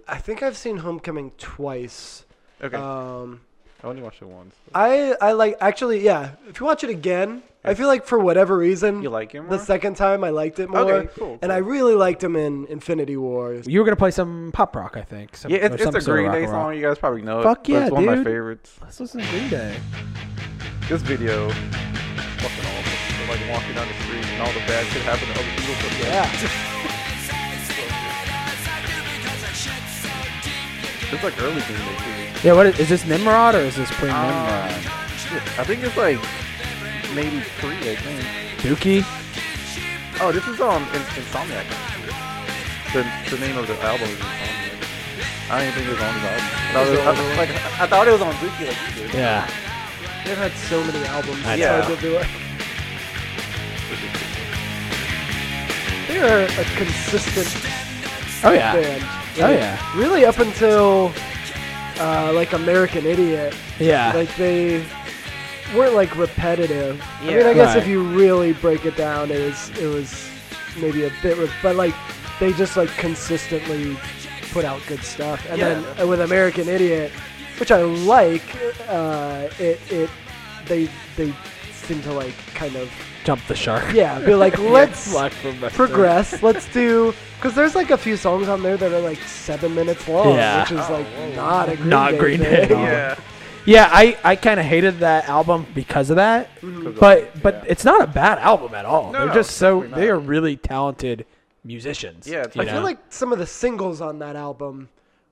Speaker 2: I think I've seen Homecoming twice.
Speaker 3: Okay.
Speaker 2: Um,
Speaker 3: I only watched it once.
Speaker 2: I I like actually yeah. If you watch it again, I feel like for whatever reason,
Speaker 3: You like him
Speaker 2: The
Speaker 3: more?
Speaker 2: second time, I liked it more.
Speaker 3: Okay, cool,
Speaker 2: And I really liked him in Infinity War.
Speaker 4: You were gonna play some pop rock, I think. Some,
Speaker 3: Yeah,
Speaker 4: or
Speaker 3: it's,
Speaker 4: some
Speaker 3: it's a
Speaker 4: sort of
Speaker 3: Green
Speaker 4: rock
Speaker 3: Day
Speaker 4: and
Speaker 3: song.
Speaker 4: roll.
Speaker 3: You guys probably know. it,
Speaker 4: Fuck
Speaker 3: but
Speaker 4: yeah,
Speaker 3: It's one of my
Speaker 4: dude.
Speaker 3: favorites.
Speaker 4: Let's listen to Green Day.
Speaker 3: This video, fucking awesome. They're like walking down the street and all the bad shit happened to other people. but- <laughs> it's like early Green Day too.
Speaker 4: Yeah, what is, is this Nimrod or is this pre
Speaker 3: Uh,
Speaker 4: Nimrod?
Speaker 3: Um, Shit, I think it's like maybe three. I think.
Speaker 4: Dookie.
Speaker 3: Oh, this is um In- Insomniac. The, the name of the album is Insomniac. I didn't think it was on his album. I thought it was, I, like, I thought it was on Dookie. Like, you did.
Speaker 4: Yeah.
Speaker 2: They've had so many albums.
Speaker 3: I
Speaker 2: it's
Speaker 3: know.
Speaker 2: hard to do it. They are a consistent
Speaker 4: Oh, yeah.
Speaker 2: band.
Speaker 4: Oh, yeah.
Speaker 2: Really up until uh, like American Idiot.
Speaker 4: Yeah.
Speaker 2: Like they weren't like repetitive. I mean,
Speaker 3: Yeah.
Speaker 2: I guess if
Speaker 4: Right.
Speaker 2: you really break it down, it was it was maybe a bit, re- but like they just like consistently put out good stuff. And
Speaker 3: Yeah.
Speaker 2: then uh, with American Idiot, which I like, uh, it it they they seem to like kind of
Speaker 4: Jump the shark.
Speaker 2: yeah be
Speaker 4: <laughs>
Speaker 2: like let's
Speaker 4: Black <laughs> from Boston.
Speaker 2: progress. Let's do because there's like a few songs on there that are like seven minutes long,
Speaker 4: Yeah. Oh.
Speaker 2: which is like not a Green
Speaker 4: Not
Speaker 2: Day
Speaker 4: Green
Speaker 2: thing. <laughs>
Speaker 4: Day.
Speaker 3: Yeah.
Speaker 4: Yeah, I, I kind of hated that album because of that,
Speaker 3: Mhm.
Speaker 4: but but it's not a bad album at all.
Speaker 3: No,
Speaker 4: They're
Speaker 3: no,
Speaker 4: just so
Speaker 3: definitely
Speaker 4: they
Speaker 3: not.
Speaker 4: are really talented musicians.
Speaker 3: Yeah, it's
Speaker 4: you
Speaker 2: I
Speaker 4: know?
Speaker 2: feel like some of the singles on that album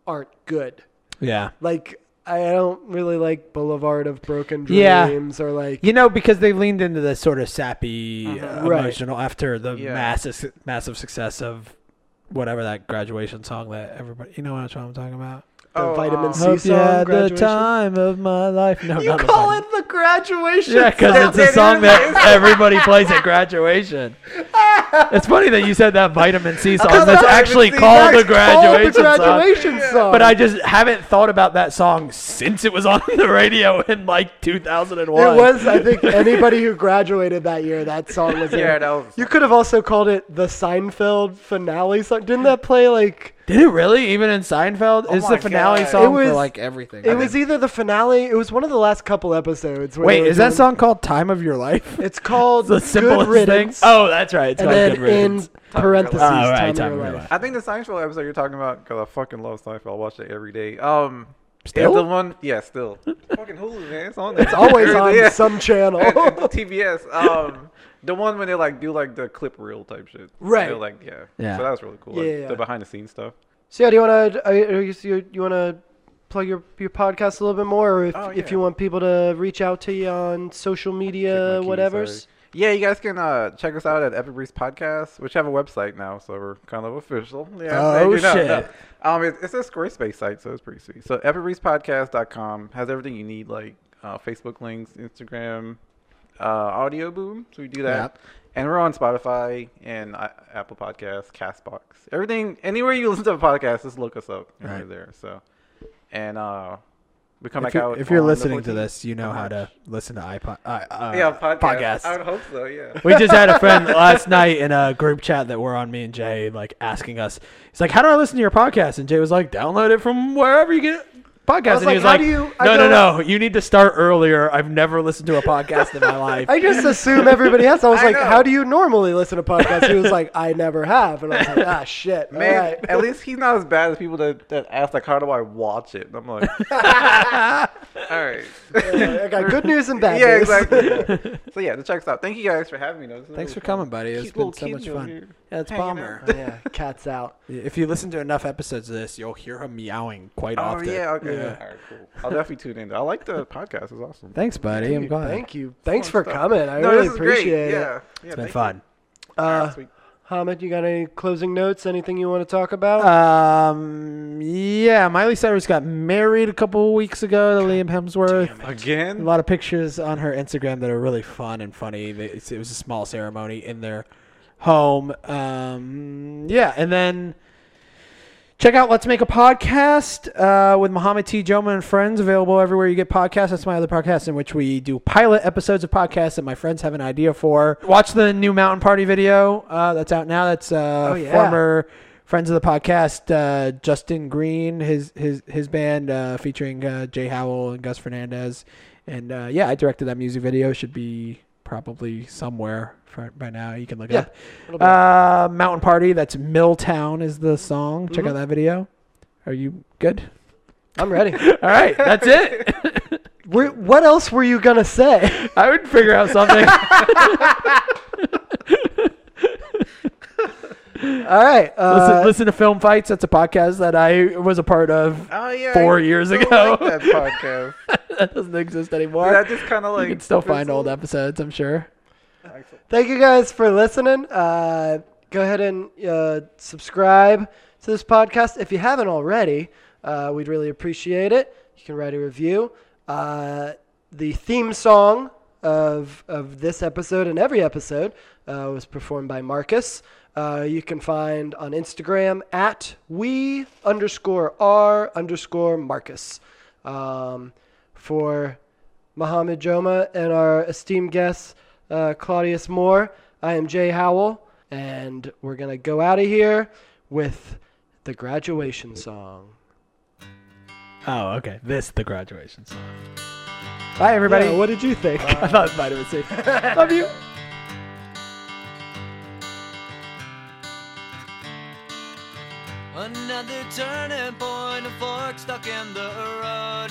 Speaker 2: aren't good.
Speaker 4: yeah,
Speaker 2: Like I don't really like Boulevard of Broken
Speaker 4: Yeah.
Speaker 2: Dreams or like
Speaker 4: you know because they leaned into the sort of sappy uh,
Speaker 2: Right.
Speaker 4: emotional after the
Speaker 3: Yeah.
Speaker 4: massive massive success of whatever that graduation song that everybody you know what I'm talking about.
Speaker 2: the
Speaker 3: Oh,
Speaker 2: Vitamin
Speaker 3: um,
Speaker 2: C song. graduation.
Speaker 4: of my life. No,
Speaker 2: You
Speaker 4: not the
Speaker 2: call
Speaker 4: Vitamin-
Speaker 2: it the graduation.
Speaker 4: Yeah, because
Speaker 2: song.
Speaker 4: it's a song that everybody plays at graduation. It's funny that you said that vitamin C <laughs> song that's actually
Speaker 2: See,
Speaker 4: called the
Speaker 2: that's called
Speaker 4: graduation
Speaker 2: the
Speaker 4: song.
Speaker 2: graduation song.
Speaker 4: But I just haven't thought about that song since it was on the radio in like 2001.
Speaker 2: It was, I
Speaker 4: <laughs>
Speaker 2: think, anybody who graduated that year, that song was in.
Speaker 3: Yeah, that was-
Speaker 2: You could have also called it the Seinfeld finale song. Didn't that play like.
Speaker 4: Did it really? Even in Seinfeld, is the
Speaker 3: my
Speaker 4: finale
Speaker 3: God.
Speaker 4: song
Speaker 2: It was-
Speaker 4: for like everything.
Speaker 2: It was either the finale, it was one of the last couple episodes. where they
Speaker 4: Wait,
Speaker 2: were
Speaker 4: is that
Speaker 2: doing-
Speaker 4: song called "Time of Your Life"? <laughs>
Speaker 2: It's called
Speaker 4: the simplest
Speaker 2: Good Riddance.
Speaker 4: thing. Oh, that's right. It's
Speaker 2: and
Speaker 4: called
Speaker 2: then
Speaker 4: Good Riddance.
Speaker 2: in parentheses,
Speaker 4: Oh, right,
Speaker 2: time, of
Speaker 4: Time
Speaker 2: your
Speaker 4: of Your
Speaker 2: life.
Speaker 4: Life.
Speaker 3: I think the Seinfeld episode you're talking about, because I fucking love Seinfeld. I watch it every day. Um, it's
Speaker 4: Still?
Speaker 3: the one, yeah, still. fucking Hulu, man. It's on. There.
Speaker 2: <laughs>
Speaker 3: It's
Speaker 2: Always
Speaker 3: <laughs>
Speaker 2: on some channel.
Speaker 3: TBS. Um, the one when they like do like the clip reel type shit.
Speaker 2: Right.
Speaker 3: They're like, yeah.
Speaker 4: Yeah.
Speaker 3: So that was really cool.
Speaker 2: Yeah,
Speaker 3: like,
Speaker 2: yeah.
Speaker 3: The behind the scenes stuff.
Speaker 2: So yeah, do you want to you, you want to plug your, your podcast a little bit more, or if,
Speaker 3: Oh,
Speaker 2: if
Speaker 3: yeah.
Speaker 2: you want people to reach out to you on social media,
Speaker 3: Monkey,
Speaker 2: whatever's.
Speaker 3: sorry. Yeah, you guys can uh, check us out at Epic Breeze Podcast, which have a website now, so we're kind of official. Yeah,
Speaker 4: Oh,
Speaker 3: maybe not,
Speaker 4: shit.
Speaker 3: no. Um, it, it's a Squarespace site, so it's pretty sweet. So epicbreezepodcast.com has everything you need, like uh, Facebook links, Instagram, uh, Audio Boom, so we do that.
Speaker 4: Yep.
Speaker 3: And we're on Spotify and I, Apple Podcasts, Castbox, everything, anywhere you listen to a podcast, just look us up. and
Speaker 4: Right.
Speaker 3: We're there. So, and uh, we come
Speaker 4: If
Speaker 3: back
Speaker 4: you're,
Speaker 3: out.
Speaker 4: if you're
Speaker 3: on the
Speaker 4: listening to
Speaker 3: 14th
Speaker 4: this, you know
Speaker 3: of
Speaker 4: how to
Speaker 3: March.
Speaker 4: listen to iPod. Uh, uh,
Speaker 3: yeah podcast.
Speaker 4: podcasts.
Speaker 3: I would hope
Speaker 4: <laughs>
Speaker 3: so. Yeah.
Speaker 4: We just had a friend last night in a group chat that we're on, me and Jay, like asking us. He's like, "How do I listen to your podcast?" And Jay was like, "Download it from wherever you get podcasts."
Speaker 2: I was
Speaker 4: and he was
Speaker 2: like,
Speaker 4: like,
Speaker 2: "How do you- I
Speaker 4: "No, no, no!
Speaker 2: don't-
Speaker 4: You need to start earlier. I've never listened to a podcast in my life."
Speaker 2: I just assume everybody has. I was
Speaker 3: <laughs> I
Speaker 2: like,
Speaker 3: know.
Speaker 2: "How do you normally listen to podcasts?" He was like, "I never have," and I was
Speaker 3: <laughs>
Speaker 2: like, "Ah, shit,
Speaker 3: Man,
Speaker 2: man." Right.
Speaker 3: at least he's not as bad as people that, that ask like, how do I watch it? And
Speaker 4: <laughs>
Speaker 3: I'm like, <laughs> all right.
Speaker 2: Yeah, I got good news and bad
Speaker 3: <laughs> yeah,
Speaker 2: news.
Speaker 4: <laughs>
Speaker 3: exactly. yeah. So yeah, the check's out. Thank you guys for having me. though. This is
Speaker 4: Thanks for
Speaker 3: really
Speaker 4: coming,
Speaker 3: fun.
Speaker 4: buddy. It's
Speaker 3: Cute
Speaker 4: been
Speaker 3: little
Speaker 4: so
Speaker 3: kid
Speaker 4: much
Speaker 3: over
Speaker 4: fun.
Speaker 3: here.
Speaker 4: Yeah, it's
Speaker 3: hanging out.
Speaker 4: Bomber.
Speaker 2: <laughs> yeah, cats <laughs> out.
Speaker 4: <laughs> If you listen to enough episodes of this, you'll hear him meowing quite
Speaker 3: Oh
Speaker 4: often.
Speaker 3: yeah, okay. All right, cool. I'll definitely tune in. I like
Speaker 4: <laughs>
Speaker 3: the podcast. It's awesome.
Speaker 4: Thanks, buddy. I'm glad.
Speaker 2: Thank you. Thanks
Speaker 3: Fun
Speaker 2: for
Speaker 3: stuff.
Speaker 2: coming. I
Speaker 3: No,
Speaker 2: really
Speaker 3: this is
Speaker 2: appreciate
Speaker 3: great.
Speaker 2: it.
Speaker 3: Yeah, yeah
Speaker 4: It's been fun.
Speaker 2: Uh, Hamid, you got any closing notes? Anything you want to talk about?
Speaker 4: Um, yeah, Miley Cyrus got married a couple weeks ago to Liam Hemsworth. A
Speaker 3: Again,
Speaker 4: lot of pictures on her Instagram that are really fun and funny. They- it's- It was a small ceremony in their home. Um, yeah, and then Check out Let's Make a Podcast uh, with Muhammad T. Joma and friends, available everywhere you get podcasts. That's my other podcast in which we do pilot episodes of podcasts that my friends have an idea for. Watch the new Mountain Party video uh, that's out now. That's uh,
Speaker 13: Oh, yeah.
Speaker 4: former friends of the podcast, uh, Justin Green, his his his band uh, featuring uh, Jay Howell and Gus Fernandez. And uh, yeah, I directed that music video. Should be probably somewhere for, by now. You can look
Speaker 2: Yeah,
Speaker 4: it
Speaker 2: it'll
Speaker 4: up.
Speaker 2: be
Speaker 4: Uh, Mountain Party. That's Milltown is the song. Check
Speaker 2: Mhm.
Speaker 4: out that video. Are you good?
Speaker 2: I'm <laughs> ready.
Speaker 4: All right, that's it. <laughs>
Speaker 2: Were- what else were you gonna say?
Speaker 4: I would figure out something.
Speaker 2: All right. Uh,
Speaker 4: listen, listen to Film Fights. That's a podcast that I was a part of
Speaker 3: Oh, yeah,
Speaker 4: four
Speaker 3: I
Speaker 4: years
Speaker 3: so
Speaker 4: ago.
Speaker 3: like
Speaker 4: <laughs>
Speaker 3: that podcast.
Speaker 4: that doesn't exist anymore.
Speaker 3: That just kinda like-
Speaker 4: you can still find old episodes. I'm sure.
Speaker 2: Thank you guys for listening. Uh, go ahead and uh, subscribe to this podcast if you haven't already. Uh, we'd really appreciate it. You can write a review. Uh, the theme song of of this episode and every episode uh, was performed by Marcus. Uh, you can find on Instagram at we underscore r underscore Marcus. Um, for Mohammed Joma and our esteemed guest, uh, Claudius Moore. I am Jay Howell, and we're going to go out of here with the graduation song.
Speaker 4: Oh, okay. This the graduation song. Bye, everybody.
Speaker 2: Yeah, what did you think?
Speaker 4: I thought it might have been safe. Love you.
Speaker 14: Another turning point, a fork stuck in the road.